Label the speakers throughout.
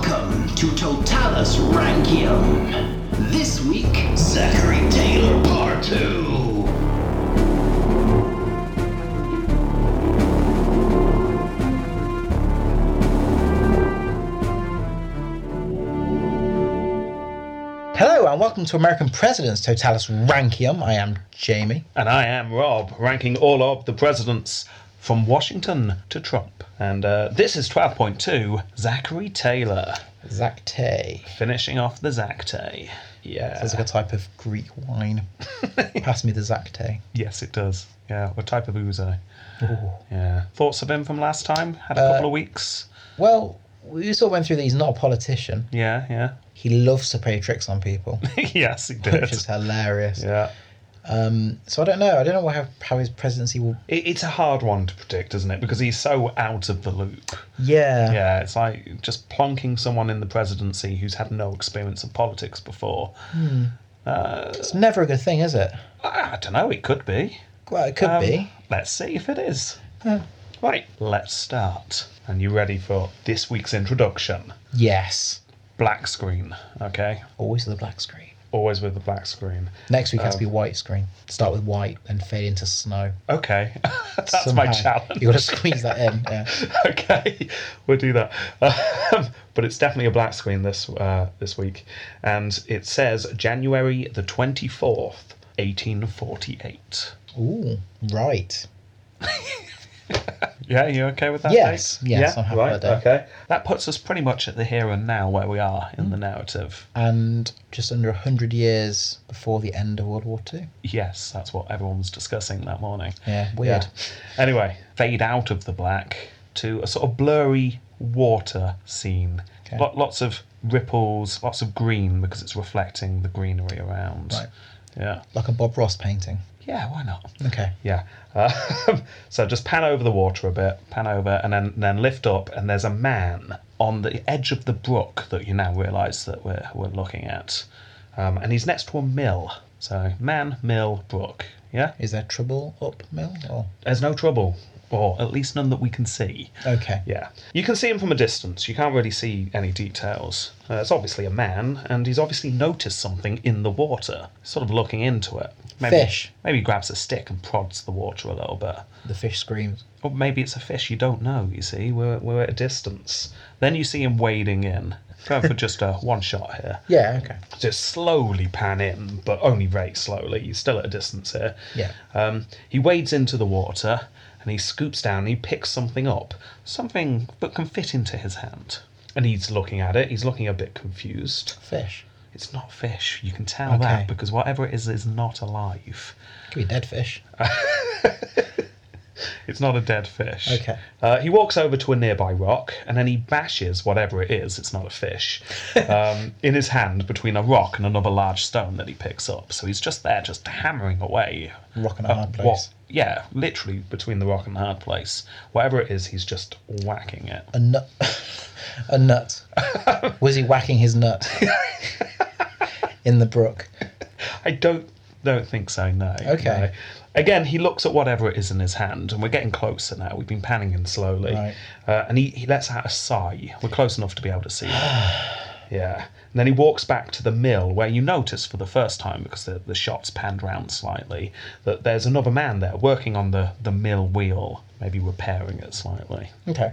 Speaker 1: to Totalis Rankium. This week, Zachary Taylor Part 2.
Speaker 2: Hello and welcome to American Presidents Totalis Rankium. I am Jamie.
Speaker 3: And I am Rob, ranking all of the presidents from Washington to Trump. And uh, this is 12.2 Zachary Taylor,
Speaker 2: Zach Tay.
Speaker 3: finishing off the Zach Tay. Yeah.
Speaker 2: Sounds like a type of Greek wine. Pass me the Zach Tay.
Speaker 3: Yes, it does. Yeah, what type of ooze I? Yeah. Thoughts of him from last time? Had a
Speaker 2: Uh,
Speaker 3: couple of weeks.
Speaker 2: Well, we sort of went through that he's not a politician.
Speaker 3: Yeah, yeah.
Speaker 2: He loves to play tricks on people,
Speaker 3: yes, he did.
Speaker 2: which is hilarious.
Speaker 3: Yeah.
Speaker 2: So I don't know. I don't know how, how his presidency will.
Speaker 3: It, it's a hard one to predict, isn't it? Because he's so out of the loop.
Speaker 2: Yeah.
Speaker 3: Yeah, it's like just plonking someone in the presidency who's had no experience of politics before.
Speaker 2: It's never a good thing, is it?
Speaker 3: Ah, I don't know, it could be.
Speaker 2: Well, it could
Speaker 3: Um,
Speaker 2: be.
Speaker 3: Let's see if it is. Right, let's start. And you ready for this week's introduction?
Speaker 2: Yes.
Speaker 3: Black screen, okay?
Speaker 2: Always the black screen.
Speaker 3: Always with the black screen.
Speaker 2: Next week has to
Speaker 3: Um,
Speaker 2: be white screen. Start with white, then fade into snow.
Speaker 3: Okay, that's my challenge.
Speaker 2: You got to squeeze that in. Yeah.
Speaker 3: okay, we'll do that. Um, but it's definitely a black screen this uh, this week, and it says January the twenty fourth, eighteen forty eight.
Speaker 2: Ooh, right.
Speaker 3: Yeah, you okay with that?
Speaker 2: Yes,
Speaker 3: Dave?
Speaker 2: yes,
Speaker 3: yeah,
Speaker 2: I'm happy
Speaker 3: right,
Speaker 2: with that.
Speaker 3: okay. That puts us pretty much at the here and now where we are in the narrative.
Speaker 2: and just under 100 years before the end of World War II.
Speaker 3: Yes, that's what everyone was discussing that morning.
Speaker 2: Yeah, weird.
Speaker 3: Anyway, fade out of the black to a sort of blurry water scene.
Speaker 2: Okay.
Speaker 3: Lot, lots of ripples, lots of green because it's reflecting the greenery around.
Speaker 2: Right.
Speaker 3: Yeah.
Speaker 2: Like a Bob Ross painting.
Speaker 3: Yeah, why not?
Speaker 2: Okay.
Speaker 3: Yeah. Uh, so just pan over the water a bit, pan over, and then then lift up, and there's a man on the edge of the brook that you now realise that we're we're looking at, um, and he's next to a mill. So man, mill, brook. Yeah.
Speaker 2: Is there trouble up mill? Or...
Speaker 3: There's no trouble, or at least none that we can see.
Speaker 2: Okay.
Speaker 3: Yeah. You can see him from a distance. You can't really see any details. Uh, it's obviously a man, and he's obviously noticed something in the water, sort of looking into it. Maybe,
Speaker 2: Fish.
Speaker 3: Maybe he grabs a stick and prods the water a little bit.
Speaker 2: The fish screams.
Speaker 3: Or maybe it's a fish you don't know, you see. We're, we're at a distance. Then you see him wading in. Going for just a one shot here.
Speaker 2: Yeah, okay.
Speaker 3: Just slowly pan in, but only very slowly. He's still at a distance here.
Speaker 2: Yeah.
Speaker 3: Um, he wades into the water and he scoops down and he picks something up. Something that can fit into his hand. And he's looking at it. He's looking a bit confused.
Speaker 2: Fish.
Speaker 3: It's not fish. You can tell
Speaker 2: Okay.
Speaker 3: that because whatever it is is not alive.
Speaker 2: Could be dead fish.
Speaker 3: It's not a dead fish.
Speaker 2: Okay.
Speaker 3: Uh, he walks over to a nearby rock and then he bashes whatever it is, it's not a fish, um, in his hand between a rock and another large stone that he picks up. So he's just there, just hammering away.
Speaker 2: Rock and a
Speaker 3: at
Speaker 2: hard place.
Speaker 3: what- yeah, literally between the rock and the hard place. Whatever it is, he's just whacking it.
Speaker 2: A nut. a nut. Was he whacking his nut in the brook?
Speaker 3: I don't don't think so. No.
Speaker 2: Okay.
Speaker 3: No. Again, he looks at whatever it is in his hand, and we're getting closer now. We've been panning in slowly,
Speaker 2: Right.
Speaker 3: uh, and he, he lets out a sigh. We're close enough to be able to see. Him. yeah. And then he walks back to the mill, where you notice for the first time, because the, the shots panned round slightly, that there's another man there working on the the mill wheel, maybe repairing it slightly.
Speaker 2: Okay.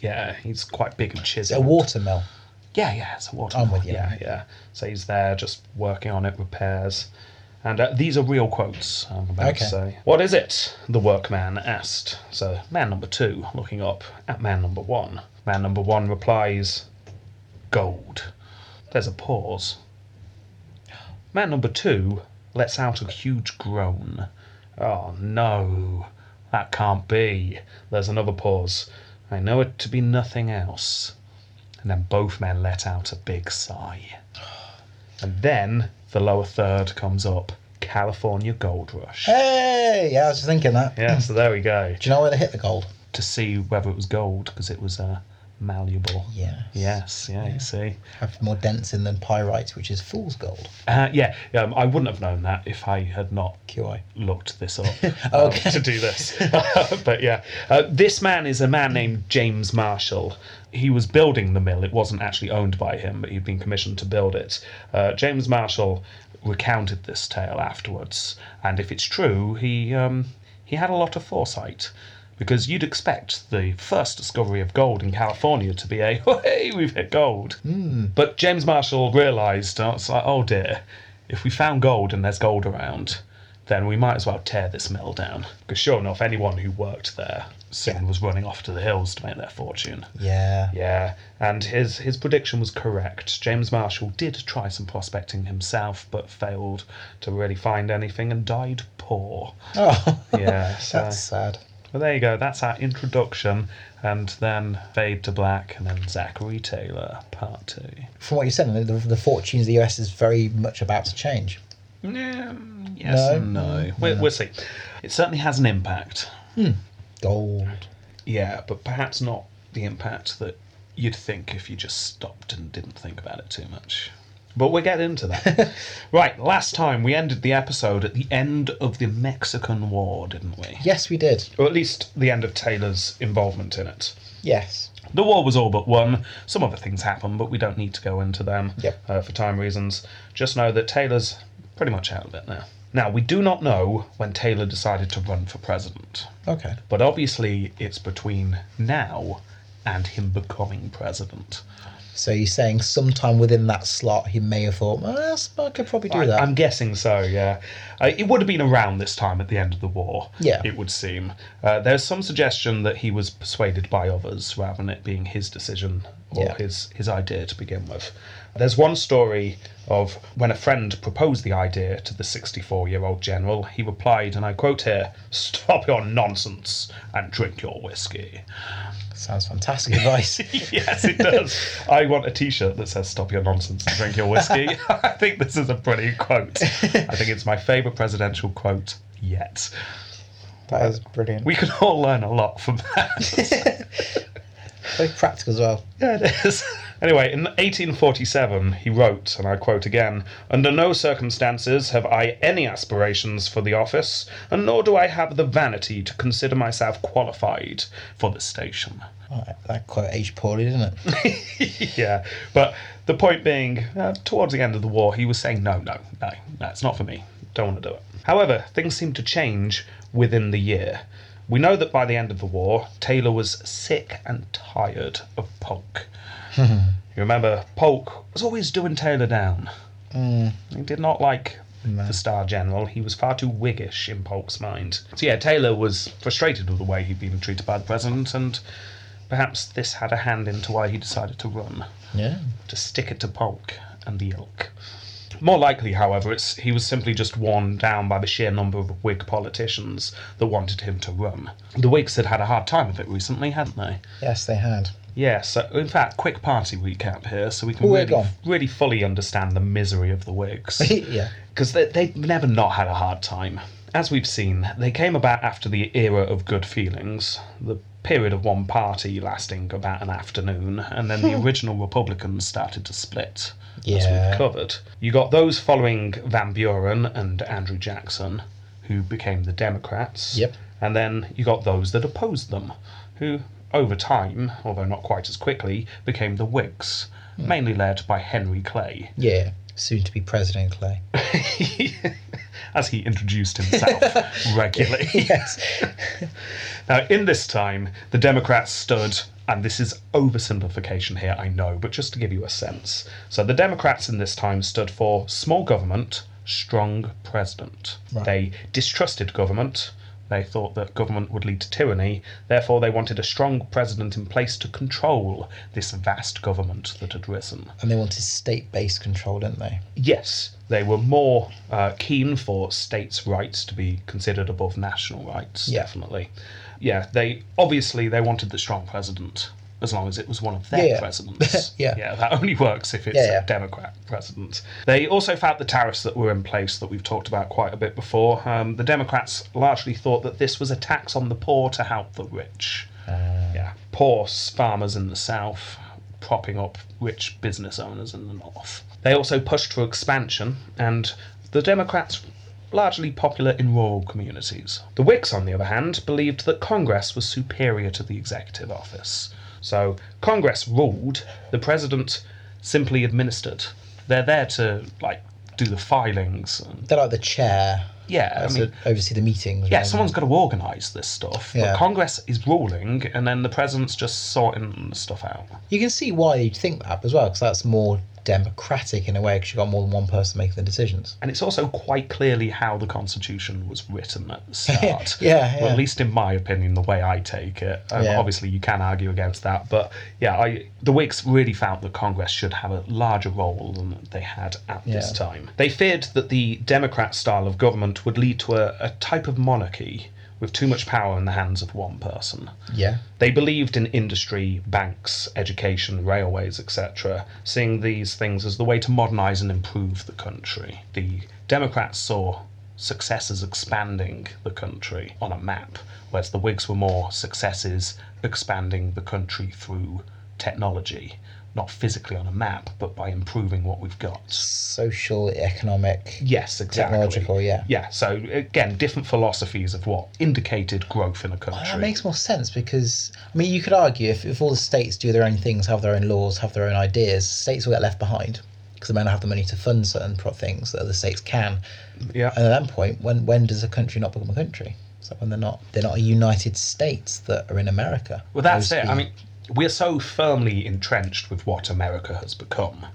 Speaker 3: Yeah, he's quite big and
Speaker 2: A
Speaker 3: chiseled.
Speaker 2: watermill.
Speaker 3: Yeah, yeah, it's a water.
Speaker 2: I'm with you.
Speaker 3: Yeah, yeah. So he's there just working on it, repairs. And uh, these are real quotes, I'm about
Speaker 2: Okay.
Speaker 3: to say. What is it? The workman asked. So man number two looking up at man number one. Man number one replies, Gold. There's a pause. Man number two lets out a huge groan. Oh no, that can't be. There's another pause. I know it to be nothing else. And then both men let out a big sigh. And then the lower third comes up California Gold Rush.
Speaker 2: Oh. Hey! Yeah, I was just thinking that.
Speaker 3: Yeah, so there we go.
Speaker 2: Do you know where they hit the gold?
Speaker 3: To see whether it was gold, because it was uh, malleable.
Speaker 2: Yes.
Speaker 3: Yes, yeah, you see.
Speaker 2: Have more dents in than pyrite, which is fool's gold.
Speaker 3: Uh, yeah, um, I wouldn't have known that if I had not
Speaker 2: QI.
Speaker 3: looked this up um,
Speaker 2: Okay.
Speaker 3: to do this. but yeah, uh, this man is a man named James Marshall. He was building the mill. It wasn't actually owned by him, but he'd been commissioned to build it. Uh, James Marshall recounted this tale afterwards, and if it's true, he um, he had a lot of foresight. Because you'd expect the first discovery of gold in California to be a, hey, we've hit gold. But James Marshall realised, uh, it's like, oh dear, if we found gold and there's gold around, then we might as well tear this mill down. Because sure enough, anyone who worked there soon was running off to the hills to make their fortune.
Speaker 2: Yeah.
Speaker 3: Yeah, and his, his prediction was correct. James Marshall did try some prospecting himself, but failed to really find anything and died poor.
Speaker 2: Oh,
Speaker 3: Yeah, so-
Speaker 2: that's sad.
Speaker 3: well, there you go. That's our introduction, and then Fade to Black, and then Zachary Taylor, part two.
Speaker 2: From what you said, the, the fortunes of the US is very much about to change.
Speaker 3: Mm, yes
Speaker 2: No.
Speaker 3: and no. We'll, we'll see. It certainly has an impact.
Speaker 2: Gold.
Speaker 3: Yeah, but perhaps not the impact that you'd think if you just stopped and didn't think about it too much. But we'll get into that. right, last time we ended the episode at the end of the Mexican War, didn't we?
Speaker 2: Yes, we did.
Speaker 3: Or at least the end of Taylor's involvement in it.
Speaker 2: Yes.
Speaker 3: The war was all but won. Some other things happened, but we don't need to go into them
Speaker 2: Yep.
Speaker 3: uh, for time reasons. Just know that Taylor's pretty much out of it now. Now, we do not know when Taylor decided to run for president,
Speaker 2: Okay.
Speaker 3: but obviously it's between now and him becoming president.
Speaker 2: So you're saying sometime within that slot, he may have thought, oh, that's, I could probably do
Speaker 3: I,
Speaker 2: that.
Speaker 3: am guessing so, yeah. Uh, it would have been around this time at the end of the war,
Speaker 2: Yeah.
Speaker 3: it would seem. Uh, there's some suggestion that he was persuaded by others rather than it being his decision or
Speaker 2: Yeah.
Speaker 3: his, his idea to begin with. There's one story of when a friend proposed the idea to the 64 year old general, he replied, and I quote here, Stop your nonsense and drink your whiskey.
Speaker 2: Sounds fantastic advice.
Speaker 3: yes, it does. I want a T-shirt that says "Stop your nonsense and drink your whiskey." I think this is a brilliant quote. I think it's my favourite presidential quote yet.
Speaker 2: that is brilliant.
Speaker 3: We can all learn a lot from that.
Speaker 2: Very practical as well.
Speaker 3: Yeah, it is. Anyway, in 1847, he wrote, and I quote again Under no circumstances have I any aspirations for the office, and nor do I have the vanity to consider myself qualified for the station.
Speaker 2: Right, that quote aged poorly, didn't it?
Speaker 3: yeah, but the point being, uh, towards the end of the war, he was saying, no, no, no, no, it's not for me. Don't want to do it. However, things seemed to change within the year. We know that by the end of the war, Taylor was sick and tired of Polk. you remember, Polk was always doing Taylor down. He did not like the Star General. He was far too Whiggish in Polk's mind. So, yeah, Taylor was frustrated with the way he'd been treated by the president, and perhaps this had a hand into why he decided to run
Speaker 2: Yeah.
Speaker 3: to stick it to Polk and the ilk. More likely, however, it's he was simply just worn down by the sheer number of Whig politicians that wanted him to run. The Whigs had had a hard time of it recently, hadn't they?
Speaker 2: Yes, they had.
Speaker 3: Yeah, so in fact, quick party recap here, so we can
Speaker 2: We're
Speaker 3: really,
Speaker 2: gone.
Speaker 3: really fully understand the misery of the Whigs.
Speaker 2: yeah.
Speaker 3: because they, they've never not had a hard time. As we've seen, they came about after the era of good feelings, the period of one party lasting about an afternoon, and then the original Republicans started to split, as
Speaker 2: Yeah.
Speaker 3: we've covered. You got those following Van Buren and Andrew Jackson, who became the Democrats.
Speaker 2: Yep.
Speaker 3: And then you got those that opposed them, who, over time, although not quite as quickly, became the Whigs,
Speaker 2: Hmm.
Speaker 3: mainly led by Henry Clay.
Speaker 2: Yeah. Soon to be President Clay.
Speaker 3: as he introduced himself regularly.
Speaker 2: yes.
Speaker 3: Now, in this time, the Democrats stood, and this is oversimplification here, I know, but just to give you a sense. So, the Democrats in this time stood for small government, strong president.
Speaker 2: Right.
Speaker 3: They distrusted government. They thought that government would lead to tyranny. Therefore, they wanted a strong president in place to control this vast government that had risen.
Speaker 2: And they wanted state based control, didn't they?
Speaker 3: Yes, they were more uh, keen for states' rights to be considered above national rights.
Speaker 2: Yeah.
Speaker 3: Definitely. Yeah, they obviously they wanted the strong president as long as it was one of their
Speaker 2: Yeah, yeah.
Speaker 3: presidents.
Speaker 2: Yeah.
Speaker 3: yeah, that only works if it's
Speaker 2: Yeah, yeah.
Speaker 3: a Democrat president. They also felt the tariffs that were in place that we've talked about quite a bit before. Um, the Democrats largely thought that this was a tax on the poor to help the rich. yeah, poor s- farmers in the south propping up rich business owners in the north. They also pushed for expansion, and the Democrats largely popular in rural communities. The Whigs, on the other hand, believed that Congress was superior to the executive office. So Congress ruled, the president simply administered. They're there to like do the filings and
Speaker 2: They're like the chair
Speaker 3: yeah, I
Speaker 2: to
Speaker 3: mean
Speaker 2: oversee the meetings.
Speaker 3: yeah,
Speaker 2: rather
Speaker 3: someone's got to organise this stuff.
Speaker 2: Yeah.
Speaker 3: But Congress is ruling, and then the president's just sorting the stuff out.
Speaker 2: You can see why you'd think that as well, because that's more democratic in a way, because you've got more than one person making the decisions.
Speaker 3: And it's also quite clearly how the Constitution was written at the start.
Speaker 2: Yeah,
Speaker 3: Well,
Speaker 2: yeah.
Speaker 3: at least in my opinion, the way I take it. Um,
Speaker 2: Yeah.
Speaker 3: Obviously, you can argue against that, but yeah, I the Whigs really felt that Congress should have a larger role than they had at this
Speaker 2: Yeah.
Speaker 3: time. They feared that the Democrat style of government would lead to a, a type of monarchy with too much power in the hands of one person.
Speaker 2: Yeah.
Speaker 3: They believed in industry, banks, education, railways, etc., seeing these things as the way to modernise and improve the country. The Democrats saw successes expanding the country on a map, whereas the Whigs were more successes expanding the country through technology, not physically on a map, but by improving what we've got.
Speaker 2: Social, economic,
Speaker 3: Yes, exactly.
Speaker 2: technological, yeah.
Speaker 3: Yeah, so again, different philosophies of what indicated growth in a country.
Speaker 2: That makes more sense because, I mean, you could argue if, if all the states do their own things, have their own laws, have their own ideas, states will get left behind because they may not have the money to fund certain pro- things that other states can.
Speaker 3: yeah.
Speaker 2: And at that point, when, when does a country not become a country? It's like when they're not they're not a united states that are in America.
Speaker 3: Well, that's
Speaker 2: Those
Speaker 3: it.
Speaker 2: be-
Speaker 3: I mean, we're so firmly entrenched with what America has become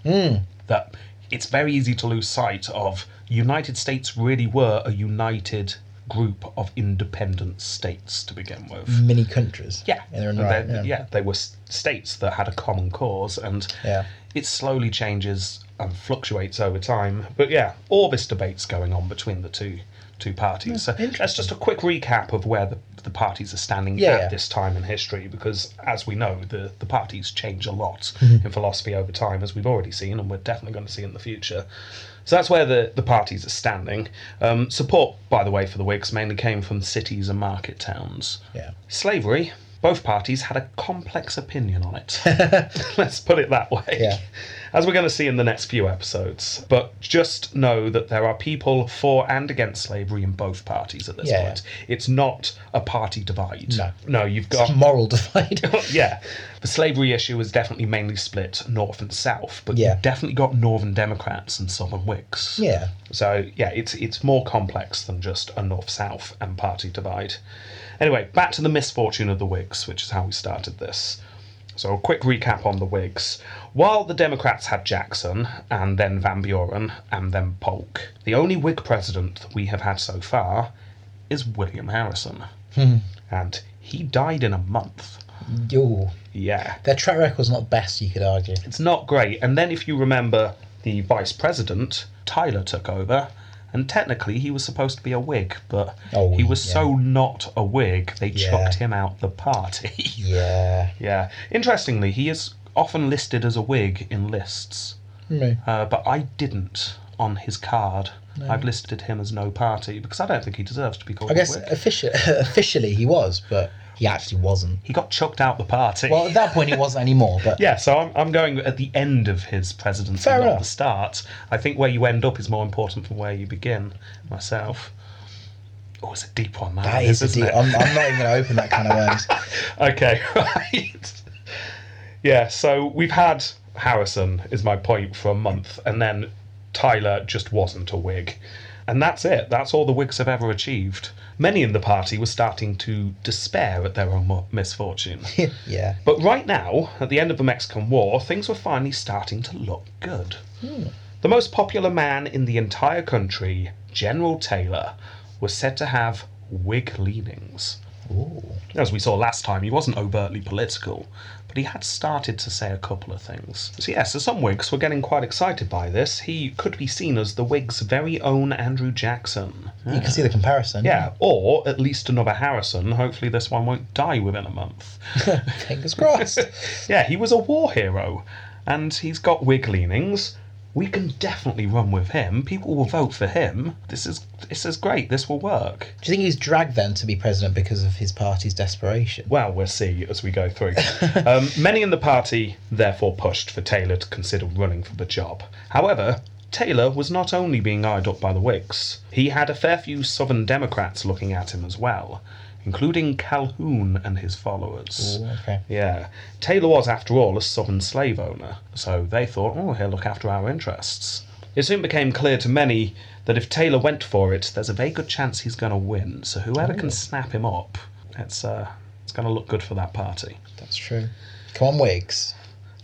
Speaker 3: that it's very easy to lose sight of United States really were a united group of independent states to begin with.
Speaker 2: mini countries.
Speaker 3: Yeah.
Speaker 2: in their own
Speaker 3: And
Speaker 2: right,
Speaker 3: they're-
Speaker 2: yeah.
Speaker 3: yeah, they were s- states that had a common cause, and
Speaker 2: Yeah.
Speaker 3: it slowly changes and fluctuates over time. But yeah, all this debate's going on between the two two
Speaker 2: Hmm,
Speaker 3: parties. So that's just a quick recap of where the, the parties are standing
Speaker 2: Yeah,
Speaker 3: at
Speaker 2: yeah.
Speaker 3: this time in history, because as we know, the, the parties change a lot
Speaker 2: Mm-hmm.
Speaker 3: in philosophy over time, as we've already seen, and we're definitely going to see in the future. So that's where the, the parties are standing. Um, support, by the way, for the Whigs mainly came from cities and market towns.
Speaker 2: Yeah.
Speaker 3: Slavery, both parties had a complex opinion on it. Let's put it that way.
Speaker 2: Yeah.
Speaker 3: As we're going to see in the next few episodes. But just know that there are people for and against slavery in both parties at this
Speaker 2: Yeah,
Speaker 3: point. It's not a party divide.
Speaker 2: No.
Speaker 3: No, you've got.
Speaker 2: Moral divide.
Speaker 3: yeah. The slavery issue is definitely mainly split north and south, but
Speaker 2: Yeah.
Speaker 3: you've definitely got northern Democrats and southern Whigs.
Speaker 2: yeah.
Speaker 3: So yeah, it's it's more complex than just a north south and party divide. Anyway, back to the misfortune of the Whigs, which is how we started this. So a quick recap on the Whigs. While the Democrats had Jackson and then Van Buren and then Polk, the only Whig president that we have had so far is William Harrison, and he died in a month.
Speaker 2: Ooh.
Speaker 3: Yeah,
Speaker 2: Their track record's not the best, you could argue.
Speaker 3: it's not great. And then if you remember, the vice president, Tyler, took over. And technically, he was supposed to be a Whig, but
Speaker 2: Oh,
Speaker 3: he was
Speaker 2: yeah.
Speaker 3: so not a Whig, they
Speaker 2: Yeah.
Speaker 3: chucked him out the party.
Speaker 2: Yeah.
Speaker 3: yeah. Interestingly, he is often listed as a Whig in lists,
Speaker 2: No.
Speaker 3: uh, but I didn't on his card. I've listed him as no party because I don't think he deserves to be called
Speaker 2: I guess uh,
Speaker 3: a Whig.
Speaker 2: officially, officially he was, but he actually wasn't.
Speaker 3: He got chucked out the party.
Speaker 2: Well, at that point he wasn't anymore, but
Speaker 3: Yeah, so I'm, I'm going at the end of his presidency,
Speaker 2: Fair
Speaker 3: not
Speaker 2: enough.
Speaker 3: the start. I think where you end up is more important from where you begin, myself. Oh, it's a deep one, that,
Speaker 2: that
Speaker 3: is,
Speaker 2: is a
Speaker 3: isn't
Speaker 2: deal.
Speaker 3: it?
Speaker 2: I'm, I'm not even going to open that kind of worms.
Speaker 3: Okay, right. Yeah, so we've had Harrison, is my point, for a month, and then Tyler just wasn't a Whig. And that's it. That's all the Whigs have ever achieved. Many in the party were starting to despair at their own mo- misfortune.
Speaker 2: yeah.
Speaker 3: But right now, at the end of the Mexican War, things were finally starting to look good. The most popular man in the entire country, General Taylor, was said to have Whig leanings.
Speaker 2: Ooh.
Speaker 3: As we saw last time, he wasn't overtly political, but he had started to say a couple of things. So, yeah, so some Whigs were getting quite excited by this. He could be seen as the Whigs' very own Andrew Jackson.
Speaker 2: You can see the comparison.
Speaker 3: Yeah, or at least another Harrison. Hopefully, this one won't die within a month.
Speaker 2: Fingers crossed.
Speaker 3: Yeah, he was a war hero, and he's got Whig leanings, we can definitely run with him. People will vote for him. This is this is great. This will work.
Speaker 2: Do you think he's dragged then to be president because of his party's desperation?
Speaker 3: Well, we'll see as we go through. um, many in the party therefore pushed for Taylor to consider running for the job. However, Taylor was not only being eyed up by the Whigs, he had a fair few Southern Democrats looking at him as well, including Calhoun and his followers.
Speaker 2: Ooh, okay.
Speaker 3: Yeah. Taylor was, after all, a southern slave owner, so they thought, oh, he'll look after our interests. It soon became clear to many that if Taylor went for it, there's a very good chance he's going to win, so whoever can snap him up, it's, uh, it's going to look good for that party.
Speaker 2: That's true. Come on, Whigs.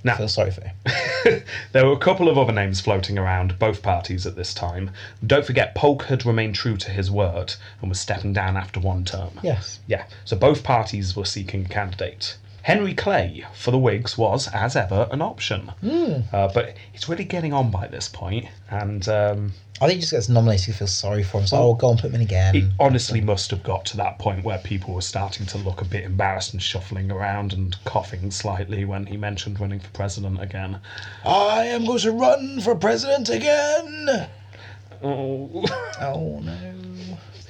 Speaker 3: Now,
Speaker 2: Feel sorry for you.
Speaker 3: there were a couple of other names floating around both parties at this time. Don't forget, Polk had remained true to his word and was stepping down after one term.
Speaker 2: Yes.
Speaker 3: Yeah, so both parties were seeking a candidate. Henry Clay for the Whigs was, as ever, an option. Uh, but he's really getting on by this point, and um,
Speaker 2: I think he just gets nominated to feel sorry for him. So, oh, go on, put him in again.
Speaker 3: it honestly must have got to that point where people were starting to look a bit embarrassed and shuffling around and coughing slightly when he mentioned running for president again.
Speaker 2: I am going to run for president again.
Speaker 3: Oh.
Speaker 2: Oh no,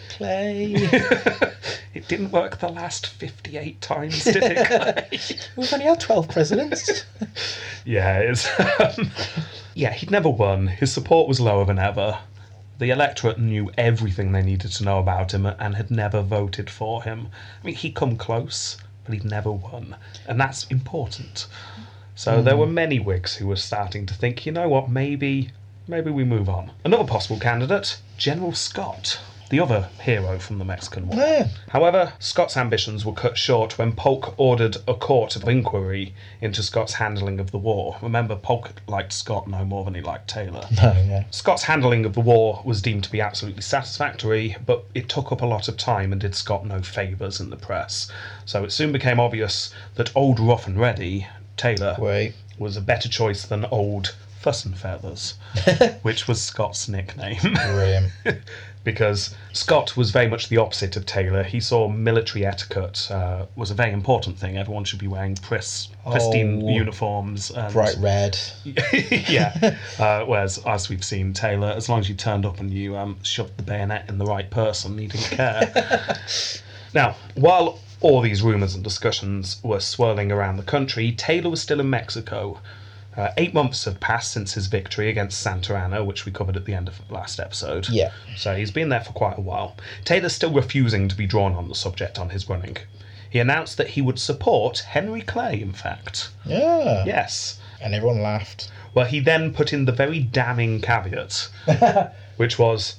Speaker 2: Clay.
Speaker 3: It didn't work the last 58 times, did it? Clay?
Speaker 2: We've only had twelve presidents.
Speaker 3: yeah, it's. Um, yeah, he'd never won. His support was lower than ever. The electorate knew everything they needed to know about him and had never voted for him. I mean, he'd come close, but he'd never won. And that's important. So there were many Whigs who were starting to think, you know what, maybe maybe we move on. Another possible candidate, General Scott, the other hero from the Mexican War.
Speaker 2: Yeah.
Speaker 3: However, Scott's ambitions were cut short when Polk ordered a court of inquiry into Scott's handling of the war. Remember, Polk liked Scott no more than he liked Taylor.
Speaker 2: No, no.
Speaker 3: Scott's handling of the war was deemed to be absolutely satisfactory, but it took up a lot of time and did Scott no favours in the press. So it soon became obvious that old rough and ready, Taylor,
Speaker 2: Wait.
Speaker 3: was a better choice than old fuss and feathers, which was Scott's nickname.
Speaker 2: Brilliant.
Speaker 3: because Scott was very much the opposite of Taylor. He saw military etiquette uh, was a very important thing. Everyone should be wearing pris- pristine
Speaker 2: Oh.
Speaker 3: uniforms. And,
Speaker 2: Bright red.
Speaker 3: yeah. Uh, whereas, as we've seen, Taylor, as long as you turned up and you um, shoved the bayonet in the right person, he didn't care. now, while all these rumours and discussions were swirling around the country, Taylor was still in Mexico. Uh, eight months have passed since his victory against Santana, which we covered at the end of last episode.
Speaker 2: Yeah.
Speaker 3: So he's been there for quite a while. Taylor's still refusing to be drawn on the subject on his running. He announced that he would support Henry Clay, in fact.
Speaker 2: Yeah.
Speaker 3: Yes.
Speaker 2: And everyone laughed.
Speaker 3: Well, he then put in the very damning caveat, which was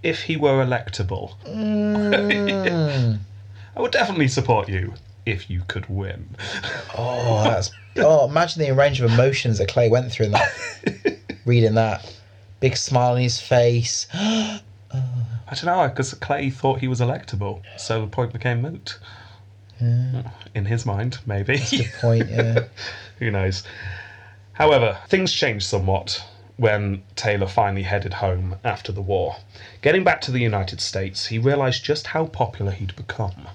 Speaker 3: if he were electable, I would definitely support you if you could win.
Speaker 2: Oh, that's. Oh, imagine the range of emotions that Clay went through in that. reading that. Big smile on his face.
Speaker 3: I don't know, because Clay thought he was electable, so the point became moot. In his mind, maybe.
Speaker 2: Good point, yeah.
Speaker 3: Who knows? However, things changed somewhat when Taylor finally headed home after the war. Getting back to the United States, he realised just how popular he'd become.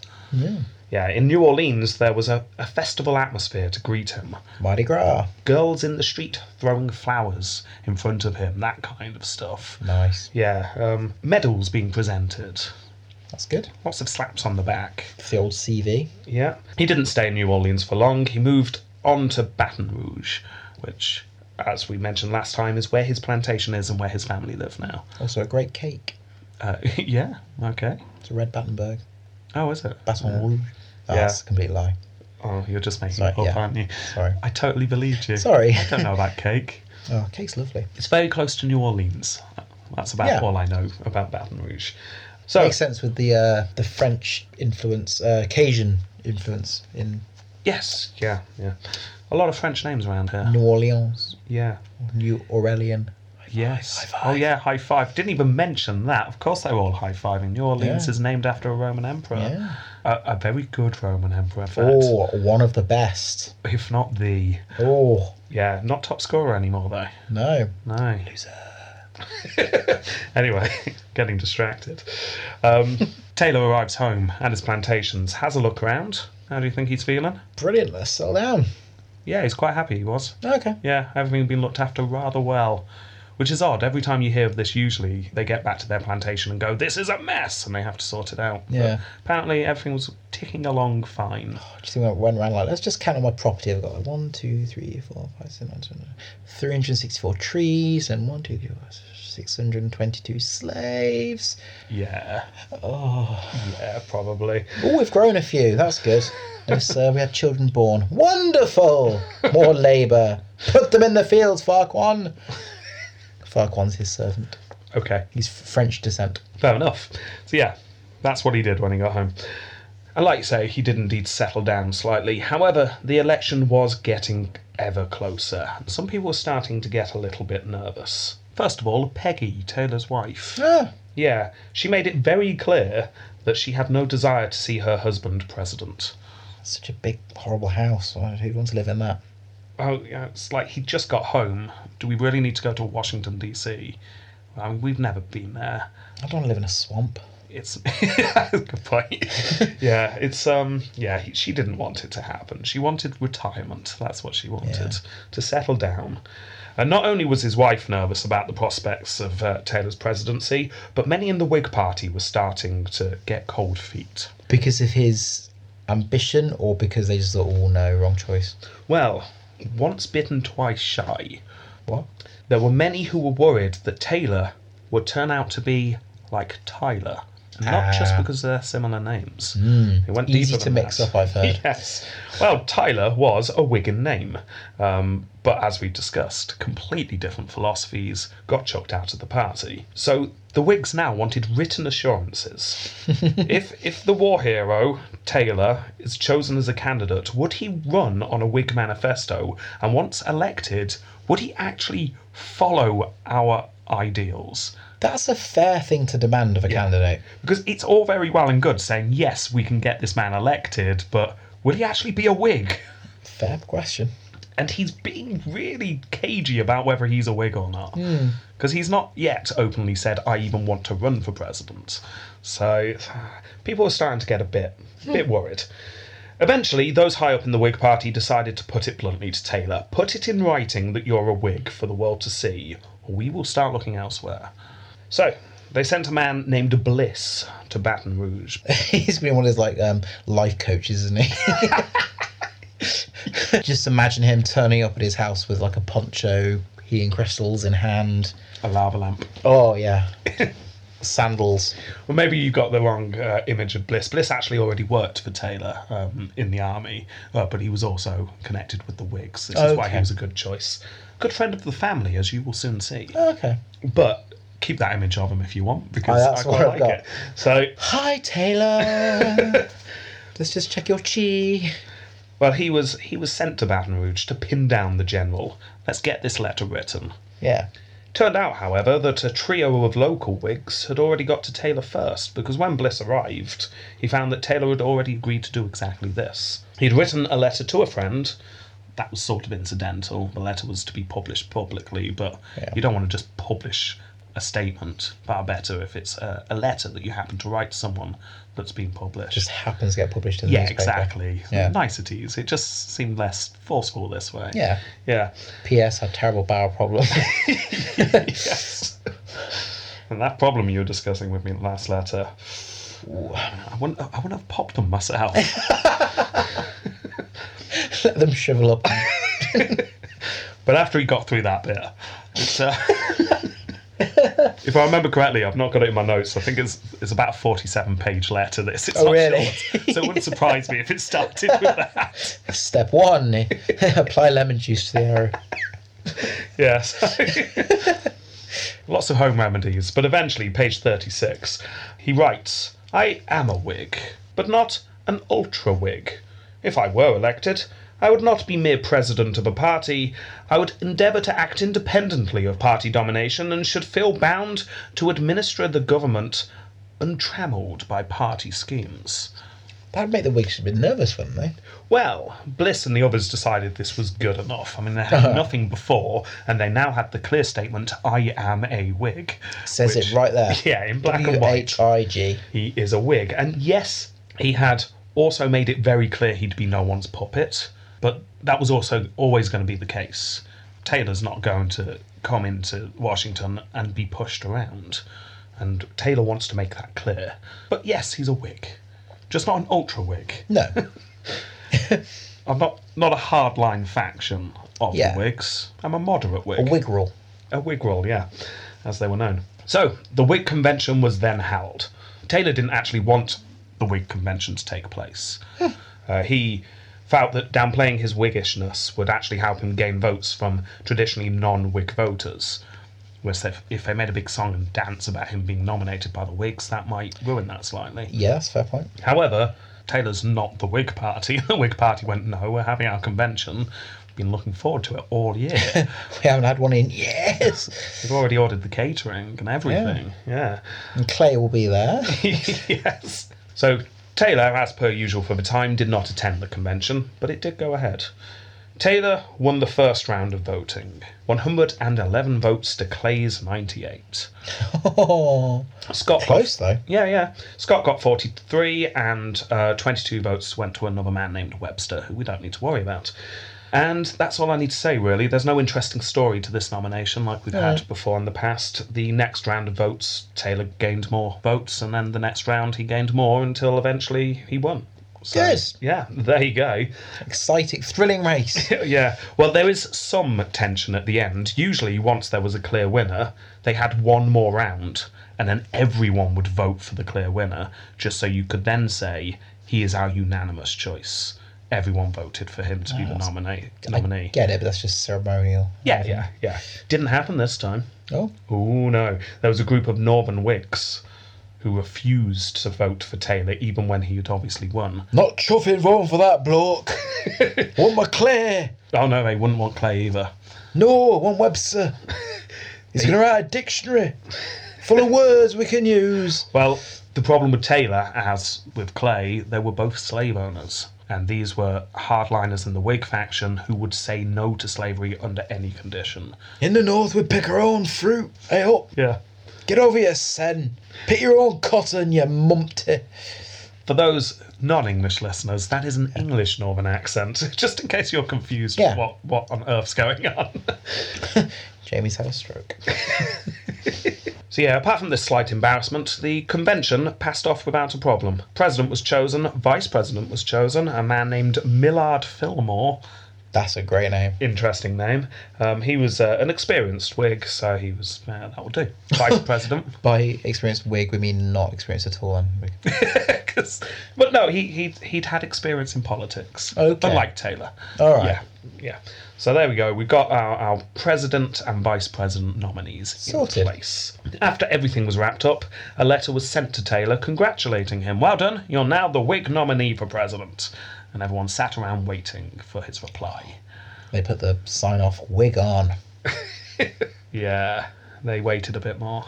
Speaker 3: Yeah, in New Orleans, there was a, a festival atmosphere to greet him.
Speaker 2: Mardi Gras.
Speaker 3: Girls in the street throwing flowers in front of him, that kind of stuff.
Speaker 2: Nice.
Speaker 3: Yeah, um, medals being presented,
Speaker 2: That's good.
Speaker 3: lots of slaps on the back.
Speaker 2: It's the old CV.
Speaker 3: Yeah. He didn't stay in New Orleans for long. He moved on to Baton Rouge, which, as we mentioned last time, is where his plantation is and where his family live now.
Speaker 2: Also a great cake.
Speaker 3: Uh, yeah, okay.
Speaker 2: It's a red Battenberg.
Speaker 3: Oh, is it?
Speaker 2: Baton Rouge. That's
Speaker 3: Yeah.
Speaker 2: a complete lie.
Speaker 3: Oh, you're just making
Speaker 2: Sorry,
Speaker 3: it up,
Speaker 2: yeah.
Speaker 3: aren't you?
Speaker 2: Sorry.
Speaker 3: I totally believed you.
Speaker 2: Sorry.
Speaker 3: I don't know about cake.
Speaker 2: Oh, cake's lovely.
Speaker 3: It's very close to New Orleans. That's about
Speaker 2: Yeah.
Speaker 3: all I know about Baton Rouge. So,
Speaker 2: Makes sense with the uh, the French influence, uh, Cajun influence in
Speaker 3: yes, yeah, yeah. A lot of French names around here.
Speaker 2: New Orleans,
Speaker 3: Yeah.
Speaker 2: New Aurelian.
Speaker 3: Yes.
Speaker 2: high
Speaker 3: Oh yeah, high five. Didn't even mention that. Of course they were all high fiving. New Orleans
Speaker 2: Yeah.
Speaker 3: is named after a Roman emperor.
Speaker 2: Yeah.
Speaker 3: A, a very good Roman emperor, in fact.
Speaker 2: Oh, one of the best.
Speaker 3: If not the
Speaker 2: Oh,
Speaker 3: yeah, not top scorer anymore though.
Speaker 2: no.
Speaker 3: No. Loser. anyway, getting distracted. Um, Taylor arrives home at his plantations, has a look around. How do you think he's feeling?
Speaker 2: Brilliant. Let's settle down.
Speaker 3: Yeah, he's quite happy. He was.
Speaker 2: Okay.
Speaker 3: Yeah, everything had been looked after rather well. Which is odd. Every time you hear of this, usually they get back to their plantation and go, "This is a mess," and they have to sort it out. But
Speaker 2: Yeah.
Speaker 3: apparently, everything was ticking along fine.
Speaker 2: Do you think I went around like, let's just count on my property. I've got like, 1, 2, 3, 4, 5, 6, 9, 10, 11, 364 trees and 1, 2, 3, 4, 5, 622 slaves.
Speaker 3: Yeah.
Speaker 2: Oh,
Speaker 3: Yeah, probably.
Speaker 2: Ooh, we've grown a few. That's good. Yes, uh, we had children born. Wonderful! More labour. Put them in the fields, Farquan. Farquan's his servant.
Speaker 3: Okay.
Speaker 2: He's French descent.
Speaker 3: Fair enough. So yeah, that's what he did when he got home. And like you say, he did indeed settle down slightly. However, the election was getting ever closer. Some people were starting to get a little bit nervous. First of all, Peggy, Taylor's wife.
Speaker 2: Ah,
Speaker 3: Yeah, she made it very clear that she had no desire to see her husband president.
Speaker 2: such a big, horrible house. Why- Who'd want to live in that?
Speaker 3: Oh, yeah, it's like he just got home. Do we really need to go to Washington, D.C.? I mean, we've never been there.
Speaker 2: I don't want to live in a swamp.
Speaker 3: it's good point. yeah, it's um yeah, he, she didn't want it to happen. She wanted retirement. That's what she wanted to settle down. And not only was his wife nervous about the prospects of uh, Taylor's presidency, but many in the Whig party were starting to get cold feet.
Speaker 2: Because of his ambition or because they just thought, oh no, wrong choice?
Speaker 3: Well, once bitten, twice shy. What? There were many who were worried that Taylor would turn out to be like Tyler. and Not just
Speaker 2: Ah.
Speaker 3: because they're similar names. It went
Speaker 2: Easy
Speaker 3: deeper
Speaker 2: to
Speaker 3: than
Speaker 2: mix
Speaker 3: that.
Speaker 2: up, I've heard.
Speaker 3: Yes. Well, Tyler was a Wigan name, um, but as we've discussed, completely different philosophies got chucked out of the party. So the Whigs now wanted written assurances. if if the war hero Taylor is chosen as a candidate, would he run on a Whig manifesto? And once elected, would he actually follow our ideals?
Speaker 2: That's a fair thing to demand of a candidate.
Speaker 3: Because it's all very well and good saying yes, we can get this man elected, but will he actually be a Whig?
Speaker 2: Fair question.
Speaker 3: and he's being really cagey about whether he's a Whig or not. Because he's not yet openly said, I even want to run for president. So people are starting to get a bit, bit worried. Eventually, those high up in the Whig Party decided to put it bluntly to Taylor put it in writing that you're a Whig for the world to see, or we will start looking elsewhere. So they sent a man named Bliss to Baton Rouge.
Speaker 2: He's been one of his like um, life coaches, isn't he? Just imagine him turning up at his house with like a poncho, heating crystals in hand.
Speaker 3: a lava lamp.
Speaker 2: Oh yeah, sandals.
Speaker 3: Well, maybe you got the wrong uh, image of Bliss. Bliss actually already worked for Taylor um, in the army, uh, but he was also connected with the Whigs. This is why he
Speaker 2: Okay.
Speaker 3: was a good choice. Good friend of the family, as you will soon see.
Speaker 2: Oh, Okay.
Speaker 3: But keep that image of him if you want, because
Speaker 2: Oh,
Speaker 3: I
Speaker 2: that's
Speaker 3: quite
Speaker 2: what
Speaker 3: like
Speaker 2: I've got.
Speaker 3: it. So,
Speaker 2: Hi Taylor. Let's just check your chi.
Speaker 3: well, he was he was sent to Baton Rouge to pin down the general. Let's get this letter written.
Speaker 2: Yeah.
Speaker 3: Turned out, however, that a trio of local Whigs had already got to Taylor first, because when Bliss arrived, he found that Taylor had already agreed to do exactly this. He'd written a letter to a friend. That was sort of incidental. The letter was to be published publicly, but
Speaker 2: Yeah.
Speaker 3: you don't want to just publish a statement. Far better if it's a, a letter that you happen to write to someone that's been published.
Speaker 2: Just happens to get published in the
Speaker 3: yeah,
Speaker 2: newspaper.
Speaker 3: exactly.
Speaker 2: Yeah.
Speaker 3: Niceties. It just seemed less forceful this way.
Speaker 2: Yeah.
Speaker 3: Yeah.
Speaker 2: P.S. I have terrible bowel problem.
Speaker 3: yes. And that problem you were discussing with me last letter, I wouldn't, I wouldn't have popped them myself.
Speaker 2: Let them shrivel up.
Speaker 3: but after he got through that bit, it's, uh, if I remember correctly, I've not got it in my notes. I think it's it's about a forty-seven page letter. This it's
Speaker 2: Oh,
Speaker 3: not
Speaker 2: really?
Speaker 3: short, so it wouldn't surprise me if it started with that.
Speaker 2: Step one: apply lemon juice to the arrow.
Speaker 3: Yes. Lots of home remedies, but eventually, page 36, he writes I am a Whig, but not an ultra Whig. If I were elected, I would not be mere president of a party. I would endeavour to act independently of party domination and should feel bound to administer the government untrammelled by party schemes.
Speaker 2: That'd make the Whigs a bit nervous, wouldn't they?
Speaker 3: Well, Bliss and the others decided this was good enough. I mean, they
Speaker 2: Uh-huh.
Speaker 3: had nothing before, and they now had the clear statement I am a Whig.
Speaker 2: Says
Speaker 3: which-
Speaker 2: it right there.
Speaker 3: Yeah, in black and
Speaker 2: W
Speaker 3: white.
Speaker 2: H I G.
Speaker 3: He is a Whig. And yes, he had also made it very clear he'd be no one's puppet, but that was also always going to be the case. Taylor's not going to come into Washington and be pushed around. And Taylor wants to make that clear. But yes, he's a Whig, just not an ultra Whig.
Speaker 2: No.
Speaker 3: I'm not not a hardline faction of
Speaker 2: Yeah.
Speaker 3: the Whigs. I'm a moderate Whig.
Speaker 2: A wiggerel.
Speaker 3: A Whig roll, yeah, as they were known. So, the Whig convention was then held. Taylor didn't actually want the Whig convention to take place. Uh, he felt that downplaying his Whiggishness would actually help him gain votes from traditionally non Whig voters. Whereas if, if they made a big song and dance about him being nominated by the Whigs, that might ruin that slightly.
Speaker 2: Yeah, that's a fair point.
Speaker 3: However, Taylor's not the Whig Party. The Whig Party went, no, we're having our convention. Been looking forward to it all year.
Speaker 2: We haven't had one in years.
Speaker 3: We've already ordered the catering and everything. Yeah.
Speaker 2: And Clay will be there.
Speaker 3: yes. So Taylor, as per usual for the time, did not attend the convention, but it did go ahead. Taylor won the first round of voting, 111 votes to Clay's 98.
Speaker 2: Oh,
Speaker 3: Scott
Speaker 2: close
Speaker 3: got,
Speaker 2: though.
Speaker 3: Yeah, yeah. Scott got 43, and uh, 22 votes went to another man named Webster, who we don't need to worry about. And that's all I need to say, really. There's no interesting story to this nomination like we've had before in the past. The next round of votes, Taylor gained more votes, and then the next round, he gained more until eventually he won. So,
Speaker 2: Good.
Speaker 3: Yeah, there you go.
Speaker 2: Exciting, thrilling race.
Speaker 3: Yeah, well, there is some tension at the end. Usually, once there was a clear winner, they had one more round, and then everyone would vote for the clear winner, just so you could then say, he is our unanimous choice. Everyone voted for him to be the nominate,
Speaker 2: I
Speaker 3: nominee.
Speaker 2: get it, but that's just ceremonial.
Speaker 3: Yeah, yeah, yeah. Didn't happen this time.
Speaker 2: Oh,
Speaker 3: Oh no, there was a group of Northern Whigs who refused to vote for Taylor, even when he had obviously won.
Speaker 2: not chuffing wrong for that block. want my Clay.
Speaker 3: Oh no, they wouldn't want Clay either.
Speaker 2: No, one Webster. He's going to write a dictionary full of words we can use.
Speaker 3: Well, the problem with Taylor, as with Clay, they were both slave owners. And these were hardliners in the Whig faction who would say no to slavery under any condition.
Speaker 2: In the north, we pick our own fruit. Hey up,
Speaker 3: Yeah.
Speaker 2: get over your sen. Pick your own cotton, you mumpty.
Speaker 3: For those non English listeners, that is an English Northern accent, just in case you're confused
Speaker 2: Yeah.
Speaker 3: what, what on earth's going on.
Speaker 2: Jamie's had a stroke.
Speaker 3: So yeah, apart from this slight embarrassment, the convention passed off without a problem. President was chosen, vice president was chosen, a man named Millard Fillmore,
Speaker 2: That's a great name.
Speaker 3: interesting name. Um, he was uh, an experienced Whig, so he was uh, that will do. Vice president,
Speaker 2: By experienced wig, we mean not experienced at all. then.
Speaker 3: 'Cause- but no, he he he'd had experience in politics,
Speaker 2: Okay.
Speaker 3: unlike Taylor.
Speaker 2: All right.
Speaker 3: Yeah, yeah. So there we go. We got our, our president and vice president nominees
Speaker 2: Sorted.
Speaker 3: in place. After everything was wrapped up, a letter was sent to Taylor congratulating him. Well done, you're now the Whig nominee for president. And everyone sat around waiting for his reply.
Speaker 2: They put the sign off wig on.
Speaker 3: Yeah, they waited a bit more.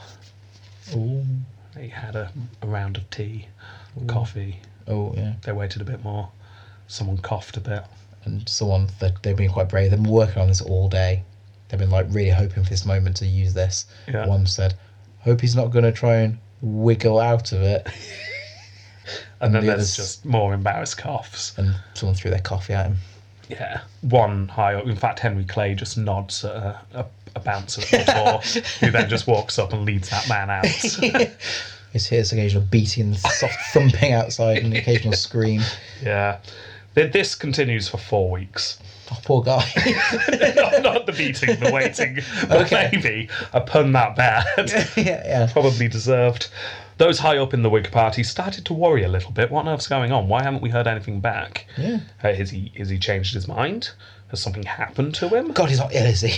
Speaker 2: Ooh.
Speaker 3: They had a, a round of tea, coffee.
Speaker 2: Oh, yeah.
Speaker 3: They waited a bit more. Someone coughed a bit.
Speaker 2: And someone, that they've been quite brave. They've been working on this all day. They've been like really hoping for this moment to use this.
Speaker 3: Yeah.
Speaker 2: One said, Hope he's not going to try and wiggle out of it.
Speaker 3: And then
Speaker 2: the
Speaker 3: there's
Speaker 2: others-
Speaker 3: just more embarrassed coughs.
Speaker 2: And someone threw their coffee at him.
Speaker 3: Yeah. One high up. In fact, Henry Clay just nods at a, a, a bouncer at the door, who then just walks up and leads that man out.
Speaker 2: His hears occasional beating, and soft thumping outside, and an occasional scream.
Speaker 3: yeah. Th- This continues for four weeks.
Speaker 2: Oh, poor guy.
Speaker 3: not, not the beating, the waiting. But
Speaker 2: Okay.
Speaker 3: maybe a pun that bad.
Speaker 2: yeah, yeah.
Speaker 3: probably deserved. Those high up in the Whig Party started to worry a little bit. What on earth's going on? Why haven't we heard anything back?
Speaker 2: Yeah.
Speaker 3: Uh, has he has he changed his mind? Has something happened to him?
Speaker 2: God, he's not ill, is he?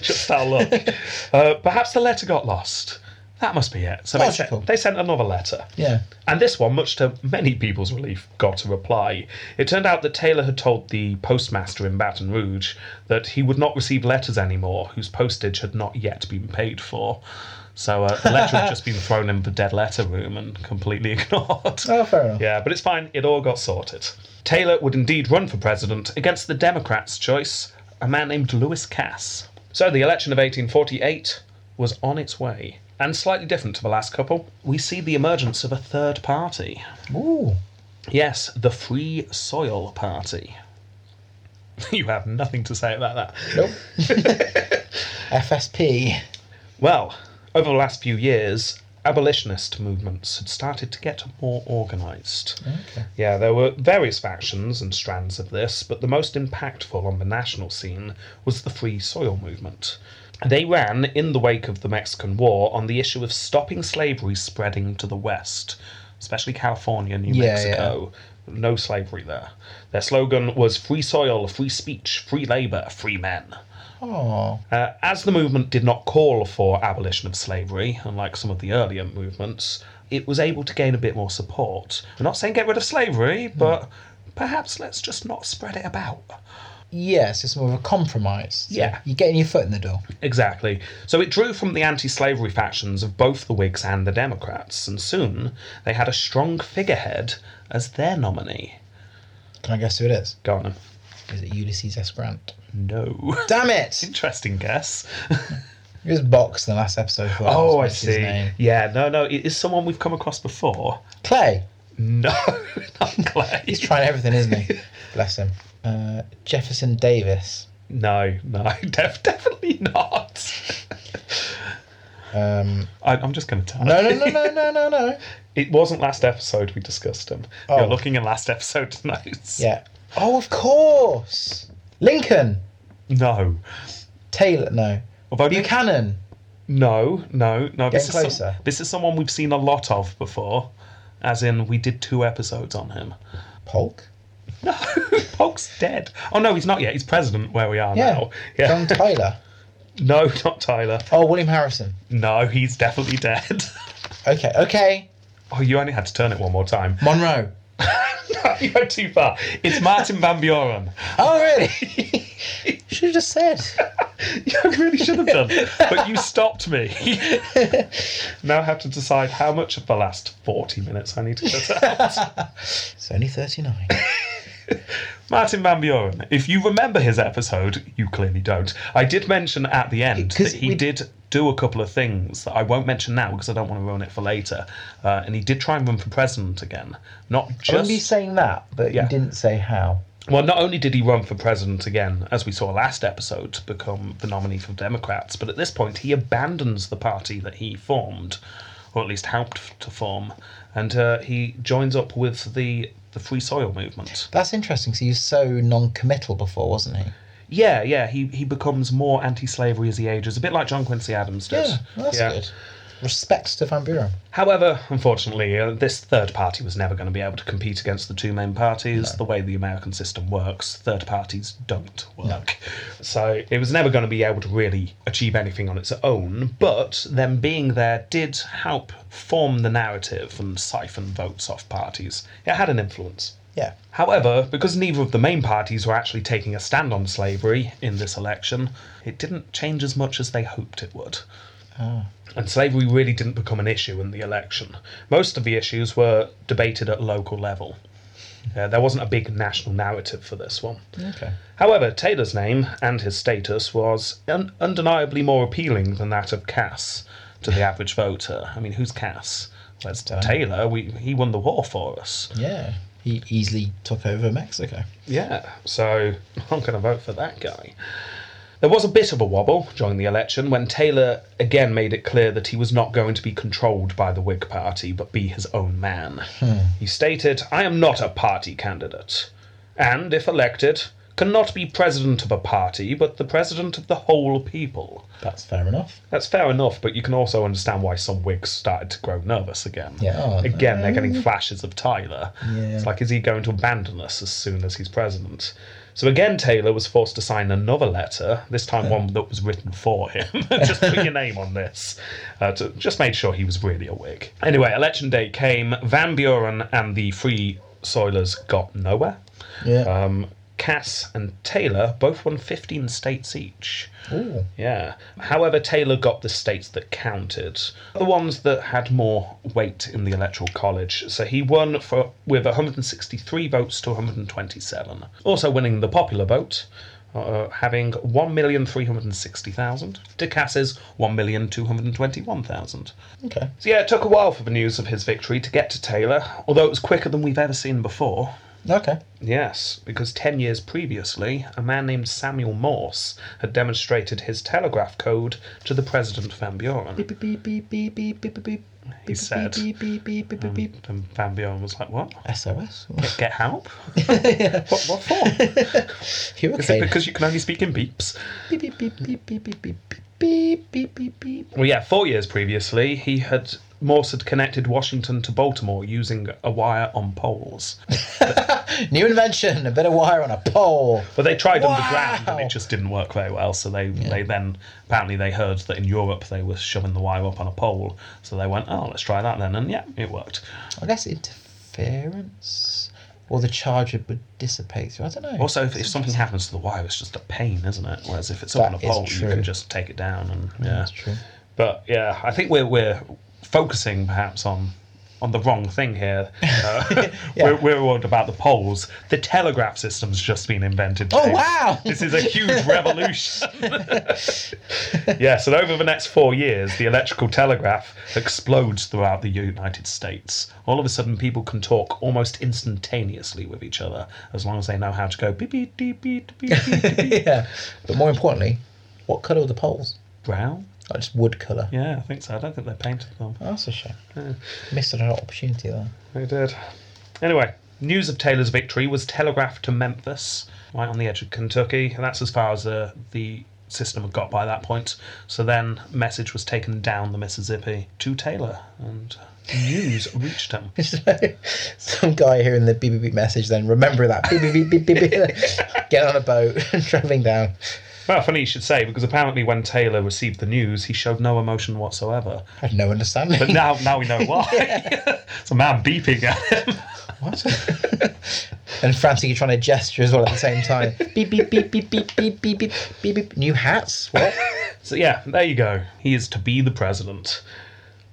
Speaker 3: Just that look. uh, perhaps the letter got lost. That must be it. So they
Speaker 2: Logical.
Speaker 3: sent, they sent another letter.
Speaker 2: yeah.
Speaker 3: And this one, much to many people's relief, got a reply. It turned out that Taylor had told the postmaster in Baton Rouge that he would not receive letters anymore whose postage had not yet been paid for. So uh, the letter had just been thrown in the dead letter room and completely ignored.
Speaker 2: Oh, fair enough.
Speaker 3: Yeah, but it's fine. It all got sorted. Taylor would indeed run for president against the Democrats' choice, a man named Lewis Cass. So the election of 1848 was on its way. And slightly different to the last couple, we see the emergence of a third party.
Speaker 2: Ooh.
Speaker 3: Yes, the Free Soil Party. you have nothing to say about
Speaker 2: Nope.
Speaker 3: that.
Speaker 2: FSP.
Speaker 3: Well, over the last few years, abolitionist movements had started to get more organised.
Speaker 2: Okay.
Speaker 3: Yeah, there were various factions and strands of this, but the most impactful on the national scene was the Free Soil Movement. They ran in the wake of the Mexican War on the issue of stopping slavery spreading to the West, especially California, New
Speaker 2: Yeah,
Speaker 3: Mexico. No slavery there. Their slogan was free soil, free speech, free labour, free men.
Speaker 2: Oh,
Speaker 3: Uh, as the movement did not call for abolition of slavery, unlike some of the earlier movements, it was able to gain a bit more support. We're not saying get rid of slavery, but perhaps let's just not spread it about.
Speaker 2: yes, it's more of a compromise. So
Speaker 3: Yeah.
Speaker 2: you're getting your foot in the door.
Speaker 3: Exactly. So it drew from the anti slavery factions of both the Whigs and the Democrats, and soon they had a strong figurehead as their nominee.
Speaker 2: Can I guess who it is?
Speaker 3: Go on.
Speaker 2: Is it Ulysses S. Grant?
Speaker 3: No.
Speaker 2: Damn it!
Speaker 3: Interesting guess.
Speaker 2: It was Box in the last episode. For
Speaker 3: Oh, I
Speaker 2: His
Speaker 3: see.
Speaker 2: name.
Speaker 3: Yeah, no, no. It is someone we've come across before.
Speaker 2: Clay.
Speaker 3: No, not Clay.
Speaker 2: He's trying everything, isn't he? Bless him. Uh, Jefferson Davis.
Speaker 3: No, no, def- definitely not.
Speaker 2: Um,
Speaker 3: I, I'm just going to tell.
Speaker 2: no,
Speaker 3: you.
Speaker 2: no, no, no, no, no, no.
Speaker 3: It wasn't last episode we discussed him.
Speaker 2: Oh.
Speaker 3: You're looking in last episode's notes.
Speaker 2: Yeah. Oh, of course. Lincoln.
Speaker 3: No.
Speaker 2: Taylor. No.
Speaker 3: Although
Speaker 2: Buchanan.
Speaker 3: no, no, no. This is,
Speaker 2: Getting
Speaker 3: some-
Speaker 2: closer.
Speaker 3: this is someone we've seen a lot of before, as in we did two episodes on him.
Speaker 2: Polk.
Speaker 3: No, Polk's dead. Oh no, he's not yet. He's president where we are
Speaker 2: Yeah.
Speaker 3: now. Yeah.
Speaker 2: John Tyler.
Speaker 3: no, not Tyler.
Speaker 2: Oh, William Harrison.
Speaker 3: No, he's definitely dead.
Speaker 2: Okay. Okay.
Speaker 3: oh, you only had to turn it one more time.
Speaker 2: Monroe.
Speaker 3: No, you went too far. It's Martin Van Buren.
Speaker 2: Oh, really? Should have just said.
Speaker 3: I really should have done, but you stopped me. now I have to decide how much of the last 40 minutes I need to cut out.
Speaker 2: It's only 39.
Speaker 3: Martin Van Buren, if you remember his episode, you clearly don't. I did mention at the end
Speaker 2: 'Cause
Speaker 3: that he
Speaker 2: we-
Speaker 3: did do a couple of things that I won't mention now because I don't want to ruin it for later. Uh, and he did try and run for president again. Not
Speaker 2: I remember you
Speaker 3: just.
Speaker 2: saying that, but
Speaker 3: Yeah.
Speaker 2: you didn't say how.
Speaker 3: Well, not only did he run for president again, as we saw last episode, to become the nominee for Democrats, but at this point he abandons the party that he formed, or at least helped to form, and uh, he joins up with the the Free Soil movement.
Speaker 2: That's interesting. So he was so non-committal before, wasn't he?
Speaker 3: Yeah, yeah, he, he becomes more anti-slavery as he ages, a bit like John Quincy Adams did.
Speaker 2: well, that's good. Respects to Van Buren.
Speaker 3: However, unfortunately, uh, this third party was never going to be able to compete against the two main parties. The way the American system works, third parties don't work. So it was never going to be able to really achieve anything on its own. But them being there did help form the narrative and siphon votes off parties. It had an influence.
Speaker 2: Yeah.
Speaker 3: However, because neither of the main parties were actually taking a stand on slavery in this election, it didn't change as much as they hoped it would. And slavery really didn't become an issue in the election. Most of the issues were debated at local level. Uh, there wasn't a big national narrative for this one.
Speaker 2: Okay.
Speaker 3: However, Taylor's name and his status was un- undeniably more appealing than that of Cass to the average voter. I mean, who's Cass? Well, it's Taylor. We, he won the war for us.
Speaker 2: Yeah. He easily took over Mexico.
Speaker 3: Yeah, so I'm going to vote for that guy. There was a bit of a wobble during the election when Taylor again made it clear that he was not going to be controlled by the Whig Party but be his own man. He stated, I am not a party candidate, and if elected, cannot be president of a party but the president of the whole people.
Speaker 2: That's fair enough.
Speaker 3: That's fair enough, but you can also understand why some Whigs started to grow nervous again.
Speaker 2: Yeah. Oh,
Speaker 3: Again, they're getting flashes of Tyler.
Speaker 2: Yeah.
Speaker 3: It's like, is he going to abandon us as soon as he's president? So again, Taylor was forced to sign another letter, this time one that was written for him. just put your name on this. Uh, to, just made sure he was really a Whig. Anyway, election day came. Van Buren and the Free Soilers got nowhere.
Speaker 2: Yeah.
Speaker 3: Um, Cass and Taylor both won 15 states each.
Speaker 2: Ooh.
Speaker 3: Yeah. However, Taylor got the states that counted, the ones that had more weight in the electoral college. So he won for with 163 votes to 127. Also winning the popular vote, uh, having 1,360,000 to Cass's 1,221,000.
Speaker 2: Okay.
Speaker 3: So yeah, it took a while for the news of his victory to get to Taylor, although it was quicker than we've ever seen before.
Speaker 2: Okay.
Speaker 3: Yes, because 10 years previously, a man named Samuel Morse had demonstrated his telegraph code to the president Van Buren.
Speaker 2: Beep, beep, beep, beep, beep, beep, beep, beep.
Speaker 3: He said.
Speaker 2: Beep, beep, beep, beep, beep, beep.
Speaker 3: And Van Buren was like, What?
Speaker 2: SOS.
Speaker 3: Get help? What, what for?
Speaker 2: You
Speaker 3: Is
Speaker 2: okay?
Speaker 3: it because you can only speak in beeps?
Speaker 2: Beep, beep, beep, beep, beep, beep, beep, beep, beep, beep, beep.
Speaker 3: Well, yeah, four years previously, he had Morse had connected Washington to Baltimore using a wire on poles.
Speaker 2: New invention, a bit of wire on a pole.
Speaker 3: But they tried
Speaker 2: Wow.
Speaker 3: underground and it just didn't work very well. So they, they then apparently they heard that in Europe they were shoving the wire up on a pole. So they went, oh, let's try that then, and yeah, it worked.
Speaker 2: I guess interference, or the charge would- would dissipate. So I don't know.
Speaker 3: Also, if, if something happens to the wire, it's just a pain, isn't it? Whereas if it's up on a
Speaker 2: That is
Speaker 3: pole, you can
Speaker 2: true. Mm.
Speaker 3: just take it down and yeah.
Speaker 2: That's true.
Speaker 3: But yeah, I think we're we're focusing perhaps on on the wrong thing here. Uh, we're, we're worried about the poles. The telegraph system's just been invented.
Speaker 2: Oh,
Speaker 3: today.
Speaker 2: wow.
Speaker 3: This is a huge revolution. yes, and over the next four years, the electrical telegraph explodes throughout the United States. All of a sudden, people can talk almost instantaneously with each other as long as they know how to go beep beep beep beep beep beep, beep.
Speaker 2: yeah. But more importantly, what colour were the poles?
Speaker 3: brown.
Speaker 2: Oh, just wood colour.
Speaker 3: Yeah, I think so. I don't think they painted them.
Speaker 2: Oh, that's a shame. Missed an opportunity there.
Speaker 3: They did. Anyway, news of Taylor's victory was telegraphed to Memphis, right on the edge of Kentucky, and that's as far as the, the system had got by that point. So then, message was taken down the Mississippi to Taylor, and news reached him.
Speaker 2: Some guy hearing the beep beep beep message, then remembering that beep beep beep beep beep, beep, get on a boat and travelling down.
Speaker 3: Well, funny you should say, because apparently when Taylor received the news, he showed no emotion whatsoever.
Speaker 2: I had no understanding.
Speaker 3: But now, now we know why. it's a man beeping at him.
Speaker 2: What? and frantically trying to gesture as well at the same time. beep beep beep beep beep beep beep beep beep beep. New hats? What?
Speaker 3: So yeah, there you go. He is to be the president.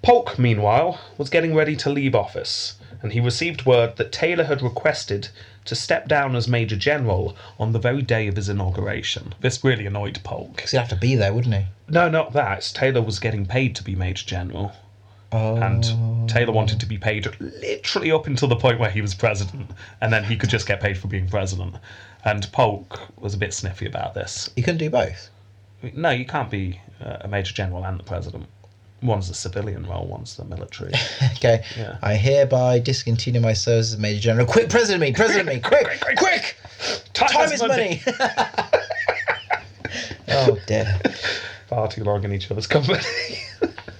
Speaker 3: Polk, meanwhile, was getting ready to leave office, and he received word that Taylor had requested to step down as Major General on the very day of his inauguration. This really annoyed Polk.
Speaker 2: Because he'd have to be there, wouldn't he?
Speaker 3: No, not that. It's Taylor was getting paid to be Major General,
Speaker 2: Oh.
Speaker 3: and Taylor wanted to be paid literally up until the point where he was president, and then he could just get paid for being president. And Polk was a bit sniffy about this.
Speaker 2: You couldn't do both.
Speaker 3: No, you can't be uh, a major general and the president. One's the civilian role, one's the military.
Speaker 2: Okay.
Speaker 3: Yeah.
Speaker 2: I hereby discontinue my service as Major General. Quick, President me, President me, quick, quick, quick, Time is money. oh dear.
Speaker 3: Far too long in each other's company.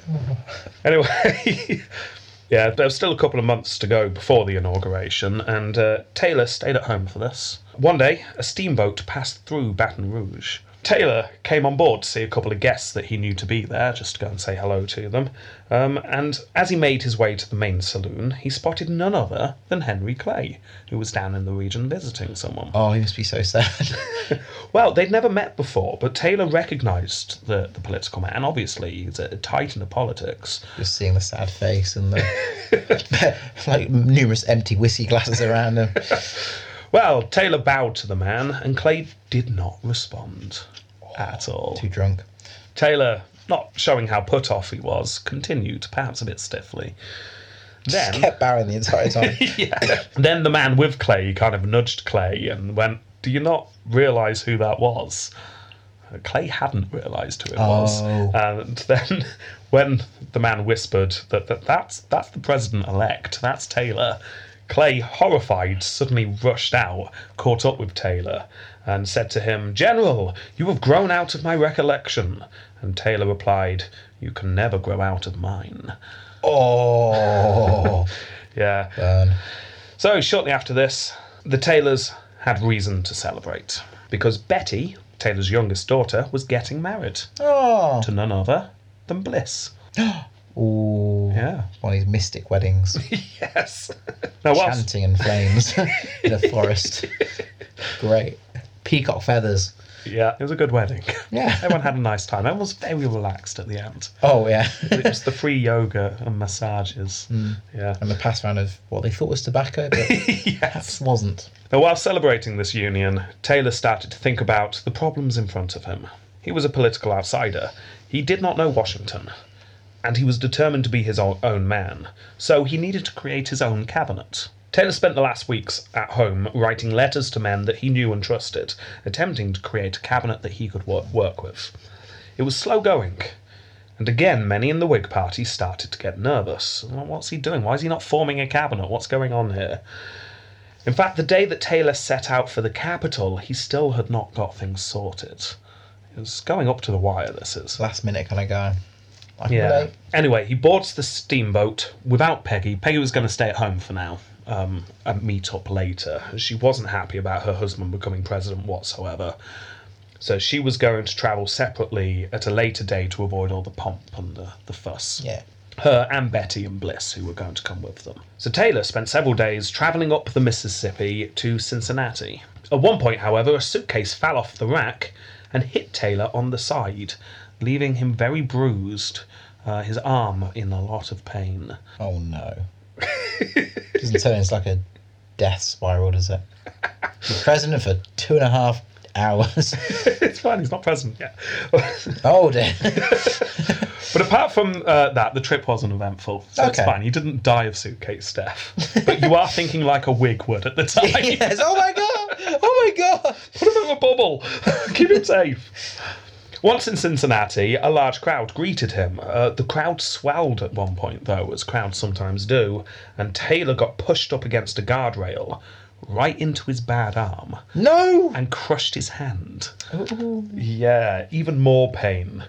Speaker 3: anyway, yeah, there was still a couple of months to go before the inauguration, and uh, Taylor stayed at home for this. One day, a steamboat passed through Baton Rouge. Taylor came on board to see a couple of guests that he knew to be there, just to go and say hello to them. Um, and as he made his way to the main saloon, he spotted none other than Henry Clay, who was down in the region visiting someone.
Speaker 2: Oh, he must be so sad.
Speaker 3: Well, they'd never met before, but Taylor recognised the, the political man. Obviously, he's a titan of politics.
Speaker 2: Just seeing the sad face and the like numerous empty whiskey glasses around him.
Speaker 3: Well, Taylor bowed to the man, and Clay did not respond at all.
Speaker 2: Too drunk.
Speaker 3: Taylor, not showing how put off he was, continued, perhaps a bit stiffly. Then,
Speaker 2: Kept barren the entire time.
Speaker 3: yeah. then the man with Clay kind of nudged Clay and went, Do you not realise who that was? Uh, Clay hadn't realised who it was.
Speaker 2: Oh.
Speaker 3: And then when the man whispered that, that that's, that's the president elect, that's Taylor, Clay, horrified, suddenly rushed out, caught up with Taylor, and said to him, General, you have grown out of my recollection. And Taylor replied, You can never grow out of mine.
Speaker 2: Oh,
Speaker 3: Yeah.
Speaker 2: burn.
Speaker 3: So, shortly after this, the Taylors had reason to celebrate because Betty, Taylor's youngest daughter, was getting married
Speaker 2: Oh,
Speaker 3: to none other than Bliss.
Speaker 2: Ooh.
Speaker 3: Yeah.
Speaker 2: One of these mystic weddings,
Speaker 3: Yes. Now, whilst,
Speaker 2: chanting and flames in a forest. Great. Peacock feathers.
Speaker 3: yeah, it was a good wedding.
Speaker 2: Yeah.
Speaker 3: Everyone had a nice time. Everyone was very relaxed at the end.
Speaker 2: Oh yeah.
Speaker 3: It was the free yoga and massages. Yeah.
Speaker 2: and the pass round of what they thought was tobacco, but
Speaker 3: yes.
Speaker 2: wasn't.
Speaker 3: Now, while celebrating this union, Taylor started to think about the problems in front of him. He was a political outsider. He did not know Washington, and he was determined to be his o- own man, so he needed to create his own cabinet. Taylor spent the last weeks at home writing letters to men that he knew and trusted, attempting to create a cabinet that he could wo- work with. It was slow going, and again many in the Whig Party started to get nervous. Well, What's he doing? Why is he not forming a cabinet? What's going on here? In fact, the day that Taylor set out for the capital, he still had not got things sorted. It was going up to the wire, this is.
Speaker 2: Last minute kind of guy. I can
Speaker 3: Yeah.
Speaker 2: relate.
Speaker 3: Anyway, he boards the steamboat without Peggy. Peggy was going to stay at home for now um, and meet up later. She wasn't happy about her husband becoming president whatsoever. So she was going to travel separately at a later day to avoid all the pomp and the, the fuss
Speaker 2: Yeah.
Speaker 3: her and Betty and Bliss, who were going to come with them. So Taylor spent several days travelling up the Mississippi to Cincinnati. At one point, however, a suitcase fell off the rack and hit Taylor on the side, leaving him very bruised, uh, his arm in a lot of pain.
Speaker 2: Oh no. Doesn't turn into like a death spiral, does it? You're president for two and a half hours.
Speaker 3: it's fine, he's not present yet.
Speaker 2: oh dear.
Speaker 3: But apart from uh, that, the trip wasn't eventful. So it's
Speaker 2: Okay.
Speaker 3: fine. You didn't die of suitcase death. But you are thinking like a wig would at the time.
Speaker 2: yes. Oh my god. Oh my god.
Speaker 3: Put him in a bubble. Keep him safe. Once in Cincinnati, a large crowd greeted him. Uh, the crowd swelled at one point, though, as crowds sometimes do, and Taylor got pushed up against a guardrail, right into his bad arm,
Speaker 2: No.
Speaker 3: and crushed his hand.
Speaker 2: Ooh.
Speaker 3: Yeah, even more pain.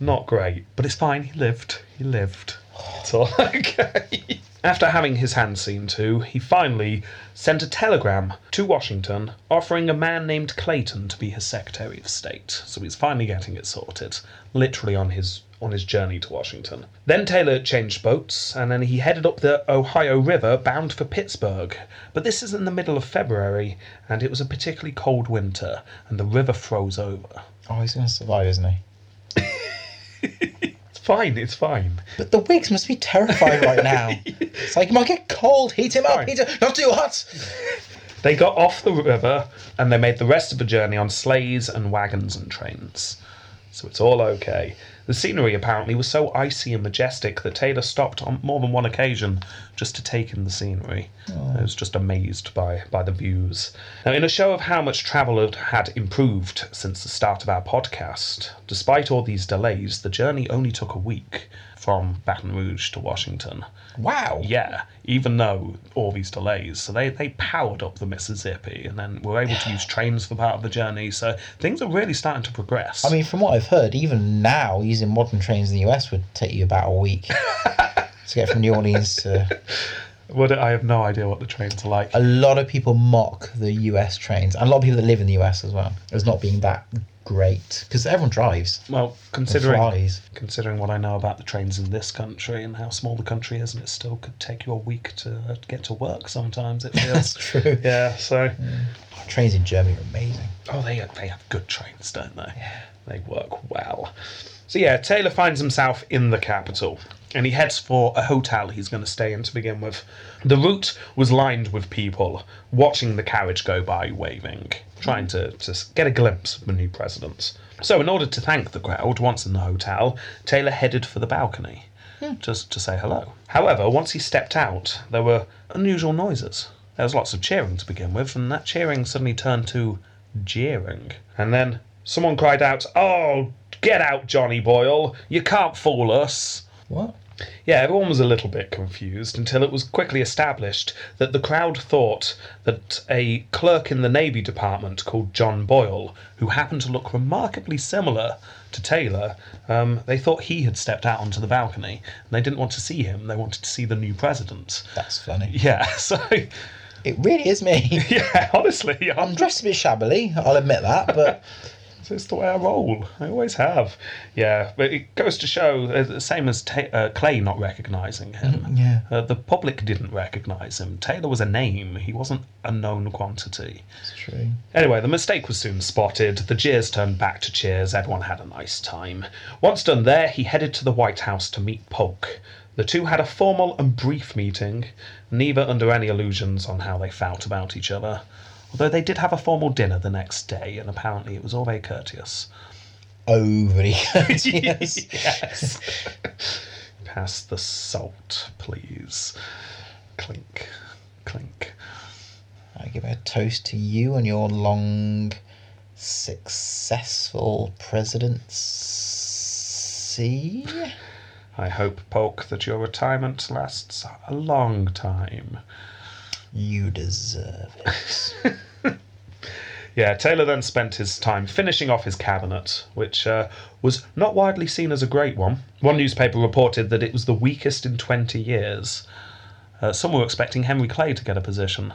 Speaker 3: Not great, but it's fine. He lived. He lived. It's all okay. After having his hand seen to, he finally sent a telegram to Washington offering a man named Clayton to be his Secretary of State. So he's finally getting it sorted, literally on his on his journey to Washington. Then Taylor changed boats and then he headed up the Ohio River bound for Pittsburgh. But this is in the middle of February and it was a particularly cold winter and the river froze over.
Speaker 2: Oh, he's gonna survive, isn't he?
Speaker 3: It's fine, it's fine.
Speaker 2: But the Whigs must be terrified right now. It's like, he might get cold. Heat him
Speaker 3: Fine.
Speaker 2: up. Heat him. Not too hot.
Speaker 3: They got off the river and they made the rest of the journey on sleighs and wagons and trains. So it's all okay. The scenery apparently was so icy and majestic that Taylor stopped on more than one occasion just to take in the scenery. I was just amazed by, by the views. Now, in a show of how much travel had- had improved since the start of our podcast, despite all these delays, the journey only took a week from Baton Rouge to Washington.
Speaker 2: Wow.
Speaker 3: Yeah, even though all these delays, so they, they powered up the Mississippi and then were able to use trains for part of the journey. So things are really starting to progress.
Speaker 2: I mean, from what I've heard, even now using modern trains in the US would take you about a week to get from New Orleans to.
Speaker 3: Would it- I have no idea what the trains are like.
Speaker 2: A lot of people mock the US trains, and a lot of people that live in the US as well, as not being that great because everyone drives.
Speaker 3: Well,
Speaker 2: and
Speaker 3: considering
Speaker 2: Flies.
Speaker 3: considering what I know about the trains in this country and how small the country is, and it still could take you a week to uh, get to work. Sometimes it
Speaker 2: That's
Speaker 3: feels.
Speaker 2: true.
Speaker 3: yeah. So.
Speaker 2: Trains in Germany are amazing.
Speaker 3: Oh, they they have good trains, don't they? They work well. So yeah, Taylor finds himself in the capital, and he heads for a hotel he's going to stay in to begin with. The route was lined with people watching the carriage go by, waving, trying to, to s- get a glimpse of the new president. So, in order to thank the crowd once in the hotel, Taylor headed for the balcony just to say hello. However, once he stepped out, there were unusual noises. There was lots of cheering to begin with, and that cheering suddenly turned to jeering. And then someone cried out, Oh, get out, Johnny Boyle! You can't fool us!
Speaker 2: What?
Speaker 3: Yeah, everyone was a little bit confused until it was quickly established that the crowd thought that a clerk in the Navy Department called John Boyle, who happened to look remarkably similar to Taylor, um, they thought he had stepped out onto the balcony. And they didn't want to see him, they wanted to see the new president.
Speaker 2: That's funny.
Speaker 3: Yeah, so,
Speaker 2: It really is me.
Speaker 3: yeah, honestly,
Speaker 2: I'm dressed a bit shabbily, I'll admit that, but
Speaker 3: It's the way I roll. I always have. Yeah, but it goes to show, uh, the same as Ta uh, Clay not recognising him.
Speaker 2: yeah.
Speaker 3: Uh, the public didn't recognise him. Taylor was a name. He wasn't a known quantity.
Speaker 2: it's true.
Speaker 3: Anyway, the mistake was soon spotted. The jeers turned back to cheers. Everyone had a nice time. Once done there, he headed to the White House to meet Polk. The two had a formal and brief meeting, neither under any illusions on how they felt about each other. Although they did have a formal dinner the next day, and apparently it was all very courteous.
Speaker 2: Overly courteous.
Speaker 3: Yes. Pass the salt, please. Clink. Clink.
Speaker 2: I give a toast to you and your long, successful presidency.
Speaker 3: I hope, Polk, that your retirement lasts a long time.
Speaker 2: You deserve it.
Speaker 3: Yeah, Taylor then spent his time finishing off his cabinet, which uh, was not widely seen as a great one. One newspaper reported that it was the weakest in 20 years. Uh, some were expecting Henry Clay to get a position,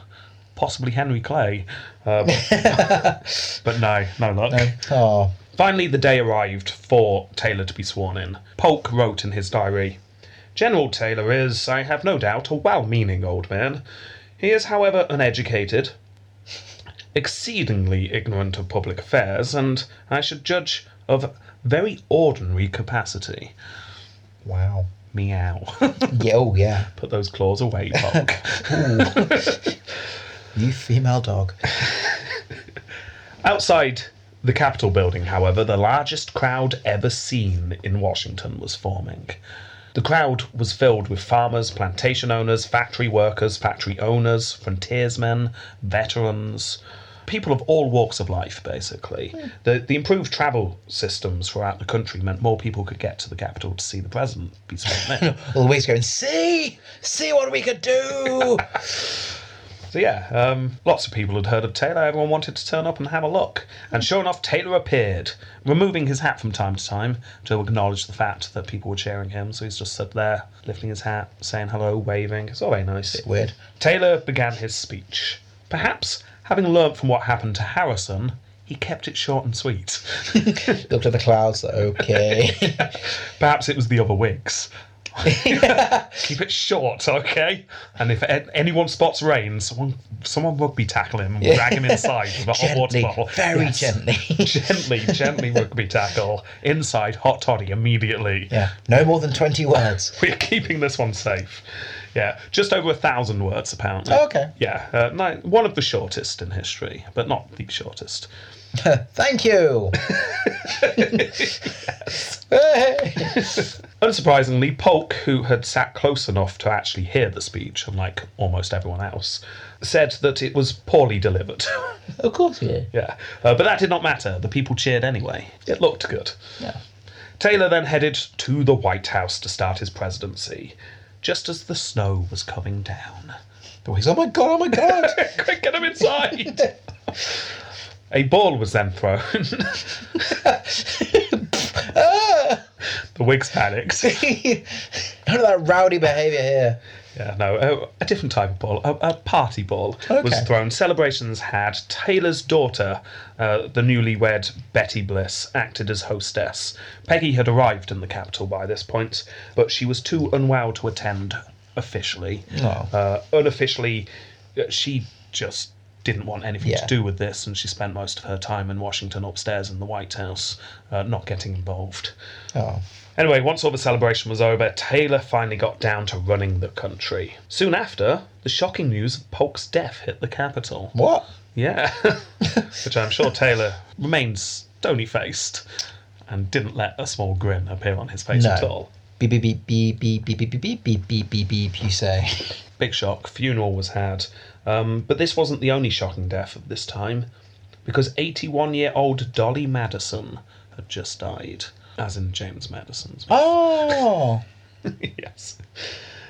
Speaker 3: possibly Henry Clay. Uh, but, but no, no luck.
Speaker 2: oh,
Speaker 3: Finally, the day arrived for Taylor to be sworn in. Polk wrote in his diary General Taylor is, I have no doubt, a well meaning old man. He is, however, uneducated, exceedingly ignorant of public affairs, and, I should judge, of very ordinary capacity.
Speaker 2: wow.
Speaker 3: Meow.
Speaker 2: Yeah, oh, yeah.
Speaker 3: Put those claws away, Polk.
Speaker 2: You female dog.
Speaker 3: Outside the Capitol building, however, the largest crowd ever seen in Washington was forming. The crowd was filled with farmers, plantation owners, factory workers, factory owners, frontiersmen, veterans, people of all walks of life, basically. The, the improved travel systems throughout the country meant more people could get to the Capitol to see the president be sworn in.
Speaker 2: All the ways going, see, see what we could do.
Speaker 3: So yeah, um, lots of people had heard of Taylor. Everyone wanted to turn up and have a look. And sure enough, Taylor appeared, removing his hat from time to time to acknowledge the fact that people were cheering him. So he's just stood there, lifting his hat, saying hello, waving. It's all very nice.
Speaker 2: Weird.
Speaker 3: Taylor began his speech. Perhaps, having learnt from what happened to Harrison, he kept it short and sweet.
Speaker 2: Looked at the clouds, okay.
Speaker 3: Perhaps it was the other wigs. Keep it short, okay? And if a- anyone spots rain, someone someone rugby tackle him and drag him inside with a hot water
Speaker 2: gently,
Speaker 3: bottle.
Speaker 2: very
Speaker 3: Yes.
Speaker 2: gently.
Speaker 3: Gently, gently rugby tackle. Inside, hot toddy immediately.
Speaker 2: yeah, no more than 20 words.
Speaker 3: We're keeping this one safe. Yeah, just over a thousand words apparently.
Speaker 2: Oh, okay.
Speaker 3: Yeah, uh, ni- one of the shortest in history, but not the shortest.
Speaker 2: Thank you. Hey.
Speaker 3: Unsurprisingly, Polk, who had sat close enough to actually hear the speech, unlike almost everyone else, said that it was poorly delivered.
Speaker 2: of course you do.
Speaker 3: yeah, uh, but that did not matter. The people cheered anyway. It looked good.
Speaker 2: Yeah.
Speaker 3: Taylor then headed to the White House to start his presidency, just as the snow was coming down. The
Speaker 2: He's, oh my god, oh my god.
Speaker 3: Quick, get him inside! A ball was then thrown. the Whigs panicked.
Speaker 2: None of that rowdy behaviour here.
Speaker 3: Yeah, no, a, a different type of ball, a, a party ball, was
Speaker 2: Okay.
Speaker 3: thrown. Celebrations had Taylor's daughter, uh, the newlywed Betty Bliss, acted as hostess. Peggy had arrived in the capital by this point, but she was too unwell to attend officially.
Speaker 2: No.
Speaker 3: Uh, unofficially, uh, she just didn't want anything to
Speaker 2: Yeah.
Speaker 3: do with this, and she spent most of her time in Washington upstairs in the White House, uh, not getting involved.
Speaker 2: Oh.
Speaker 3: Anyway, once all the celebration was over, Taylor finally got down to running the country. Soon after, the shocking news of Polk's death hit the capital.
Speaker 2: What?
Speaker 3: Yeah. Which I'm sure Taylor remained stony faced and didn't let a small grin appear on his face
Speaker 2: No.
Speaker 3: at all.
Speaker 2: Beep beep beep beep beep beep beep beep beep beep beep beep beep you say.
Speaker 3: Big shock, funeral was had. Um, but this wasn't the only shocking death at this time, because 81 year old Dolly Madison had just died, as in James Madison's.
Speaker 2: Oh
Speaker 3: yes.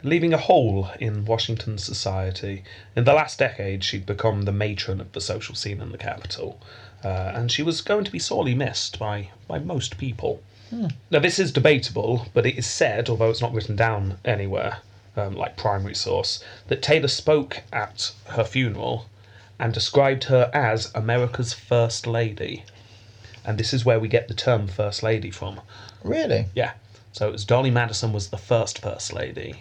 Speaker 3: Leaving a hole in Washington society. In the last decade, she'd become the matron of the social scene in the capital, uh, and she was going to be sorely missed by, by most people. Now, this is debatable, but it is said, although it's not written down anywhere, um, like primary source, that Taylor spoke at her funeral and described her as America's First Lady. And this is where we get the term First Lady from.
Speaker 2: really?
Speaker 3: Yeah. So it was Dolly Madison was the first First Lady,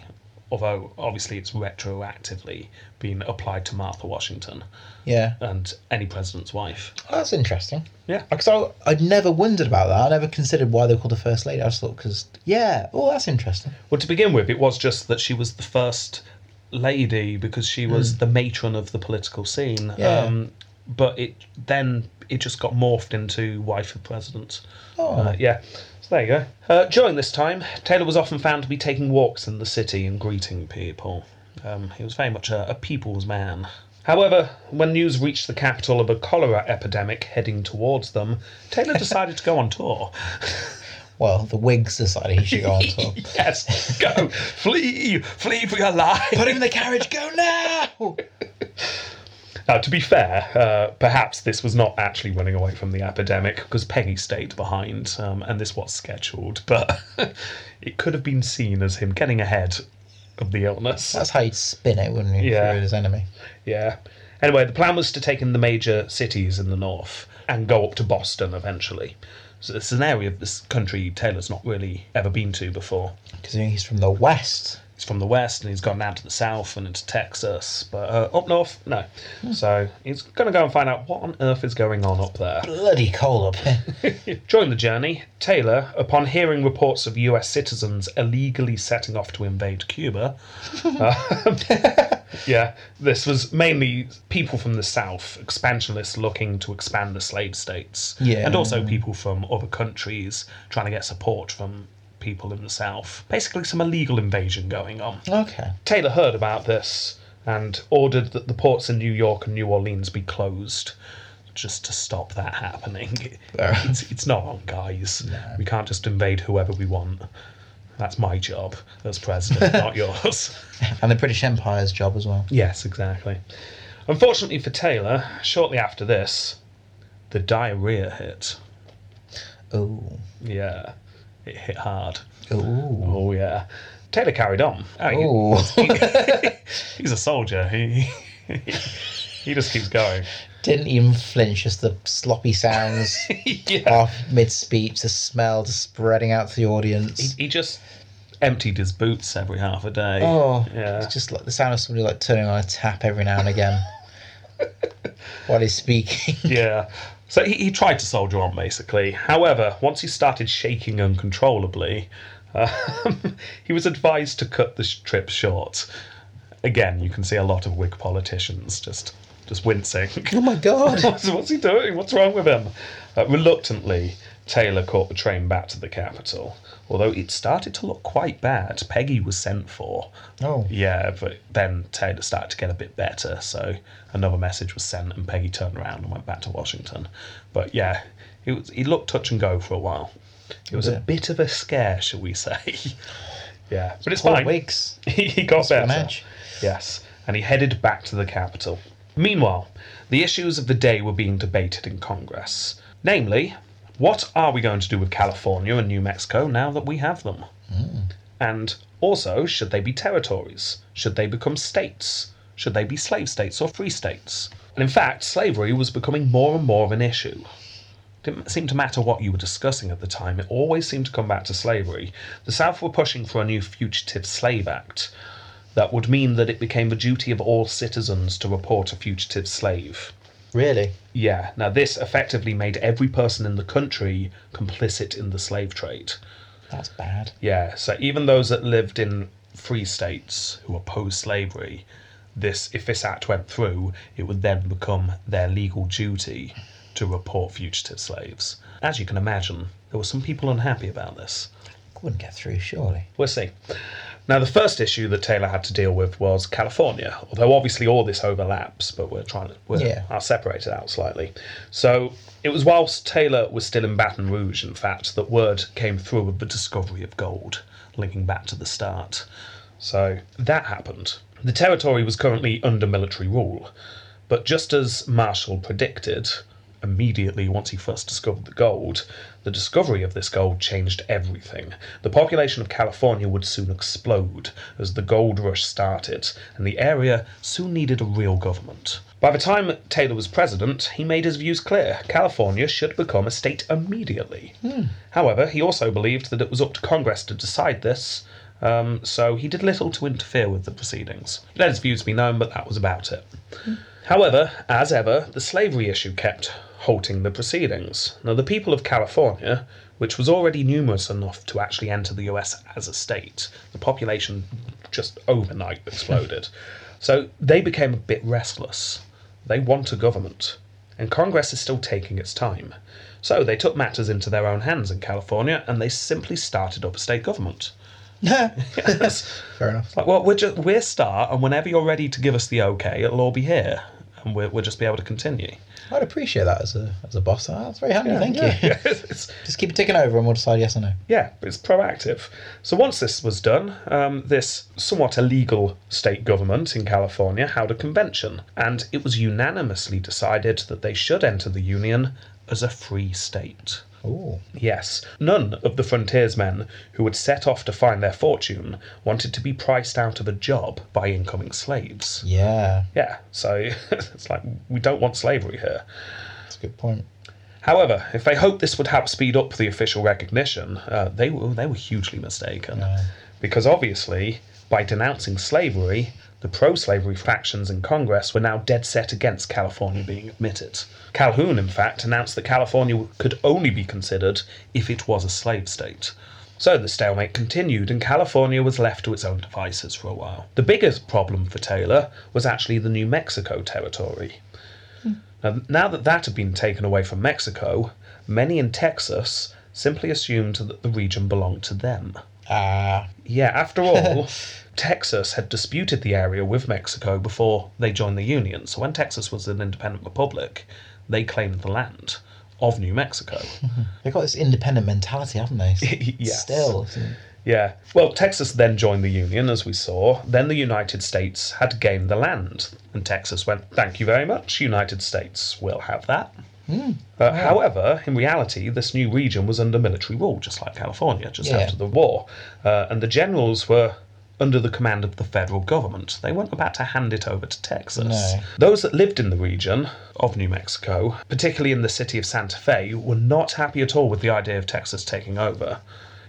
Speaker 3: although obviously it's retroactively been applied to Martha Washington
Speaker 2: Yeah.
Speaker 3: and any president's wife.
Speaker 2: Oh, that's interesting.
Speaker 3: Yeah.
Speaker 2: Because I, I'd never wondered about that. I never considered why they were called the first lady. I just thought because yeah. Oh, that's interesting.
Speaker 3: Well, to begin with, it was just that she was the first lady because she was the matron of the political scene. Um,
Speaker 2: Yeah.
Speaker 3: but it then it just got morphed into wife of president.
Speaker 2: Oh.
Speaker 3: Uh, yeah. So there you go. Uh, during this time, Taylor was often found to be taking walks in the city and greeting people. Um, he was very much a, a people's man. However, when news reached the capital of a cholera epidemic heading towards them, Taylor decided to go on tour.
Speaker 2: Well, the Whigs decided he should go on tour.
Speaker 3: yes, go, flee, flee for your life.
Speaker 2: Put him in the carriage, go now!
Speaker 3: Now, to be fair, uh, perhaps this was not actually running away from the epidemic because Peggy stayed behind um, and this was scheduled, but it could have been seen as him getting ahead of the illness.
Speaker 2: That's how you'd spin it, wouldn't you? if you
Speaker 3: Yeah.
Speaker 2: were his enemy.
Speaker 3: Yeah. Anyway, the plan was to take in the major cities in the north and go up to Boston eventually. So it's an area of this country Taylor's not really ever been to before.
Speaker 2: Because he's from the West.
Speaker 3: He's from the west and he's gone down to the south and into Texas, but uh, up north, no. So he's going to go and find out what on earth is going on up there.
Speaker 2: Bloody cold up here.
Speaker 3: During the journey, Taylor, upon hearing reports of US citizens illegally setting off to invade Cuba, um, yeah, this was mainly people from the South, expansionists looking to expand the slave states,
Speaker 2: Yeah.
Speaker 3: and also people from other countries trying to get support from people in the South. Basically, some illegal invasion going on.
Speaker 2: Okay.
Speaker 3: Taylor heard about this and ordered that the ports in New York and New Orleans be closed just to stop that happening.
Speaker 2: Fair.
Speaker 3: It's, it's not on, guys. We can't just invade whoever we want. That's my job as president, not yours.
Speaker 2: And the British Empire's job as well.
Speaker 3: Yes, exactly. Unfortunately for Taylor, shortly after this, the diarrhea hit.
Speaker 2: Ooh.
Speaker 3: Yeah, it hit hard.
Speaker 2: Ooh.
Speaker 3: Oh, yeah. Oh. Taylor carried on. Oh, he-
Speaker 2: Ooh.
Speaker 3: he's a soldier. He, he just keeps going.
Speaker 2: Didn't even flinch, just the sloppy sounds
Speaker 3: yeah.
Speaker 2: off mid speech, the smell just spreading out to the audience.
Speaker 3: He just emptied his boots every half a day.
Speaker 2: Oh,
Speaker 3: yeah.
Speaker 2: it's just like the sound of somebody like turning on a tap every now and again while he's speaking.
Speaker 3: Yeah. So he, he tried to soldier on, basically. However, once he started shaking uncontrollably, um, he was advised to cut the sh- trip short. Again, you can see a lot of Whig politicians just just wincing.
Speaker 2: oh my god!
Speaker 3: what's, what's he doing? What's wrong with him? Uh, reluctantly, Taylor caught the train back to the capital. Although it started to look quite bad, Peggy was sent for.
Speaker 2: Oh,
Speaker 3: Yeah, but then Taylor started to get a bit better, so another message was sent, and Peggy turned around and went back to Washington. But yeah, he was he looked touch and go for a while. It was
Speaker 2: Yeah.
Speaker 3: a bit of a scare, shall we say? yeah, but it's
Speaker 2: poor
Speaker 3: fine.
Speaker 2: Whigs.
Speaker 3: he got
Speaker 2: It's a
Speaker 3: better.
Speaker 2: match.
Speaker 3: Yes, and he headed back to the capital. Meanwhile, the issues of the day were being debated in Congress. Namely, what are we going to do with California and New Mexico now that we have them?
Speaker 2: Hmm.
Speaker 3: And also, should they be territories? Should they become states? Should they be slave states or free states? And in fact, slavery was becoming more and more of an issue. Didn't seem to matter what you were discussing at the time, it always seemed to come back to slavery. The South were pushing for a new Fugitive Slave Act, that would mean that it became the duty of all citizens to report a fugitive slave.
Speaker 2: Really?
Speaker 3: Yeah, now this effectively made every person in the country complicit in the slave trade.
Speaker 2: That's bad.
Speaker 3: Yeah, so even those that lived in free states who opposed slavery, this if this act went through, it would then become their legal duty to report fugitive slaves. As you can imagine, there were some people unhappy about this.
Speaker 2: Wouldn't get through, surely.
Speaker 3: We'll see. Now, the first issue that Taylor had to deal with was California, although obviously all this overlaps, but we're trying to, we're,
Speaker 2: Yeah.
Speaker 3: I'll separate it out slightly. So it was whilst Taylor was still in Baton Rouge, in fact, that word came through of the discovery of gold, linking back to the start. So that happened. The territory was currently under military rule, but just as Marshall predicted, immediately once he first discovered the gold, the discovery of this gold changed everything. The population of California would soon explode as the gold rush started, and the area soon needed a real government. By the time Taylor was president, he made his views clear. California should become a state immediately. However, he also believed that it was up to Congress to decide this, um, so he did little to interfere with the proceedings. He let his views be known, but that was about it. However, as ever, the slavery issue kept halting the proceedings. Now, the people of California, which was already numerous enough to actually enter the US as a state, the population just overnight exploded. so they became a bit restless. They want a government, and Congress is still taking its time. So they took matters into their own hands in California and they simply started up a state government. Yes.
Speaker 2: Fair enough.
Speaker 3: Like, well, we're just we're star, and whenever you're ready to give us the okay, it'll all be here, and we'll, we'll just be able to continue.
Speaker 2: I'd appreciate that as a as a boss. Ah, that's very handy. thank you.
Speaker 3: Yeah, it's,
Speaker 2: Just keep it ticking over, and we'll decide yes or no.
Speaker 3: yeah, it's proactive. So once this was done, um, this somewhat illegal state government in California held a convention, and it was unanimously decided that they should enter the union as a free state.
Speaker 2: Ooh.
Speaker 3: Yes, none of the frontiersmen who had set off to find their fortune wanted to be priced out of a job by incoming slaves.
Speaker 2: Yeah,
Speaker 3: Yeah, so it's like we don't want slavery here.
Speaker 2: that's a good point.
Speaker 3: However, if they hoped this would help speed up the official recognition, uh, they were they were hugely mistaken,
Speaker 2: Yeah.
Speaker 3: because obviously by denouncing slavery, the pro-slavery factions in Congress were now dead set against California being admitted. Calhoun, in fact, announced that California could only be considered if it was a slave state. So the stalemate continued, and California was left to its own devices for a while. The biggest problem for Taylor was actually the New Mexico territory. Now, now that that had been taken away from Mexico, many in Texas simply assumed that the region belonged to them.
Speaker 2: Ah,
Speaker 3: Yeah, after all, Texas had disputed the area with Mexico before they joined the Union. So when Texas was an independent republic, they claimed the land of New Mexico.
Speaker 2: they've got this independent mentality, haven't they?
Speaker 3: Yes.
Speaker 2: Still, it's-
Speaker 3: Yeah. Well, Texas then joined the Union, as we saw. Then the United States had gained the land. And Texas went, thank you very much, United States, we'll have that.
Speaker 2: Hmm.
Speaker 3: Uh, However, in reality, this new region was under military rule, just like California, just
Speaker 2: Yeah.
Speaker 3: after the war. Uh, and the generals were under the command of the federal government. They weren't about to hand it over to Texas.
Speaker 2: No.
Speaker 3: Those that lived in the region of New Mexico, particularly in the city of Santa Fe, were not happy at all with the idea of Texas taking over.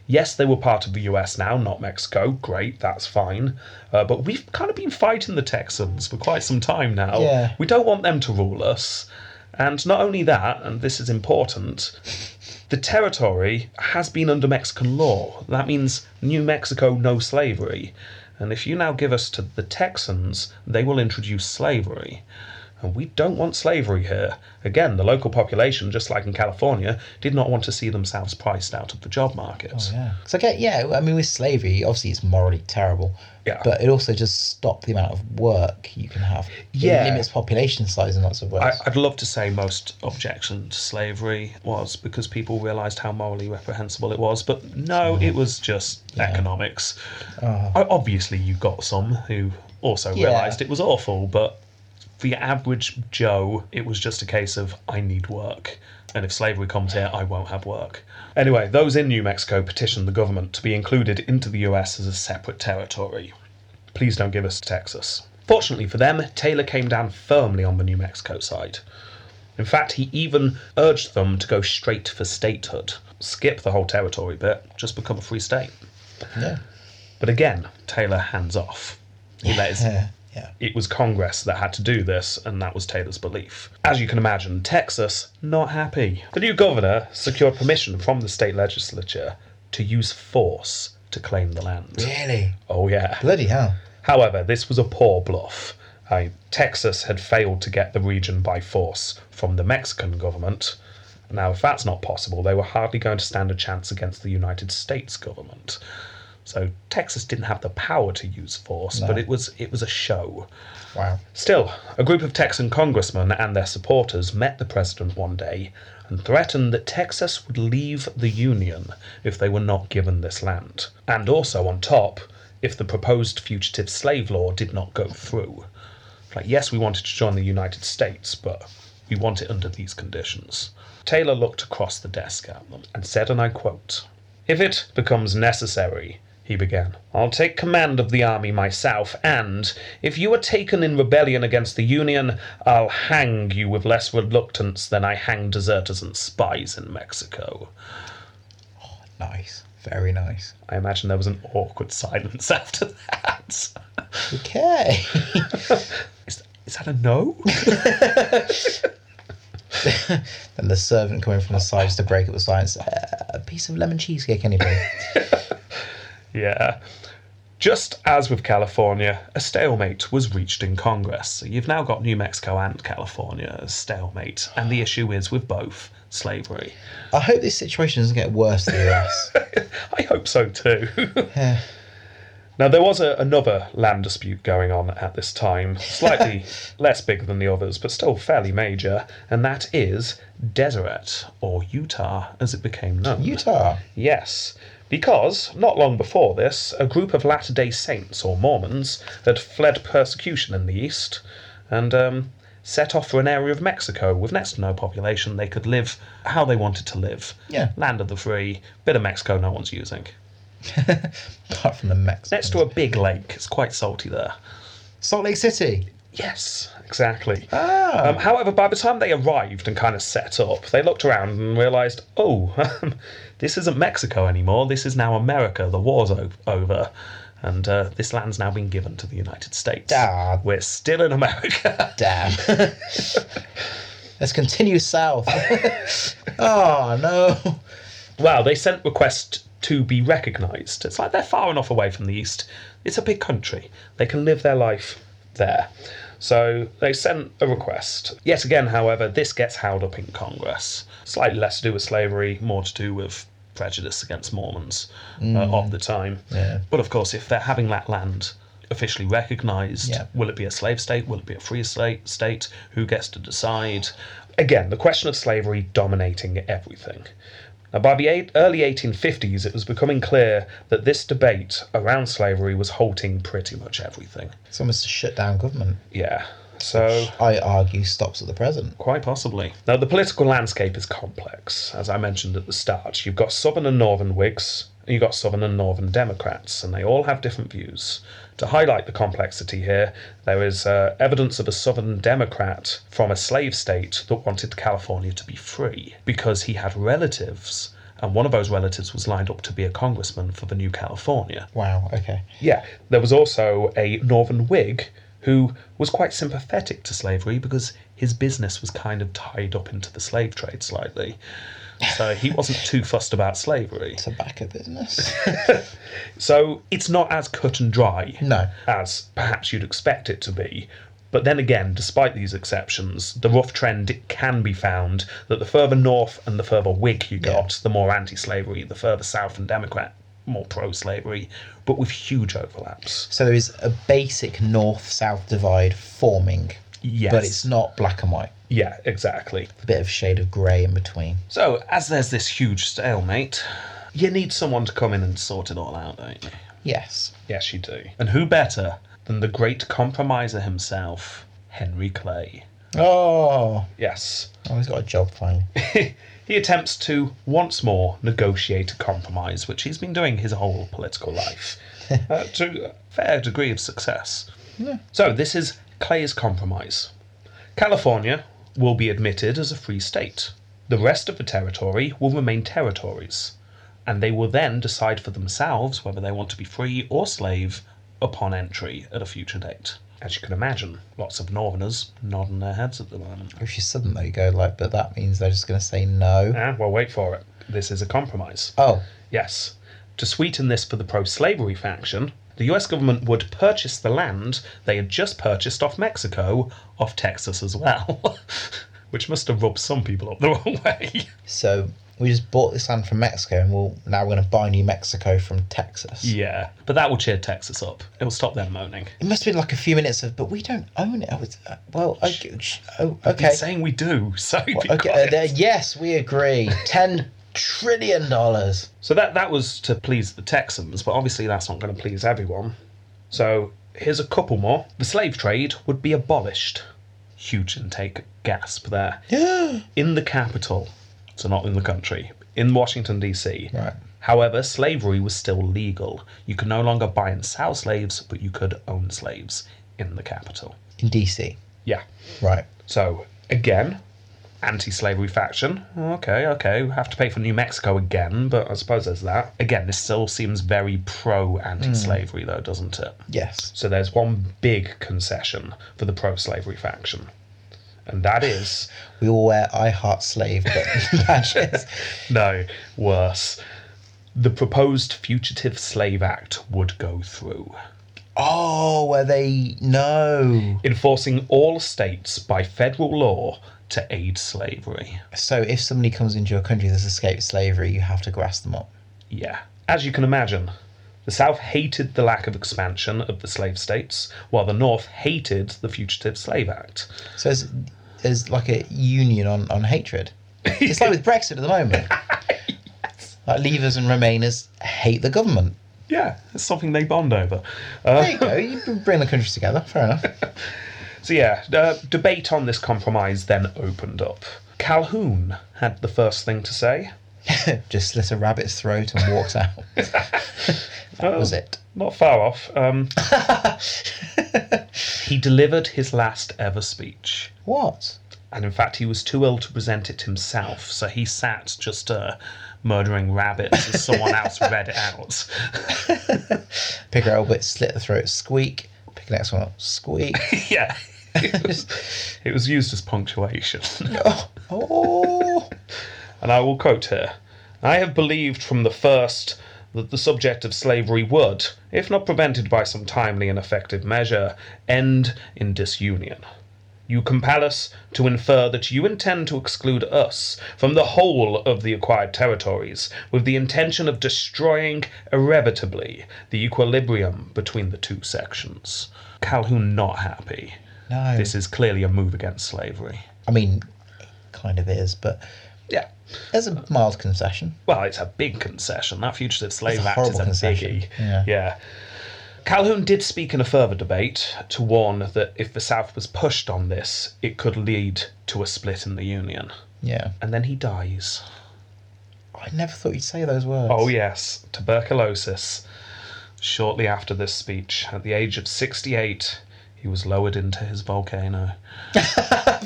Speaker 3: Yes, they were part of the US now, not Mexico. Great, that's fine. Uh, but we've kind of been fighting the Texans for quite some time now.
Speaker 2: Yeah.
Speaker 3: We don't want them to rule us. And not only that, and this is important, the territory has been under Mexican law. That means New Mexico, no slavery. And if you now give us to the Texans, they will introduce slavery. And we don't want slavery here. Again, the local population, just like in California, did not want to see themselves priced out of the job market.
Speaker 2: yeah. So I get, yeah, I mean, with slavery, obviously it's morally terrible.
Speaker 3: Yeah.
Speaker 2: But it also just stopped the amount of work you can have. It
Speaker 3: Yeah.
Speaker 2: limits population size in lots of ways.
Speaker 3: I, I'd love to say most objection to slavery was because people realised how morally reprehensible it was, but no, it was just economics. O- Obviously, you got some who also
Speaker 2: Yeah.
Speaker 3: realised it was awful, but for your average Joe, it was just a case of I need work. And if slavery comes here, I won't have work. Anyway, those in New Mexico petitioned the government to be included into the US as a separate territory. Please don't give us Texas. Fortunately for them, Taylor came down firmly on the New Mexico side. In fact, he even urged them to go straight for statehood, skip the whole territory bit, just become a free state.
Speaker 2: yeah.
Speaker 3: But again, Taylor hands off. He let his
Speaker 2: yeah. Yeah.
Speaker 3: it was Congress that had to do this, and that was Taylor's belief. As you can imagine, Texas not happy. The new governor secured permission from the state legislature to use force to claim the land.
Speaker 2: Really?
Speaker 3: Oh, yeah.
Speaker 2: Bloody hell.
Speaker 3: However, this was a poor bluff. I, Texas had failed to get the region by force from the Mexican government. Now, if that's not possible, they were hardly going to stand a chance against the United States government. So Texas didn't have the power to use force, but it was it was a show.
Speaker 2: Wow.
Speaker 3: Still, a group of Texan congressmen and their supporters met the president one day and threatened that Texas would leave the Union if they were not given this land. And also, on top, if the proposed fugitive slave law did not go through. Like, yes, we wanted to join the United States, but we want it under these conditions. Taylor looked across the desk at them and said, and I quote, if it becomes necessary, he began, I'll take command of the army myself, and if you are taken in rebellion against the Union, I'll hang you with less reluctance than I hang deserters and spies in Mexico.
Speaker 2: Nice. Very nice.
Speaker 3: I imagine there was an awkward silence after that.
Speaker 2: Okay.
Speaker 3: Is, is that a no?
Speaker 2: and the servant coming from the side just to break up the silence. Uh, a piece of lemon cheesecake, anybody?
Speaker 3: Yeah. Just as with California, a stalemate was reached in Congress. So you've now got New Mexico and California as stalemate, and the issue is with both slavery.
Speaker 2: I hope this situation doesn't get worse than the US.
Speaker 3: I hope so too.
Speaker 2: Yeah.
Speaker 3: Now, there was a, another land dispute going on at this time, slightly less big than the others, but still fairly major, and that is Deseret, or Utah as it became known.
Speaker 2: Utah.
Speaker 3: Yes, because not long before this, a group of Latter day Saints, or Mormons, had fled persecution in the East and um, set off for an area of Mexico with next to no population. They could live how they wanted to live.
Speaker 2: Yeah.
Speaker 3: Land of the free, bit of Mexico no one's using.
Speaker 2: Apart from the Mexican.
Speaker 3: Next to a big lake, it's quite salty there.
Speaker 2: Salt Lake City.
Speaker 3: Yes, exactly.
Speaker 2: Ah.
Speaker 3: Um, however, by the time they arrived and kind of set up, they looked around and realised, oh, this isn't Mexico anymore. This is now America. The war's o- over. And uh, this land's now been given to the United States.
Speaker 2: Ah.
Speaker 3: We're still in America.
Speaker 2: Damn. Let's continue south. oh, no.
Speaker 3: well, they sent requests to be recognised. It's like they're far enough away from the East. It's a big country. They can live their life there. So they sent a request. Yet again, however, this gets held up in Congress. Slightly less to do with slavery, more to do with prejudice against Mormons uh, of the time.
Speaker 2: Yeah.
Speaker 3: But of course, if they're having that land officially recognised,
Speaker 2: Yeah.
Speaker 3: will it be a slave state? Will it be a free state? State? Who gets to decide? Again, the question of slavery dominating everything. Now, by the eight, early 1850s, it was becoming clear that this debate around slavery was halting pretty much everything.
Speaker 2: It's almost a shut down government.
Speaker 3: Yeah. So,
Speaker 2: I argue stops at the present.
Speaker 3: Quite possibly. Now, the political landscape is complex, as I mentioned at the start. You've got Southern and Northern Whigs, and you've got Southern and Northern Democrats, and they all have different views. To highlight the complexity here, there is uh, evidence of a Southern Democrat from a slave state that wanted California to be free because he had relatives, and one of those relatives was lined up to be a congressman for the new California.
Speaker 2: Wow, okay.
Speaker 3: Yeah, there was also a Northern Whig who was quite sympathetic to slavery because his business was kind of tied up into the slave trade slightly. So he wasn't too fussed about slavery.
Speaker 2: Tobacco business?
Speaker 3: So it's not as cut and dry
Speaker 2: No.
Speaker 3: as perhaps you'd expect it to be. But then again, despite these exceptions, the rough trend can be found that the further north and the further Whig you got, the more anti slavery, the further south and Democrat, more pro slavery, but with huge overlaps.
Speaker 2: so there is a basic north south divide forming,
Speaker 3: Yes.
Speaker 2: but it's not black and white.
Speaker 3: Yeah, exactly.
Speaker 2: A bit of shade of grey in between.
Speaker 3: So, as there's this huge stalemate, you need someone to come in and sort it all out, don't you?
Speaker 2: Yes.
Speaker 3: Yes, you do. And who better than the great compromiser himself, Henry Clay?
Speaker 2: Oh,
Speaker 3: Yes.
Speaker 2: oh he's got a job finally.
Speaker 3: He attempts to once more negotiate a compromise, which he's been doing his whole political life, uh, to a fair degree of success. So, this is Clay's compromise. California will be admitted as a free state. The rest of the territory will remain territories, and they will then decide for themselves whether they want to be free or slave upon entry at a future date. As you can imagine, lots of northerners nodding their heads at the moment.
Speaker 2: If you're sudden though, you go like, but that means they're just going to say no.
Speaker 3: Ah, well, wait for it. This is a compromise.
Speaker 2: Oh,
Speaker 3: Yes. To sweeten this for the pro slavery faction, the US government would purchase the land they had just purchased off Mexico, off Texas as well. Which must have rubbed some people up the wrong way.
Speaker 2: so we just bought this land from Mexico and we'll, now we're going to buy New Mexico from Texas.
Speaker 3: Yeah. But that will cheer Texas up. It will stop them moaning.
Speaker 2: It must have been like a few minutes of, but we don't own it. Oh, it's, uh, well, okay. sh- Oh, okay.
Speaker 3: It's saying we do, so be
Speaker 2: Okay, uh,
Speaker 3: quiet.
Speaker 2: there- yes, we agree. Ten trillion dollars.
Speaker 3: So that that was to please the Texans, but obviously that's not going to please everyone. So here's a couple more. The slave trade would be abolished. Huge intake gasp there. in the capital, so not in the country, in Washington D.C.
Speaker 2: Right.
Speaker 3: However, slavery was still legal. You could no longer buy and sell slaves, but you could own slaves in the capital.
Speaker 2: In DC.
Speaker 3: Yeah.
Speaker 2: Right.
Speaker 3: So again, anti-slavery faction. Okay, okay, we have to pay for New Mexico again, but I suppose there's that. Again, this still seems very pro-anti-slavery, though, doesn't it?
Speaker 2: Yes.
Speaker 3: So there's one big concession for the pro-slavery faction, and that is
Speaker 2: We all wear I Heart Slave button badges.
Speaker 3: no worse. The proposed Fugitive Slave Act would go through.
Speaker 2: Oh, where they no.
Speaker 3: Enforcing all states by federal law to aid slavery.
Speaker 2: So if somebody comes into your country that's escaped slavery, you have to grass them up.
Speaker 3: Yeah. As you can imagine, The South hated the lack of expansion of the slave states, while the North hated the Fugitive Slave Act.
Speaker 2: So it's, it's like a union on, on hatred. It's like with Brexit at the moment. Like leavers and remainers hate the government.
Speaker 3: Yeah, it's something they bond over. Uh,
Speaker 2: There you go. You b- bring the countries together. Fair enough.
Speaker 3: So yeah, uh, debate on this compromise then opened up. Calhoun had the first thing to say.
Speaker 2: Just slit a rabbit's throat and walked out. that
Speaker 3: Oh.
Speaker 2: was it.
Speaker 3: Not far off. Um, he delivered his last ever speech.
Speaker 2: What?
Speaker 3: And in fact, he was too ill to present it himself, so he sat just uh, murdering rabbits as someone else read it out.
Speaker 2: Pick her up, slit the throat, squeak. Pick the next one up, squeak.
Speaker 3: yeah. It was, it was used as punctuation.
Speaker 2: oh, oh.
Speaker 3: and I will quote her I have believed from the first that the subject of slavery would, if not prevented by some timely and effective measure, end in disunion. You compel us to infer that you intend to exclude us from the whole of the acquired territories with the intention of destroying irrevocably the equilibrium between the two sections. Calhoun not happy.
Speaker 2: No.
Speaker 3: This is clearly a move against slavery.
Speaker 2: I mean, it kind of is, but
Speaker 3: Yeah.
Speaker 2: there's a mild concession.
Speaker 3: Well, it's a big concession. That Fugitive Slave
Speaker 2: It's a
Speaker 3: Act is
Speaker 2: horrible
Speaker 3: a
Speaker 2: concession.
Speaker 3: biggie.
Speaker 2: Yeah.
Speaker 3: Calhoun did speak in a further debate to warn that if the South was pushed on this, it could lead to a split in the Union.
Speaker 2: Yeah.
Speaker 3: And then he dies.
Speaker 2: I never thought you'd say those words.
Speaker 3: Oh, yes, tuberculosis. Shortly after this speech, at the age of 68, he was lowered into his volcano.
Speaker 2: For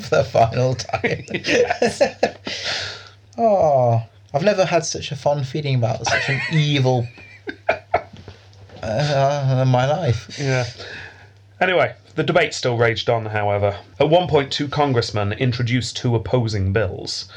Speaker 2: the final time. oh, I've never had such a fond feeling about such an evil uh, in my life.
Speaker 3: Yeah. Anyway, the debate still raged on, however. At one point, two congressmen introduced two opposing bills.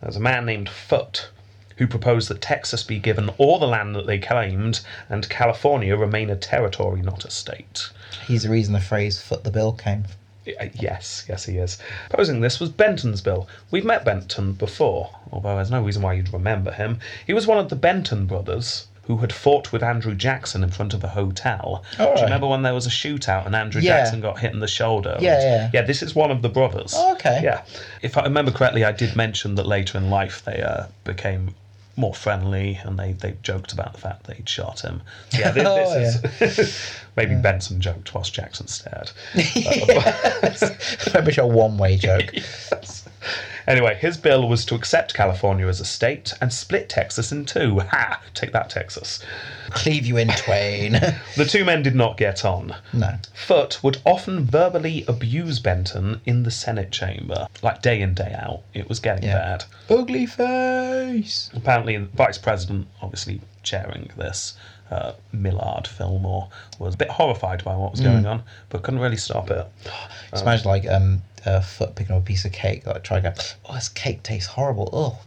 Speaker 3: There's a man named Foote who proposed that Texas be given all the land that they claimed and California remain a territory, not a state.
Speaker 2: He's the reason the phrase "foot the bill" came.
Speaker 3: Uh, Yes, yes, he is. Opposing this was Benton's bill. We've met Benton before, although there's no reason why you'd remember him. He was one of the Benton brothers who had fought with Andrew Jackson in front of a hotel.
Speaker 2: All
Speaker 3: Do
Speaker 2: Oh, right.
Speaker 3: you remember when there was a shootout and Andrew
Speaker 2: Yeah.
Speaker 3: Jackson got hit in the shoulder?
Speaker 2: Yeah, yeah.
Speaker 3: Yeah, this is one of the brothers.
Speaker 2: Oh, okay.
Speaker 3: Yeah. If I remember correctly, I did mention that later in life they uh, became more friendly and they, they joked about the fact that he'd shot him. Yeah, thi-
Speaker 2: Oh,
Speaker 3: this, is. maybe Benson joked whilst Jackson stared.
Speaker 2: Pretty much a one-way joke.
Speaker 3: Anyway, his bill was to accept California as a state and split Texas in two. Ha! Take that, Texas.
Speaker 2: Cleave you in twain.
Speaker 3: The two men did not get on.
Speaker 2: no.
Speaker 3: Foote would often verbally abuse Benton in the Senate chamber, like day in, day out. It was getting
Speaker 2: Yeah.
Speaker 3: bad.
Speaker 2: Ugly face.
Speaker 3: Apparently, the vice president, obviously chairing this, uh, Millard Fillmore, was a bit horrified by what was
Speaker 2: Mm.
Speaker 3: going on, but couldn't really stop it.
Speaker 2: Just imagine like um, a foot picking up a piece of cake. Like try to go. Oh, this cake tastes horrible. Oh,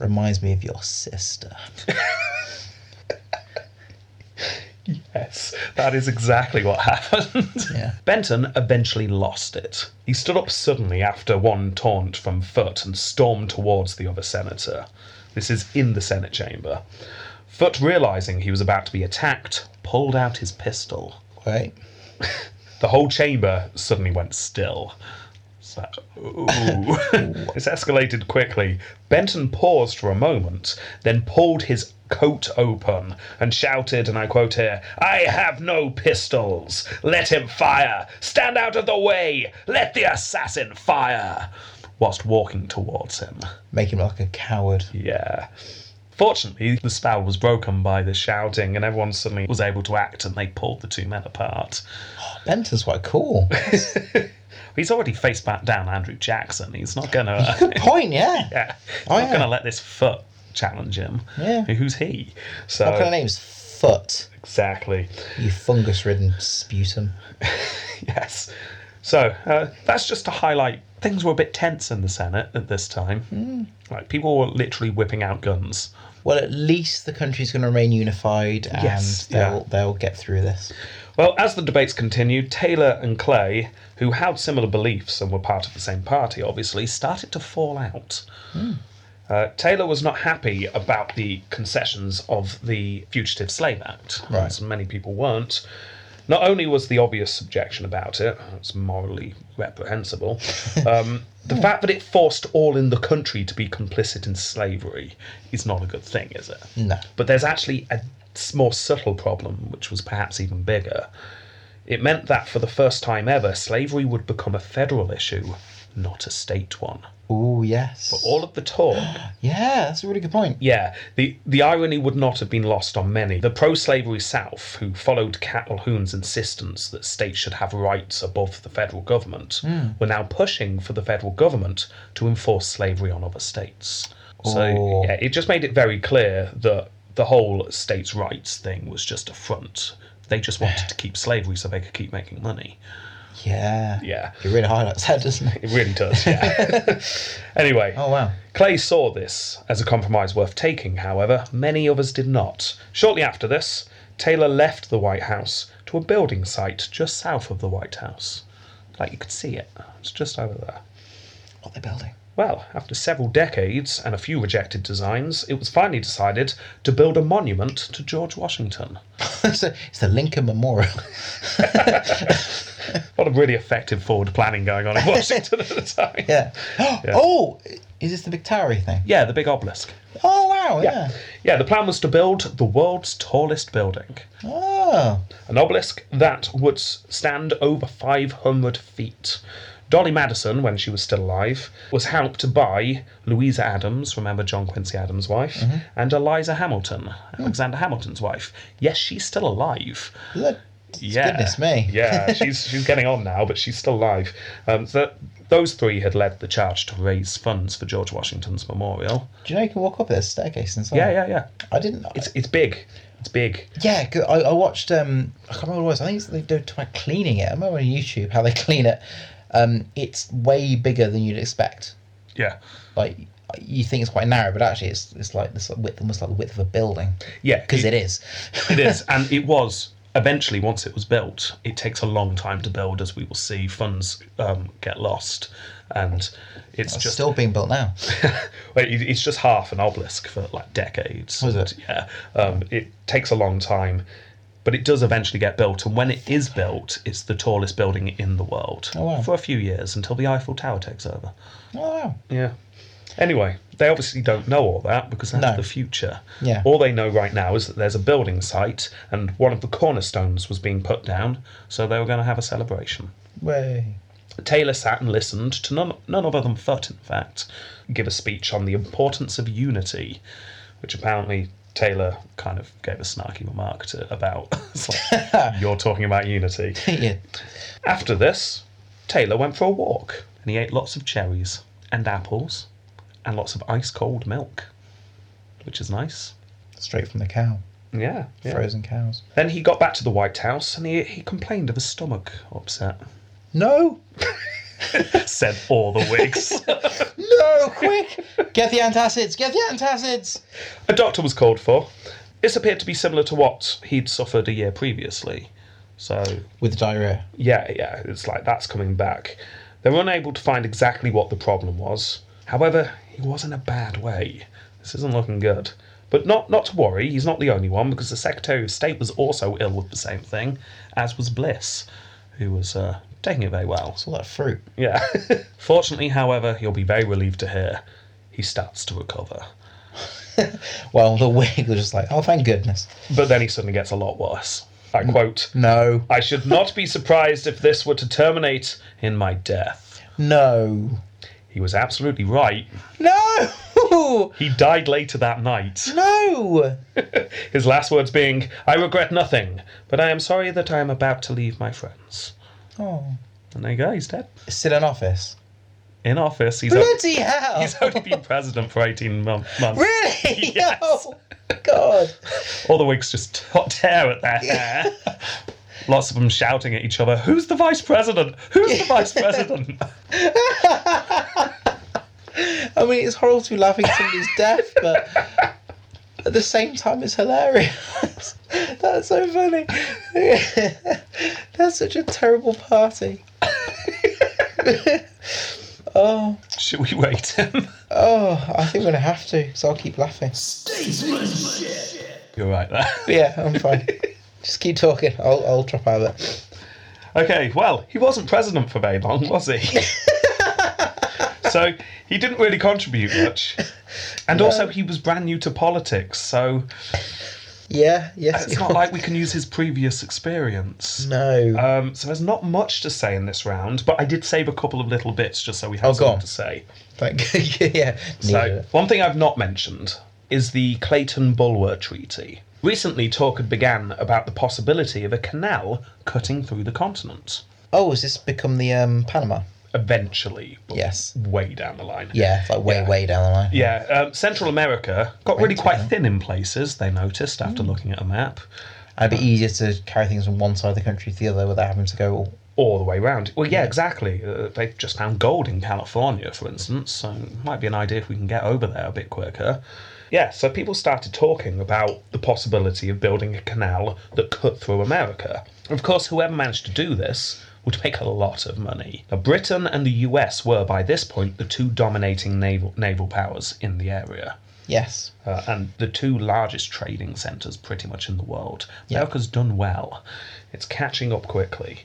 Speaker 2: reminds me of your sister.
Speaker 3: Yes, that is exactly what happened.
Speaker 2: Yeah.
Speaker 3: Benton eventually lost it. He stood up suddenly after one taunt from Foote and stormed towards the other senator. This is in the Senate chamber. Foote, realizing he was about to be attacked, pulled out his pistol.
Speaker 2: Wait.
Speaker 3: The whole chamber suddenly went still. So, ooh. this escalated quickly. Benton paused for a moment, then pulled his coat open and shouted, and I quote here, I have no pistols. Let him fire. Stand out of the way. Let the assassin fire. Whilst walking towards him.
Speaker 2: Make him look like a coward.
Speaker 3: Yeah. Fortunately, the spell was broken by the shouting, and everyone suddenly was able to act, and they pulled the two men apart.
Speaker 2: Benton's quite cool.
Speaker 3: He's already faced back down Andrew Jackson. He's not gonna.
Speaker 2: Good point, yeah.
Speaker 3: yeah, he's
Speaker 2: Oh,
Speaker 3: not
Speaker 2: yeah.
Speaker 3: gonna let this foot challenge him.
Speaker 2: Yeah.
Speaker 3: Who's he? So
Speaker 2: What kind of name's Foot?
Speaker 3: exactly.
Speaker 2: You fungus ridden sputum.
Speaker 3: Yes. So uh, that's just to highlight things were a bit tense in the Senate at this time.
Speaker 2: Hmm.
Speaker 3: Like people were literally whipping out guns.
Speaker 2: Well, at least the country's going to remain unified and
Speaker 3: Yes,
Speaker 2: they'll,
Speaker 3: yeah.
Speaker 2: they'll get through this.
Speaker 3: Well, as the debates continued, Taylor and Clay, who had similar beliefs and were part of the same party, obviously, started to fall out. Uh, Taylor was not happy about the concessions of the Fugitive Slave Act,
Speaker 2: Right.
Speaker 3: as many people weren't. Not only was the obvious objection about it, it's morally reprehensible, um, the fact that it forced all in the country to be complicit in slavery is not a good thing, is it?
Speaker 2: No.
Speaker 3: But there's actually a s- more subtle problem, which was perhaps even bigger. It meant that for the first time ever, slavery would become a federal issue, not a state one.
Speaker 2: Oh yes. But
Speaker 3: All of the talk
Speaker 2: yeah, that's a really good point.
Speaker 3: yeah, the, the irony would not have been lost on many. The pro slavery South, who followed Calhoun's insistence that states should have rights above the federal government,
Speaker 2: Hmm.
Speaker 3: were now pushing for the federal government to enforce slavery on other states. So,
Speaker 2: Oh.
Speaker 3: yeah, it just made it very clear that the whole states' rights thing was just a front. They just wanted to keep slavery so they could keep making money.
Speaker 2: Yeah.
Speaker 3: Yeah,
Speaker 2: It really highlights that, doesn't it?
Speaker 3: it really does, yeah. anyway.
Speaker 2: Oh wow.
Speaker 3: Clay saw this as a compromise worth taking, however, many others did not. Shortly after this, Taylor left the White House to a building site just south of the White House. Like you could see it, it's just over there.
Speaker 2: What they're building.
Speaker 3: Well, after several decades and a few rejected designs, it was finally decided to build a monument to George Washington.
Speaker 2: it's, a, it's the Lincoln Memorial.
Speaker 3: A lot of really effective forward planning going on in Washington at the time.
Speaker 2: yeah. Oh, is this the big towery thing?
Speaker 3: Yeah, the big obelisk.
Speaker 2: Oh wow. Yeah.
Speaker 3: Yeah, the plan was to build the world's tallest building.
Speaker 2: Oh.
Speaker 3: an obelisk that would stand over 500 feet. Dolly Madison, when she was still alive, was helped by Louisa Adams, remember John Quincy Adams' wife,
Speaker 2: Mm-hmm.
Speaker 3: and Eliza Hamilton, Alexander Hamilton's wife. Yes, she's still alive.
Speaker 2: Look.
Speaker 3: Yeah.
Speaker 2: Goodness me.
Speaker 3: yeah, she's she's getting on now, but she's still alive. Um, so those three had led the charge to raise funds for George Washington's memorial.
Speaker 2: Do you know you can walk up this staircase inside?
Speaker 3: Yeah, yeah, yeah.
Speaker 2: I didn't.
Speaker 3: It's it's big. It's big.
Speaker 2: Yeah, 'cause I, I watched. Um, I can't remember what it was. I think it's they do talk about cleaning it. I remember on YouTube how they clean it. Um, it's way bigger than you'd expect.
Speaker 3: Yeah.
Speaker 2: Like you think it's quite narrow, but actually it's it's like this width, almost like the width of a building.
Speaker 3: Yeah.
Speaker 2: Because it is.
Speaker 3: It is, and it was eventually once it was built. It takes a long time to build, as we will see. Funds um, get lost, and it's
Speaker 2: It's
Speaker 3: just
Speaker 2: still being built now.
Speaker 3: well, it- it's just half an obelisk for like decades.
Speaker 2: Was
Speaker 3: and,
Speaker 2: it?
Speaker 3: Yeah, um, it takes a long time, but it does eventually get built. And when it is built, it's the tallest building in the world
Speaker 2: Oh, wow.
Speaker 3: for a few years until the Eiffel Tower takes over.
Speaker 2: Oh wow.
Speaker 3: Yeah. Anyway, they obviously don't know all that because that's
Speaker 2: No.
Speaker 3: the future.
Speaker 2: Yeah.
Speaker 3: All they know right now is that there's a building site and one of the cornerstones was being put down, so they were going to have a celebration.
Speaker 2: Way.
Speaker 3: Taylor sat and listened to none, none other than Foote, in fact, give a speech on the importance of unity, which apparently Taylor kind of gave a snarky remark to, about. It's like, you're talking about unity.
Speaker 2: yeah.
Speaker 3: After this, Taylor went for a walk and he ate lots of cherries and apples and lots of ice cold milk, which is nice.
Speaker 2: Straight from the cow.
Speaker 3: Yeah. yeah.
Speaker 2: Frozen cows.
Speaker 3: Then he got back to the White House and he, he complained of his stomach upset.
Speaker 2: No.
Speaker 3: Said all the Whigs.
Speaker 2: No. Quick. Get the antacids. Get the antacids.
Speaker 3: a doctor was called for. This appeared to be similar to what he'd suffered a year previously. So
Speaker 2: With the diarrhea.
Speaker 3: Yeah, yeah, it's like that's coming back. They were unable to find exactly what the problem was. However, he was in a bad way. This isn't looking good. But not, not to worry, he's not the only one because the Secretary of State was also ill with the same thing, as was Bliss, who was uh, taking it very well.
Speaker 2: It's all that fruit.
Speaker 3: Yeah. Fortunately, however, you'll be very relieved to hear he starts to recover.
Speaker 2: Well, the wig was just like, oh, thank goodness.
Speaker 3: But then he suddenly gets a lot worse. I quote,
Speaker 2: No.
Speaker 3: I should not be surprised if this were to terminate in my death.
Speaker 2: No.
Speaker 3: He was absolutely right.
Speaker 2: No!
Speaker 3: He died later that night.
Speaker 2: No!
Speaker 3: His last words being, I regret nothing, but I am sorry that I am about to leave my friends.
Speaker 2: Oh.
Speaker 3: And there you go, he's dead.
Speaker 2: Still in office.
Speaker 3: In office, he's, o-
Speaker 2: Bloody hell!
Speaker 3: he's only been president for 18 mon- months.
Speaker 2: really?
Speaker 3: Yes.
Speaker 2: Oh, God.
Speaker 3: All the Whigs just t- tear at their hair. Lots of them shouting at each other, Who's the vice president? Who's the vice president?
Speaker 2: I mean, it's horrible to be laughing at somebody's death, but at the same time, it's hilarious. That's so funny. That's such a terrible party. oh,
Speaker 3: Should we wait?
Speaker 2: oh, I think we're gonna have to, because I'll keep laughing.
Speaker 1: Statesmanship!
Speaker 3: You're right there.
Speaker 2: But yeah, I'm fine. Just keep talking. I'll, I'll drop out of it.
Speaker 3: Okay, well, he wasn't president for very long, was he? so he didn't really contribute much. And also, he was brand new to politics, so
Speaker 2: Yeah, yes.
Speaker 3: it's not like we can use his previous experience.
Speaker 2: no.
Speaker 3: Um, so there's not much to say in this round, but I did save a couple of little bits just so we have
Speaker 2: Oh, go
Speaker 3: something
Speaker 2: on.
Speaker 3: to say.
Speaker 2: Thank yeah. needed
Speaker 3: So,
Speaker 2: it.
Speaker 3: one thing I've not mentioned is the Clayton Bulwer Treaty. Recently, talk had began about the possibility of a canal cutting through the continent.
Speaker 2: Oh, has this become the um, Panama?
Speaker 3: Eventually, but
Speaker 2: Yes.
Speaker 3: way down the line.
Speaker 2: Yeah, it's like way, way down the line.
Speaker 3: Yeah, um, Central America got really
Speaker 2: Right,
Speaker 3: quite
Speaker 2: yeah.
Speaker 3: thin in places, they noticed after
Speaker 2: Mm.
Speaker 3: looking at a map,
Speaker 2: It'd be easier to carry things from one side of the country to the other without having to go "Oh, all.
Speaker 3: all the way round. Well, yeah, exactly. Uh, they've just found gold in California, for instance, so it might be an idea if we can get over there a bit quicker. Yeah, so people started talking about the possibility of building a canal that cut through America. Of course, whoever managed to do this would make a lot of money. Now, Britain and the US were, by this point, the two dominating naval, naval powers in the area.
Speaker 2: Yes.
Speaker 3: uh, and the two largest trading centres pretty much in the world.
Speaker 2: Yeah.
Speaker 3: America's done well, it's catching up quickly.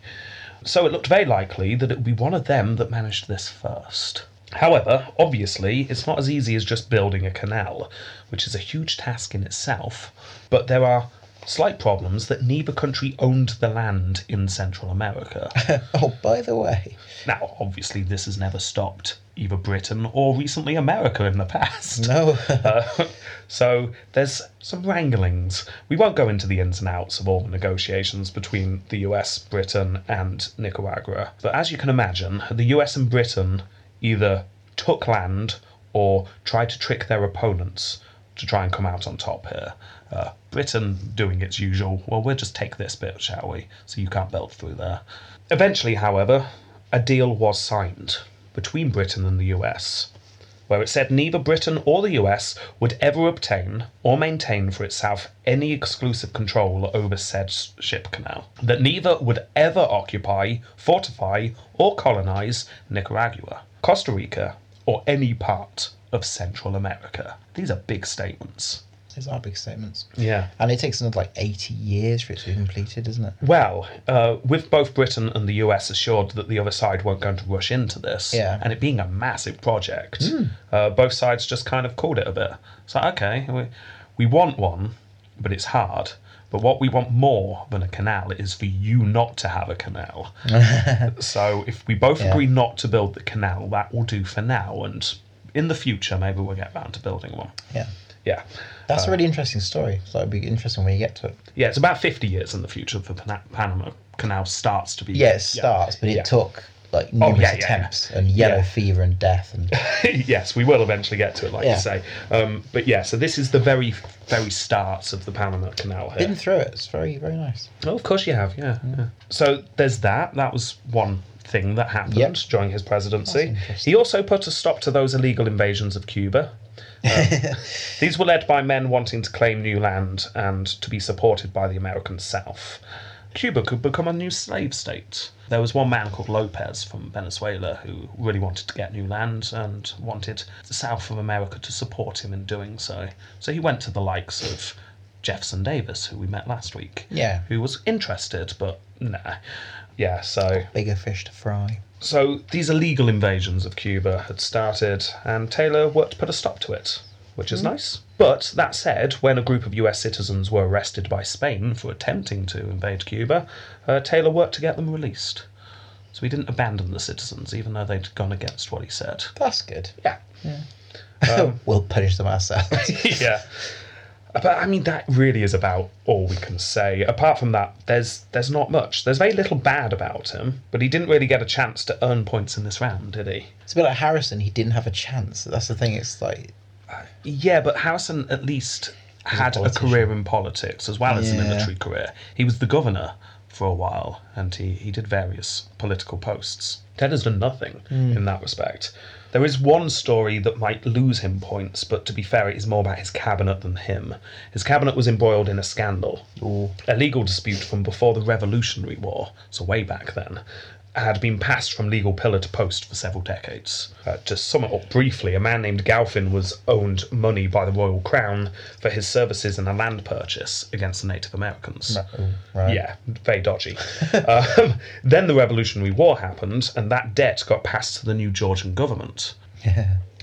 Speaker 3: So it looked very likely that it would be one of them that managed this first. However, obviously, it's not as easy as just building a canal, which is a huge task in itself, but there are slight problems that neither country owned the land in Central America.
Speaker 2: Oh, by the way.
Speaker 3: now, obviously, this has never stopped either Britain or recently America in the past.
Speaker 2: No.
Speaker 3: Uh, so there's some wranglings. We won't go into the ins and outs of all the negotiations between the US, Britain, and Nicaragua. But as you can imagine, the US and Britain either took land or tried to trick their opponents to try and come out on top here. Uh, Britain doing its usual, well, we'll just take this bit, shall we? So you can't belt through there. Eventually, however, a deal was signed between Britain and the US where it said neither Britain or the US would ever obtain or maintain for itself any exclusive control over said s- ship canal, that neither would ever occupy, fortify, or colonize Nicaragua, Costa Rica, or any part of Central America. These are big statements.
Speaker 2: Those are big statements.
Speaker 3: Yeah.
Speaker 2: And it takes another like 80 years for it to be completed, doesn't it?
Speaker 3: Well, uh, with both Britain and the US assured that the other side weren't going to rush into this,
Speaker 2: Yeah. Hmm.
Speaker 3: and it being a massive project, uh, both sides just kind of called it a bit. It's like, okay, we, we want one, but it's hard. But what we want more than a canal is for you not to have a canal. so if we both
Speaker 2: Yeah.
Speaker 3: agree not to build the canal, that will do for now. And in the future, maybe we'll get round to building one.
Speaker 2: Yeah.
Speaker 3: Yeah.
Speaker 2: That's a really interesting story. So it'd be interesting when you get to it.
Speaker 3: Yeah, it's about 50 years in the future for Pana- Panama Canal starts to be.
Speaker 2: Yeah, it starts, but it
Speaker 3: Yeah. Oh,
Speaker 2: took like numerous
Speaker 3: yeah, yeah,
Speaker 2: attempts and yellow
Speaker 3: Yeah.
Speaker 2: fever and death and
Speaker 3: yes, we will eventually get to it, like
Speaker 2: Yeah.
Speaker 3: you say. Um, but yeah, so this is the very, very start of the Panama Canal here.
Speaker 2: been through it. It's very, very nice.
Speaker 3: Oh, of course you have, yeah. yeah. So there's that. That was one thing that happened
Speaker 2: Yep.
Speaker 3: during his presidency.
Speaker 2: That's interesting.
Speaker 3: He also put a stop to those illegal invasions of Cuba. Um, these were led by men wanting to claim new land and to be supported by the American South. Cuba could become a new slave state. There was one man called Lopez from Venezuela who really wanted to get new land and wanted the South of America to support him in doing so. So he went to the likes of Jefferson Davis, who we met last week
Speaker 2: Yeah.
Speaker 3: who was interested, but nah. Yeah, so
Speaker 2: Bigger fish to fry.
Speaker 3: so these illegal invasions of Cuba had started, and Taylor worked to put a stop to it, which is nice. But that said, when a group of U.S. citizens were arrested by Spain for attempting to invade Cuba, uh, Taylor worked to get them released. So he didn't abandon the citizens, even though they'd gone against what he said.
Speaker 2: That's good.
Speaker 3: Yeah,
Speaker 2: Um, we'll punish them ourselves.
Speaker 3: yeah. But I mean, that really is about all we can say. Apart from that, there's there's not much. There's very little bad about him, but he didn't really get a chance to earn points in this round, did he?
Speaker 2: it's a bit like Harrison. He didn't have a chance. That's the thing. It's like
Speaker 3: Yeah, but Harrison at least had a,
Speaker 2: politician.
Speaker 3: career in politics as well as a
Speaker 2: Yeah.
Speaker 3: military career. He was the governor for a while, and he, he did various political posts. Ted has done nothing
Speaker 2: Hmm.
Speaker 3: in that respect. There is one story that might lose him points, but to be fair, it is more about his cabinet than him. His cabinet was embroiled in a scandal,
Speaker 2: Ooh.
Speaker 3: a legal dispute from before the Revolutionary War, so way back then. had been passed from legal pillar to post for several decades. Uh, to sum it up briefly, a man named Galfin was owed money by the royal crown for his services in a land purchase against the Native Americans.
Speaker 2: right.
Speaker 3: Yeah, very dodgy. um, then the Revolutionary War happened, and that debt got passed to the new Georgian government.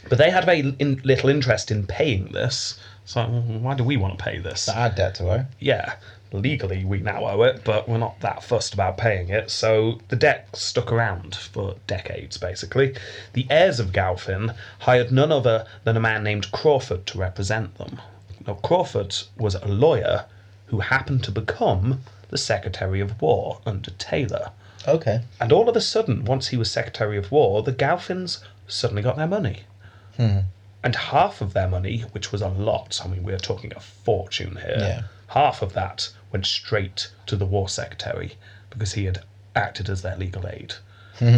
Speaker 3: But they had very in, little interest in paying this. So "Mm, why do we want to pay this?
Speaker 2: Add that to her.
Speaker 3: yeah, legally we now owe it, but we're not that fussed about paying it. So the debt stuck around for decades, basically. The heirs of Galfin hired none other than a man named Crawford to represent them. Now, Crawford was a lawyer who happened to become the Secretary of War under Taylor.
Speaker 2: Okay.
Speaker 3: And all of a sudden, once he was Secretary of War, the Galfins suddenly got their money.
Speaker 2: Hmm.
Speaker 3: And half of their money, which was a lot, I mean, we're talking a fortune here,
Speaker 2: Yeah.
Speaker 3: half of that went straight to the War Secretary because he had acted as their legal aid.
Speaker 2: Hmm.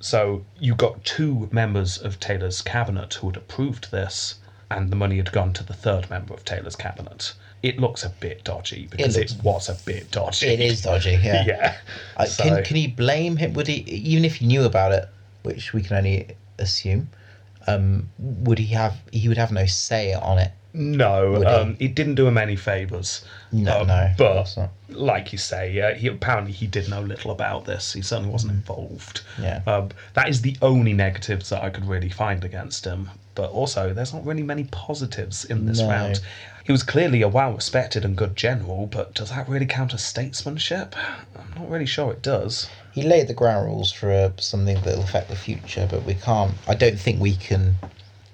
Speaker 3: So you got two members of Taylor's cabinet who had approved this, and the money had gone to the third member of Taylor's cabinet. It looks a bit dodgy because it,
Speaker 2: looks-
Speaker 3: was a bit dodgy.
Speaker 2: It is dodgy. Yeah.
Speaker 3: Yeah.
Speaker 2: I,
Speaker 3: So-
Speaker 2: can can he blame him? Would he even if he knew about it, which we can only assume? Um, would he have? He would have no say on it.
Speaker 3: No,
Speaker 2: he?
Speaker 3: um, it didn't do him any favours.
Speaker 2: No,
Speaker 3: Um,
Speaker 2: no, of
Speaker 3: But
Speaker 2: course not.
Speaker 3: like you say, uh, he apparently he did know little about this. He certainly wasn't involved.
Speaker 2: Yeah.
Speaker 3: Um, that is the only negatives that I could really find against him. But also, there's not really many positives in this
Speaker 2: No.
Speaker 3: round. He was clearly a well-respected and good general, but does that really count as statesmanship? I'm not really sure it does.
Speaker 2: He laid the ground rules for uh, something that will affect the future, but we can't. I don't think we can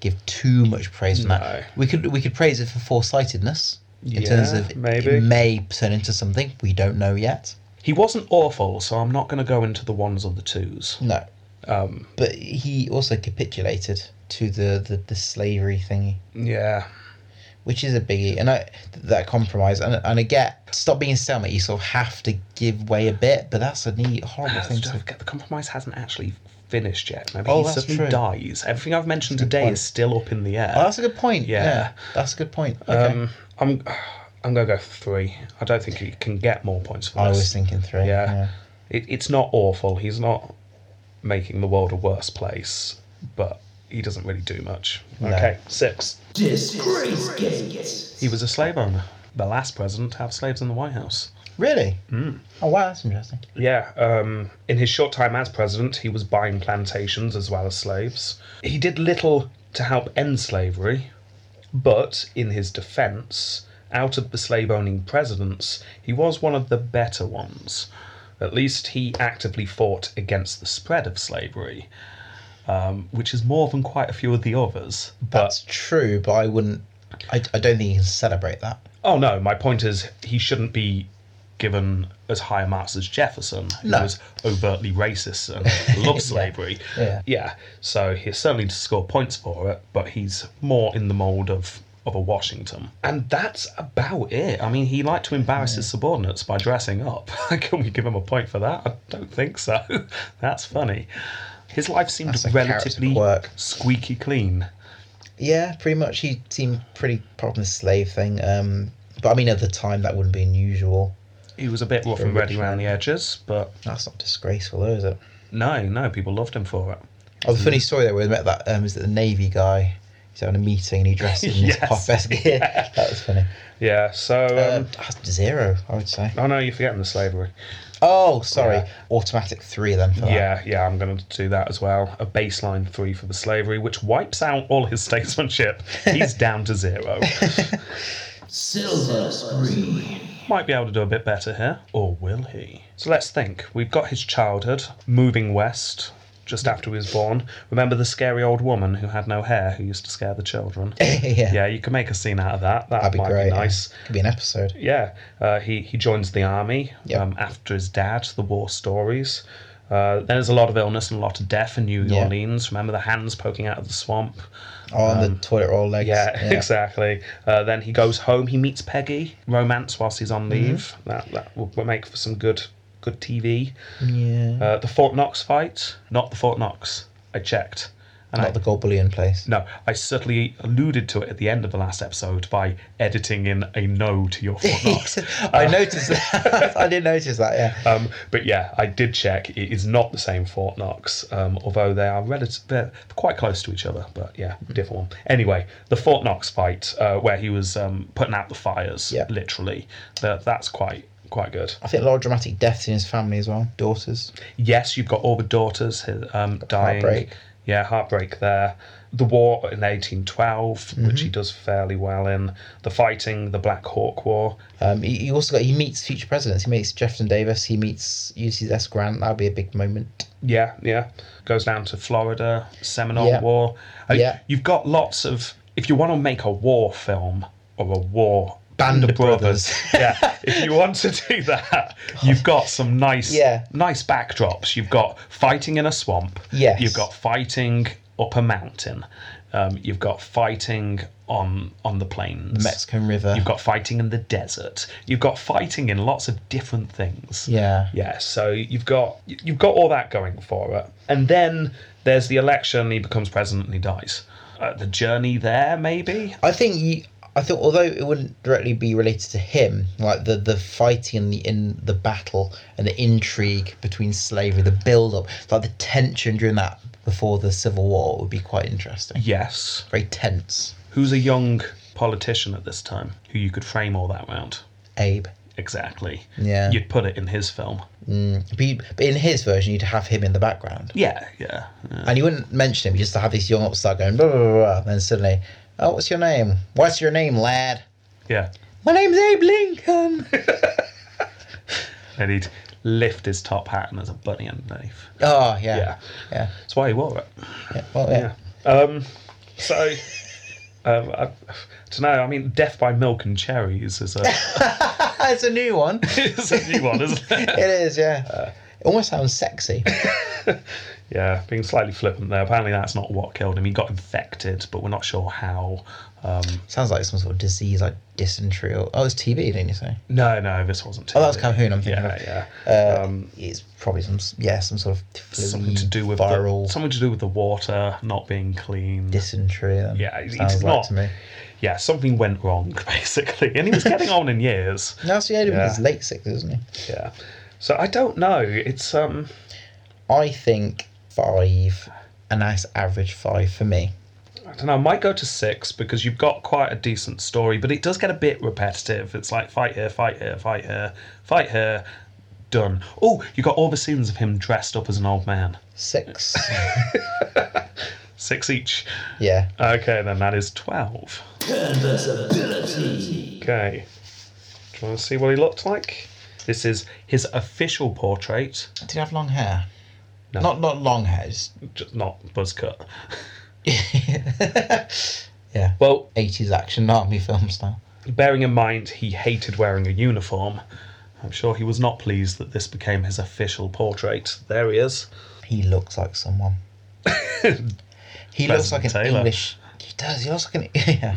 Speaker 2: give too much praise for
Speaker 3: No.
Speaker 2: that. We could we could praise it for foresightedness in
Speaker 3: Yeah,
Speaker 2: terms of
Speaker 3: maybe.
Speaker 2: it may turn into something we don't know yet.
Speaker 3: He wasn't awful, so I'm not going to go into the ones or the twos.
Speaker 2: No,
Speaker 3: Um,
Speaker 2: but he also capitulated to the the, the slavery thingy.
Speaker 3: yeah.
Speaker 2: which is a biggie. And I that compromise, and, and I get stop being stalemate. You sort of have to give way a bit, but that's a neat horrible thing
Speaker 3: Don't
Speaker 2: to.
Speaker 3: forget, the compromise hasn't actually finished yet. Maybe
Speaker 2: Oh,
Speaker 3: he
Speaker 2: that's
Speaker 3: suddenly
Speaker 2: true.
Speaker 3: dies. Everything I've mentioned today
Speaker 2: point.
Speaker 3: is still up in the air.
Speaker 2: Oh, that's a good point.
Speaker 3: Yeah.
Speaker 2: Yeah, that's a good point. Okay.
Speaker 3: um, I'm I'm gonna go three. I don't think he can get more points for
Speaker 2: I
Speaker 3: this.
Speaker 2: was thinking three.
Speaker 3: yeah, It, it's not awful. He's not making the world a worse place, but he doesn't really do much. Okay, six.
Speaker 1: Disgrace Gate.
Speaker 3: He was a slave owner. The last president to have slaves in the White House.
Speaker 2: Really?
Speaker 3: Mm.
Speaker 2: Oh wow, that's interesting.
Speaker 3: Yeah, um, in his short time as president, he was buying plantations as well as slaves. He did little to help end slavery, but in his defense, out of the slave owning presidents, he was one of the better ones. At least he actively fought against the spread of slavery, um, which is more than quite a few of the others. But
Speaker 2: That's true, but I wouldn't. I, I don't think you can celebrate that.
Speaker 3: Oh no, my point is he shouldn't be given as high marks as Jefferson, who
Speaker 2: No.
Speaker 3: was overtly racist and loved slavery.
Speaker 2: Yeah.
Speaker 3: So he certainly to score points for it, but he's more in the mould of of a Washington. And that's about it. I mean he liked to embarrass his subordinates by dressing up. Can we give him a point for that? I don't think so. that's funny. His life seemed
Speaker 2: That's a character
Speaker 3: relatively
Speaker 2: quirk.
Speaker 3: squeaky clean.
Speaker 2: Yeah, pretty much. He seemed pretty proper in the slave thing. Um, but I mean, at the time, that wouldn't be unusual.
Speaker 3: He was a bit rough and
Speaker 2: rich
Speaker 3: ready around the edges, but
Speaker 2: That's not disgraceful, though, is it?
Speaker 3: no, no, people loved him for it.
Speaker 2: Oh, the funny story there where we met that um, is that the Navy guy. He's having a meeting and he dressed in his
Speaker 3: Yes.
Speaker 2: puff vest gear. That was funny.
Speaker 3: Yeah, so. Um,
Speaker 2: Um, that's zero, I would say.
Speaker 3: oh no, you're forgetting the slavery.
Speaker 2: Oh, sorry.
Speaker 3: yeah.
Speaker 2: Automatic three then for that.
Speaker 3: Yeah, yeah, I'm going to do that as well. A baseline three for the slavery, which wipes out all his statesmanship. He's down to zero.
Speaker 1: Silver Screen.
Speaker 3: Might be able to do a bit better here, or will he? So let's think. We've got his childhood, moving west just after he was born. Remember the scary old woman who had no hair who used to scare the children?
Speaker 2: yeah.
Speaker 3: Yeah, you can make a scene out of that. That
Speaker 2: That'd be
Speaker 3: might
Speaker 2: great.
Speaker 3: be
Speaker 2: yeah.
Speaker 3: nice.
Speaker 2: Could be an episode.
Speaker 3: Yeah, uh, he he joins the army
Speaker 2: Yep.
Speaker 3: um, after his dad. The war stories. Uh, then there's a lot of illness and a lot of death in New
Speaker 2: Yeah.
Speaker 3: Orleans. Remember the hands poking out of the swamp?
Speaker 2: On the toilet roll legs.
Speaker 3: Um, Yeah, exactly. Uh, then he goes home. He meets Peggy. Romance whilst he's
Speaker 2: Mm-hmm.
Speaker 3: on leave. That that will will make for some good good TV.
Speaker 2: Yeah.
Speaker 3: Uh, the Fort Knox fight. Not the Fort Knox. I checked. And I,
Speaker 2: not the gold bullion place.
Speaker 3: no, I certainly alluded to it at the end of the last episode by editing in a no to your footnote.
Speaker 2: I noticed that. I didn't notice that. Yeah.
Speaker 3: Um, but yeah, I did check. It is not the same Fort Knox, um, although they are relative, they're quite close to each other. But yeah,
Speaker 2: Hmm.
Speaker 3: different one. Anyway, the Fort Knox fight uh, where he was um, putting out the fires,
Speaker 2: Yeah.
Speaker 3: literally. That that's quite quite good.
Speaker 2: I think a lot of dramatic deaths in his family as well. Daughters.
Speaker 3: Yes, you've got all the daughters um, dying.
Speaker 2: heartbreak.
Speaker 3: Yeah, heartbreak there. The war in 1812, which
Speaker 2: Mm-hmm.
Speaker 3: he does fairly well in. The fighting, the Black Hawk War.
Speaker 2: Um, he, he also got he meets future presidents. He meets Jefferson Davis. He meets UC S. Grant. That'll be a big moment.
Speaker 3: Yeah, yeah. Goes down to Florida, Seminole
Speaker 2: Yeah.
Speaker 3: War. I mean,
Speaker 2: Yeah.
Speaker 3: You've got lots of. If you want to make a war film or a war
Speaker 2: Band
Speaker 3: band of
Speaker 2: of
Speaker 3: brothers,
Speaker 2: Brothers.
Speaker 3: yeah. If you want to do that, you've got some nice,
Speaker 2: Yeah.
Speaker 3: nice backdrops. You've got fighting in a swamp.
Speaker 2: Yes.
Speaker 3: You've got fighting up a mountain. Um, you've got fighting on on the plains.
Speaker 2: Mexican River.
Speaker 3: You've got fighting in the desert. You've got fighting in lots of different things.
Speaker 2: yeah.
Speaker 3: Yeah, so you've got you've got all that going for it, and then there's the election. He becomes president and he dies. Uh, the journey there, maybe.
Speaker 2: I think you, I think although it wouldn't directly be related to him, like the the fighting and the in the battle and the intrigue between slavery, the build up, like the tension during that before the Civil War would be quite interesting.
Speaker 3: Yes.
Speaker 2: Very tense.
Speaker 3: Who's a young politician at this time who you could frame all that round?
Speaker 2: Abe.
Speaker 3: Exactly.
Speaker 2: Yeah.
Speaker 3: You'd put it in his film.
Speaker 2: But, you- but in his version, you'd have him in the background,
Speaker 3: Yeah, yeah. yeah.
Speaker 2: and you wouldn't mention him. You just have this young upstart going blah blah blah, blah, and then suddenly, oh, what's your name? What's your name, lad?
Speaker 3: Yeah.
Speaker 2: My name's Abe Lincoln.
Speaker 3: And he'd lift his top hat and there's a bunny underneath.
Speaker 2: oh yeah, yeah,
Speaker 3: Yeah. That's why he wore it.
Speaker 2: yeah. Well, yeah.
Speaker 3: Um, so, um, I, don't know. I mean, Death by Milk and Cherries is a,
Speaker 2: it's a new one.
Speaker 3: is a new one, isn't it?
Speaker 2: It is, yeah.
Speaker 3: Uh.
Speaker 2: it almost sounds sexy.
Speaker 3: Yeah, being slightly flippant there. Apparently, that's not what killed him. He got infected, but we're not sure how. Um,
Speaker 2: sounds like some sort of disease, like dysentery. Or, oh, it's TB, didn't you say?
Speaker 3: no, no, this wasn't.
Speaker 2: Oh, that was
Speaker 3: TB.
Speaker 2: Calhoun. I'm thinking. of.
Speaker 3: Yeah, yeah.
Speaker 2: Uh,
Speaker 3: um,
Speaker 2: it's probably some, s- yeah, some sort of flu,
Speaker 3: something to do with the-
Speaker 2: viral
Speaker 3: something to do with the water not being clean.
Speaker 2: dysentery. Then,
Speaker 3: Yeah, it's
Speaker 2: sounds
Speaker 3: not-
Speaker 2: like to me.
Speaker 3: yeah, something went wrong basically, and he was getting on in years.
Speaker 2: No, so yeah,
Speaker 3: Yeah.
Speaker 2: he's late six, isn't he?
Speaker 3: Yeah, so I don't know. It's um,
Speaker 2: I think five, a nice average five for me.
Speaker 3: I don't know, I might go to six because you've got quite a decent story, but it does get a bit repetitive. It's like fight here, fight here, fight here, fight here, done. Oh, you got all the scenes of him dressed up as an old man.
Speaker 2: Six,
Speaker 3: Six each.
Speaker 2: yeah.
Speaker 3: Okay, then that is 12.
Speaker 1: Conversability.
Speaker 3: Okay. Do you want to see what he looked like? This is his official portrait,
Speaker 2: Did he have long hair?
Speaker 3: No.
Speaker 2: Not not long hair. Just,
Speaker 3: just not buzz cut.
Speaker 2: yeah,
Speaker 3: Well,
Speaker 2: eighties action army film style.
Speaker 3: bearing in mind he hated wearing a uniform, I'm sure he was not pleased that this became his official portrait. There he is.
Speaker 2: He looks like someone. he looks
Speaker 3: Pleasant
Speaker 2: like an
Speaker 3: Taylor.
Speaker 2: English. He does. He looks like an. Yeah.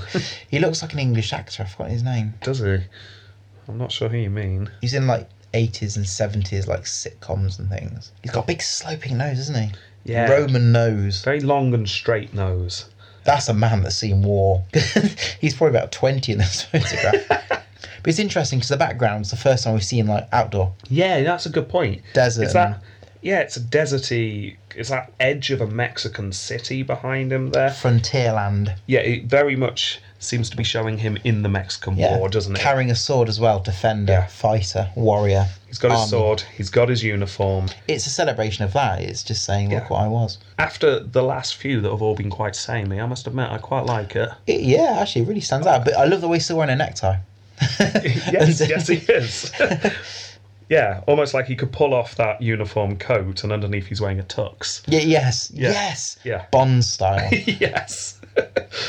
Speaker 2: he looks like an English actor. I forgot his name.
Speaker 3: Does he? I'm not sure who you mean.
Speaker 2: He's in like eighties and seventies, like sitcoms and things. He's got a big sloping nose, isn't he?
Speaker 3: Yeah.
Speaker 2: Roman nose.
Speaker 3: Very long and straight nose.
Speaker 2: That's a man that's seen war. he's probably about twenty in this photograph. but it's interesting because the background's the first time we've seen like outdoor
Speaker 3: Yeah, that's a good point.
Speaker 2: desert.
Speaker 3: It's
Speaker 2: and
Speaker 3: that. Yeah, it's a deserty. It's that edge of a Mexican city behind him there.
Speaker 2: frontier land.
Speaker 3: Yeah, it very much seems to be showing him in the Mexican
Speaker 2: Yeah.
Speaker 3: War, doesn't it?
Speaker 2: Carrying a sword as well, defender,
Speaker 3: Yeah.
Speaker 2: fighter, warrior.
Speaker 3: he's got his
Speaker 2: army.
Speaker 3: sword. He's got his uniform.
Speaker 2: it's a celebration of that. It's just saying, look
Speaker 3: Yeah.
Speaker 2: what I was.
Speaker 3: After the last few that have all been quite samey, I must admit I quite like it.
Speaker 2: It, yeah, actually, it really stands out. But I love the way he's still wearing a necktie.
Speaker 3: yes,
Speaker 2: And-
Speaker 3: yes, he is. yeah, almost like he could pull off that uniform coat, and underneath he's wearing a tux.
Speaker 2: Yeah, yes,
Speaker 3: Yeah.
Speaker 2: yes.
Speaker 3: Yeah.
Speaker 2: Bond style.
Speaker 3: yes.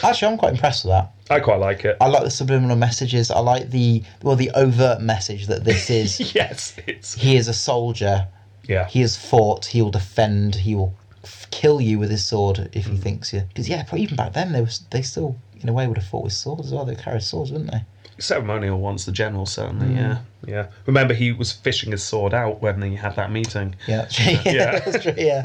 Speaker 2: actually, I'm quite impressed with that.
Speaker 3: I quite like it.
Speaker 2: I like the subliminal messages. I like the well, the overt message that this is.
Speaker 3: yes, it's
Speaker 2: he is a soldier.
Speaker 3: yeah.
Speaker 2: He has fought. He will defend. He will f- kill you with his sword if
Speaker 3: Hmm.
Speaker 2: he thinks you. Because yeah, probably even back then they was they still in a way would have fought with swords as well. They carried swords, wouldn't they?
Speaker 3: Ceremonial ones, the general certainly.
Speaker 2: Mm.
Speaker 3: Yeah, yeah. Remember, he was fishing his sword out when he had that meeting.
Speaker 2: Yeah, that's true. Yeah,
Speaker 3: Yeah.
Speaker 2: that's true. Yeah.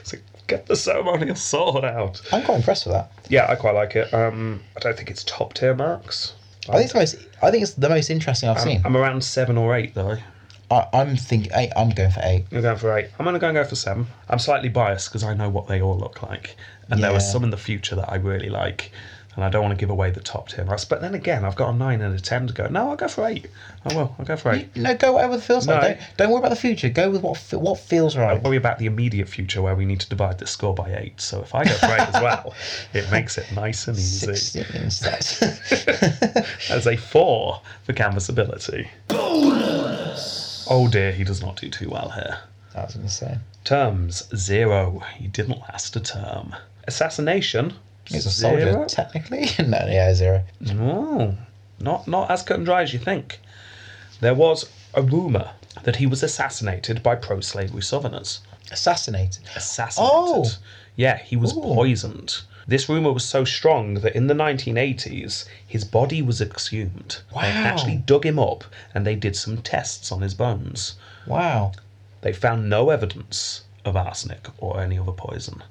Speaker 3: It's like, Get the ceremonial sword out.
Speaker 2: I'm quite impressed with that.
Speaker 3: Yeah, I quite like it. Um, I don't think it's top tier marks.
Speaker 2: I think it's the most. I think it's the most interesting I've seen.
Speaker 3: I'm, I'm around seven or eight though.
Speaker 2: I, I'm thinking. Eight, I'm going for eight.
Speaker 3: I'm going for eight. I'm only going to go for seven. I'm slightly biased because I know what they all look like, and there
Speaker 2: Yeah.
Speaker 3: are some in the future that I really like, and I don't want to give away the top ten. I s- But then again, I've got a nine and a ten to go. No, I'll go for eight. I will. I'll go for eight.
Speaker 2: No, go whatever feels
Speaker 3: No.
Speaker 2: like. Don't, don't worry about the future. Go with what fe- what feels
Speaker 3: I
Speaker 2: right.
Speaker 3: worry about the immediate future where we need to divide the score by eight. So if I go for eight as well, it makes it nice and easy.
Speaker 2: Sixteen stats.
Speaker 3: As a four for canvasability.
Speaker 1: Bonus.
Speaker 3: Oh dear, he does not do too well here.
Speaker 2: I was going to say.
Speaker 3: Terms zero. He didn't last a term. Assassination.
Speaker 2: He's a soldier,
Speaker 3: zero?
Speaker 2: technically. no, yeah, zero.
Speaker 3: No, not not as cut and dry as you think. There was a rumor that he was assassinated by pro-slavery Southerners.
Speaker 2: Assassinated.
Speaker 3: Assassinated.
Speaker 2: Oh.
Speaker 3: Yeah, he was poisoned. This rumor was so strong that in the 1980s, his body was exhumed.
Speaker 2: Wow.
Speaker 3: They actually dug him up and they did some tests on his bones.
Speaker 2: Wow.
Speaker 3: They found no evidence of arsenic or any other poison.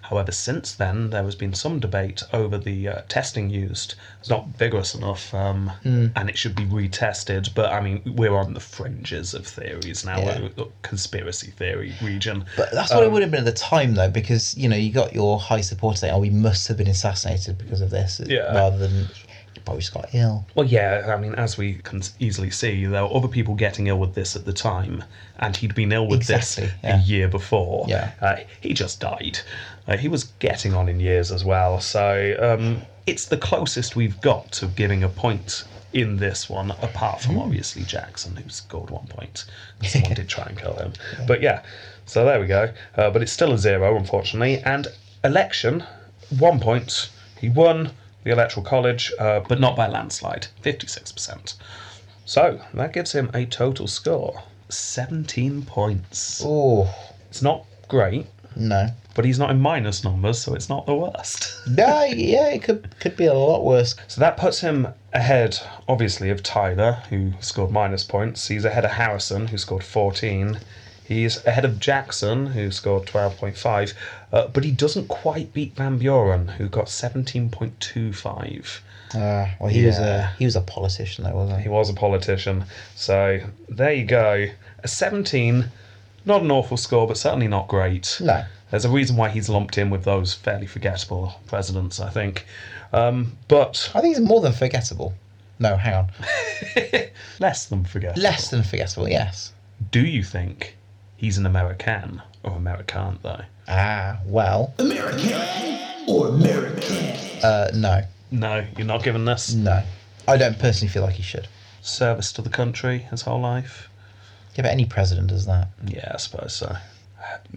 Speaker 3: However, since then, there has been some debate over the uh, testing used. It's not vigorous enough, um,
Speaker 2: Hmm.
Speaker 3: and it should be retested. But I mean, we're on the fringes of theories now,
Speaker 2: Yeah.
Speaker 3: uh, conspiracy theory region.
Speaker 2: But that's
Speaker 3: Um,
Speaker 2: what it would have been at the time, though, because you know you got your high supporter saying, "Oh, we must have been assassinated because of this,"
Speaker 3: Yeah.
Speaker 2: rather than he probably just got ill.
Speaker 3: Well, yeah, I mean, as we can easily see, there were other people getting ill with this at the time, and he'd been ill with this
Speaker 2: Exactly, yeah.
Speaker 3: a year before.
Speaker 2: Yeah.
Speaker 3: Uh, he just died. Uh, he was getting on in years as well, so um, it's the closest we've got to giving a point in this one, apart
Speaker 2: Hmm.
Speaker 3: from obviously Jackson, who scored one point. Someone did try and kill him. But yeah, so there we go. Uh, but it's still a zero, unfortunately. And election, one point. He won the Electoral College, uh, but not by a landslide, 56%. So that gives him a total score 17 points.
Speaker 2: Oh
Speaker 3: It's not great,
Speaker 2: no.
Speaker 3: but he's not in minus numbers, so it's not the worst.
Speaker 2: No, yeah, it could could be a lot worse.
Speaker 3: So that puts him ahead, obviously, of Tyler, who scored minus points. He's ahead of Harrison, who scored 14. He's ahead of Jackson, who scored 12.5. Uh, but he doesn't quite beat Van Buren, who got 17.25.
Speaker 2: Uh, well, he was a
Speaker 3: Yeah.
Speaker 2: he was a politician, though, wasn't
Speaker 3: He
Speaker 2: he?
Speaker 3: was a politician. So there you go. A 17, not an awful score, but certainly not great.
Speaker 2: No.
Speaker 3: There's a reason why he's lumped in with those fairly forgettable presidents, I think. Um, but
Speaker 2: I think he's more than forgettable. No, hang on.
Speaker 3: less than forgettable.
Speaker 2: Less than forgettable, yes.
Speaker 3: Do you think he's an American or American though?
Speaker 2: Ah, well,
Speaker 1: American or American?
Speaker 2: uh, no,
Speaker 3: No, you're not giving this
Speaker 2: no. I don't personally feel like he should.
Speaker 3: service to the country his whole life.
Speaker 2: Yeah, but any president does that.
Speaker 3: Yeah, I suppose so.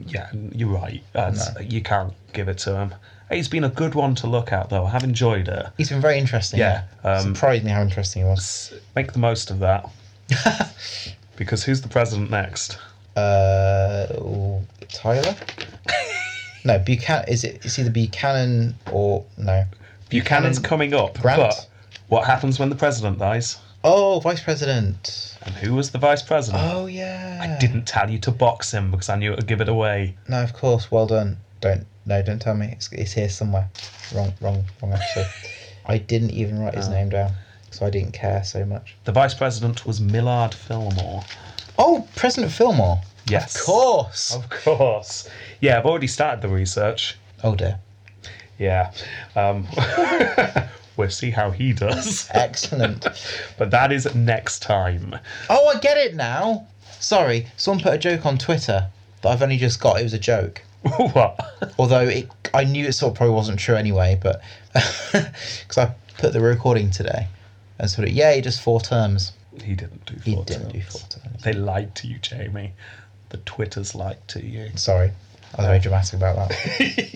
Speaker 3: Yeah, you're right. Uh, You can't give it to him. He's been a good one to look at though. I have enjoyed it.
Speaker 2: He's been very interesting.
Speaker 3: Yeah, um,
Speaker 2: Surprised me how interesting he was.
Speaker 3: S- Make the most of that. because who's the president next?
Speaker 2: Uh, ooh, Tyler? no, Buchanan. Is it? It's either Buchanan or no.
Speaker 3: Buchanan's coming up.
Speaker 2: Um, Grant.
Speaker 3: But what happens when the president dies?
Speaker 2: Oh, vice president.
Speaker 3: And who was the vice president?
Speaker 2: Oh yeah. I
Speaker 3: Didn't tell you to box him because I knew it would give it away.
Speaker 2: No, of course. Well done. Don't no, don't tell me. It's, it's here somewhere. Wrong, wrong, wrong episode. I didn't even write his name down, so I didn't care so much.
Speaker 3: The vice president was Millard Fillmore.
Speaker 2: Oh, President Fillmore. Oh,
Speaker 3: Yes.
Speaker 2: Of course.
Speaker 3: Of course. Yeah, I've already started the research.
Speaker 2: Oh dear.
Speaker 3: Yeah. Um, we'll see how he does.
Speaker 2: Excellent.
Speaker 3: But that is next time.
Speaker 2: oh, I get it now. Sorry, someone put a joke on Twitter that I've only just got. It was a joke.
Speaker 3: what?
Speaker 2: Although it, I knew it sort of probably wasn't true anyway, but because I put the recording today and sort of yay, just four terms.
Speaker 3: He didn't do four
Speaker 2: He didn't do
Speaker 3: terms.
Speaker 2: four terms.
Speaker 3: They lied to you, Jamie. The Twitters lied to you.
Speaker 2: Sorry, I was very dramatic about that.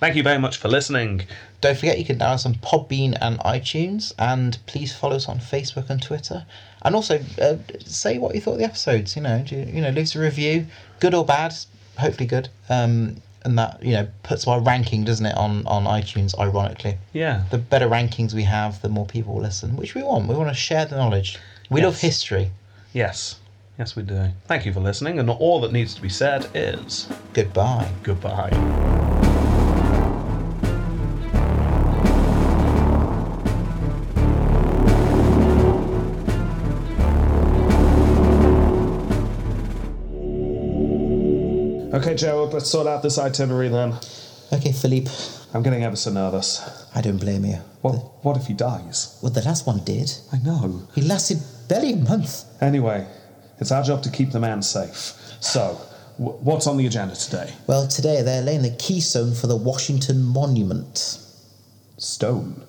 Speaker 3: Thank you very much for listening.
Speaker 2: Don't forget you can download us on Podbean and iTunes, and please follow us on Facebook and Twitter. And also uh, say what you thought of the episodes. You know, do you, you know, leave us a review, good or bad, hopefully good. Um, and that you know puts our ranking, doesn't it, on on iTunes? Ironically,
Speaker 3: Yeah.
Speaker 2: the better rankings we have, the more people will listen, which we want. We want to share the knowledge. We love
Speaker 3: Yes.
Speaker 2: history.
Speaker 3: yes.
Speaker 4: Yes, we do. Thank you for listening, and all that needs to be said is
Speaker 2: Goodbye.
Speaker 4: goodbye.
Speaker 3: Okay, Gerald, let's sort out this itinerary then.
Speaker 2: Okay, Philippe,
Speaker 3: I'm getting ever so nervous.
Speaker 2: I don't blame you.
Speaker 3: What, what if he dies?
Speaker 2: Well, the last one did.
Speaker 3: I know.
Speaker 2: He lasted barely a month.
Speaker 3: Anyway, it's our job to keep the man safe. So, w- what's on the agenda today?
Speaker 2: Well, today they're laying the keystone for the Washington Monument.
Speaker 3: Stone.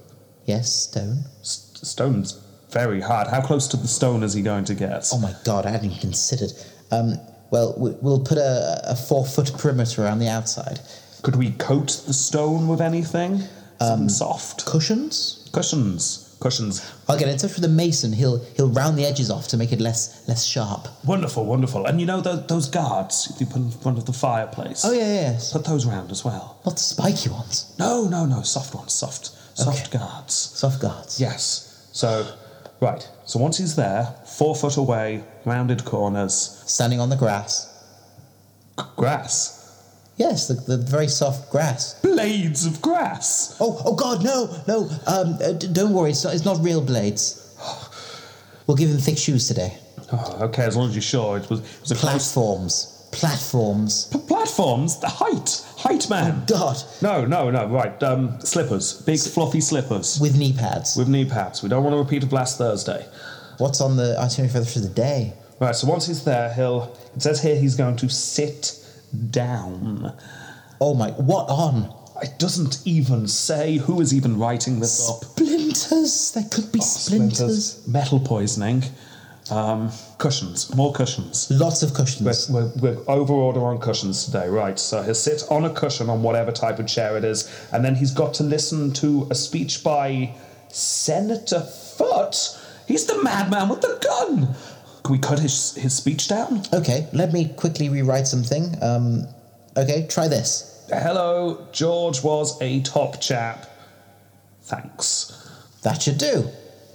Speaker 2: Yes, stone.
Speaker 3: S- stone's very hard. How close to the stone is he going to get?
Speaker 2: Oh my god, I hadn't even considered. Um, well, we- we'll put a, a four foot perimeter around the outside.
Speaker 3: Could we coat the stone with anything? Something
Speaker 2: Um,
Speaker 3: soft.
Speaker 2: Cushions?
Speaker 3: Cushions. Cushions.
Speaker 2: I'll get in touch with the mason. He'll he'll round the edges off to make it less less sharp.
Speaker 3: Wonderful, wonderful. And you know those, those guards you put in front of the fireplace?
Speaker 2: Oh yeah, yeah, yeah.
Speaker 3: Put those round as well.
Speaker 2: Not the spiky ones.
Speaker 3: No, no, no. Soft ones. Soft. Soft
Speaker 2: Okay.
Speaker 3: guards.
Speaker 2: Soft guards.
Speaker 3: Yes. So, right. So once he's there, four foot away, rounded corners,
Speaker 2: Standing on the grass.
Speaker 3: g- grass,
Speaker 2: Yes, the, the very soft grass.
Speaker 3: blades of grass.
Speaker 2: Oh, oh God, no, no. Um, uh, d- don't worry, it's not, it's not real blades. We'll give him thick shoes today.
Speaker 3: Oh, okay, as long as you're sure it was, it was a close.
Speaker 2: Platforms, platforms. Oh,
Speaker 3: P- platforms, the height, height man.
Speaker 2: God,
Speaker 3: No, no, no. Right. Um, slippers, big fluffy slippers
Speaker 2: with knee pads.
Speaker 3: with knee pads. We don't want to repeat of last Thursday.
Speaker 2: What's on the itinerary for the, for the day?
Speaker 3: Right. So once he's there, he'll. It says here he's going to sit down.
Speaker 2: Oh my, what on?
Speaker 3: It doesn't even say who is even writing this up.
Speaker 2: Splinters. There could be Oh, splinters.
Speaker 3: metal poisoning, um, cushions, more cushions.
Speaker 2: Lots of
Speaker 3: We're,
Speaker 2: cushions.
Speaker 3: we're, we're over order on cushions today, right? So he'll sit on a cushion on whatever type of chair it is, and then he's got to listen to a speech by Senator Foote. He's the madman with the gun. Can we cut his his speech down?
Speaker 2: Okay, let me quickly rewrite something. Um, okay, try this.
Speaker 3: Hello, George was a top chap. Thanks.
Speaker 2: That should do.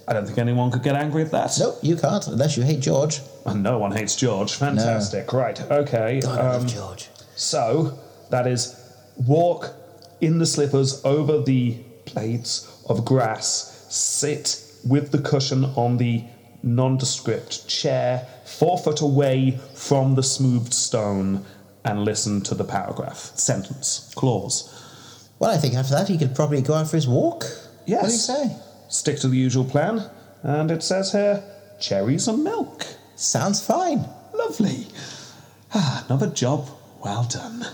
Speaker 3: I don't think anyone could get angry at that.
Speaker 2: Nope, you can't unless you hate George.
Speaker 3: And no one hates George. Fantastic. Right. Okay.
Speaker 2: God, I
Speaker 3: um,
Speaker 2: love George.
Speaker 3: So that is walk in the slippers over the blades of grass, sit with the cushion on the nondescript chair, four foot away from the smoothed stone, and listen to the paragraph, sentence, clause.
Speaker 2: Well, I think after that he could probably go out for his walk.
Speaker 3: Yes.
Speaker 2: What do you say?
Speaker 3: Stick to the usual plan, and it says here cherries and milk.
Speaker 2: Sounds fine.
Speaker 3: Lovely. Ah, another job well done.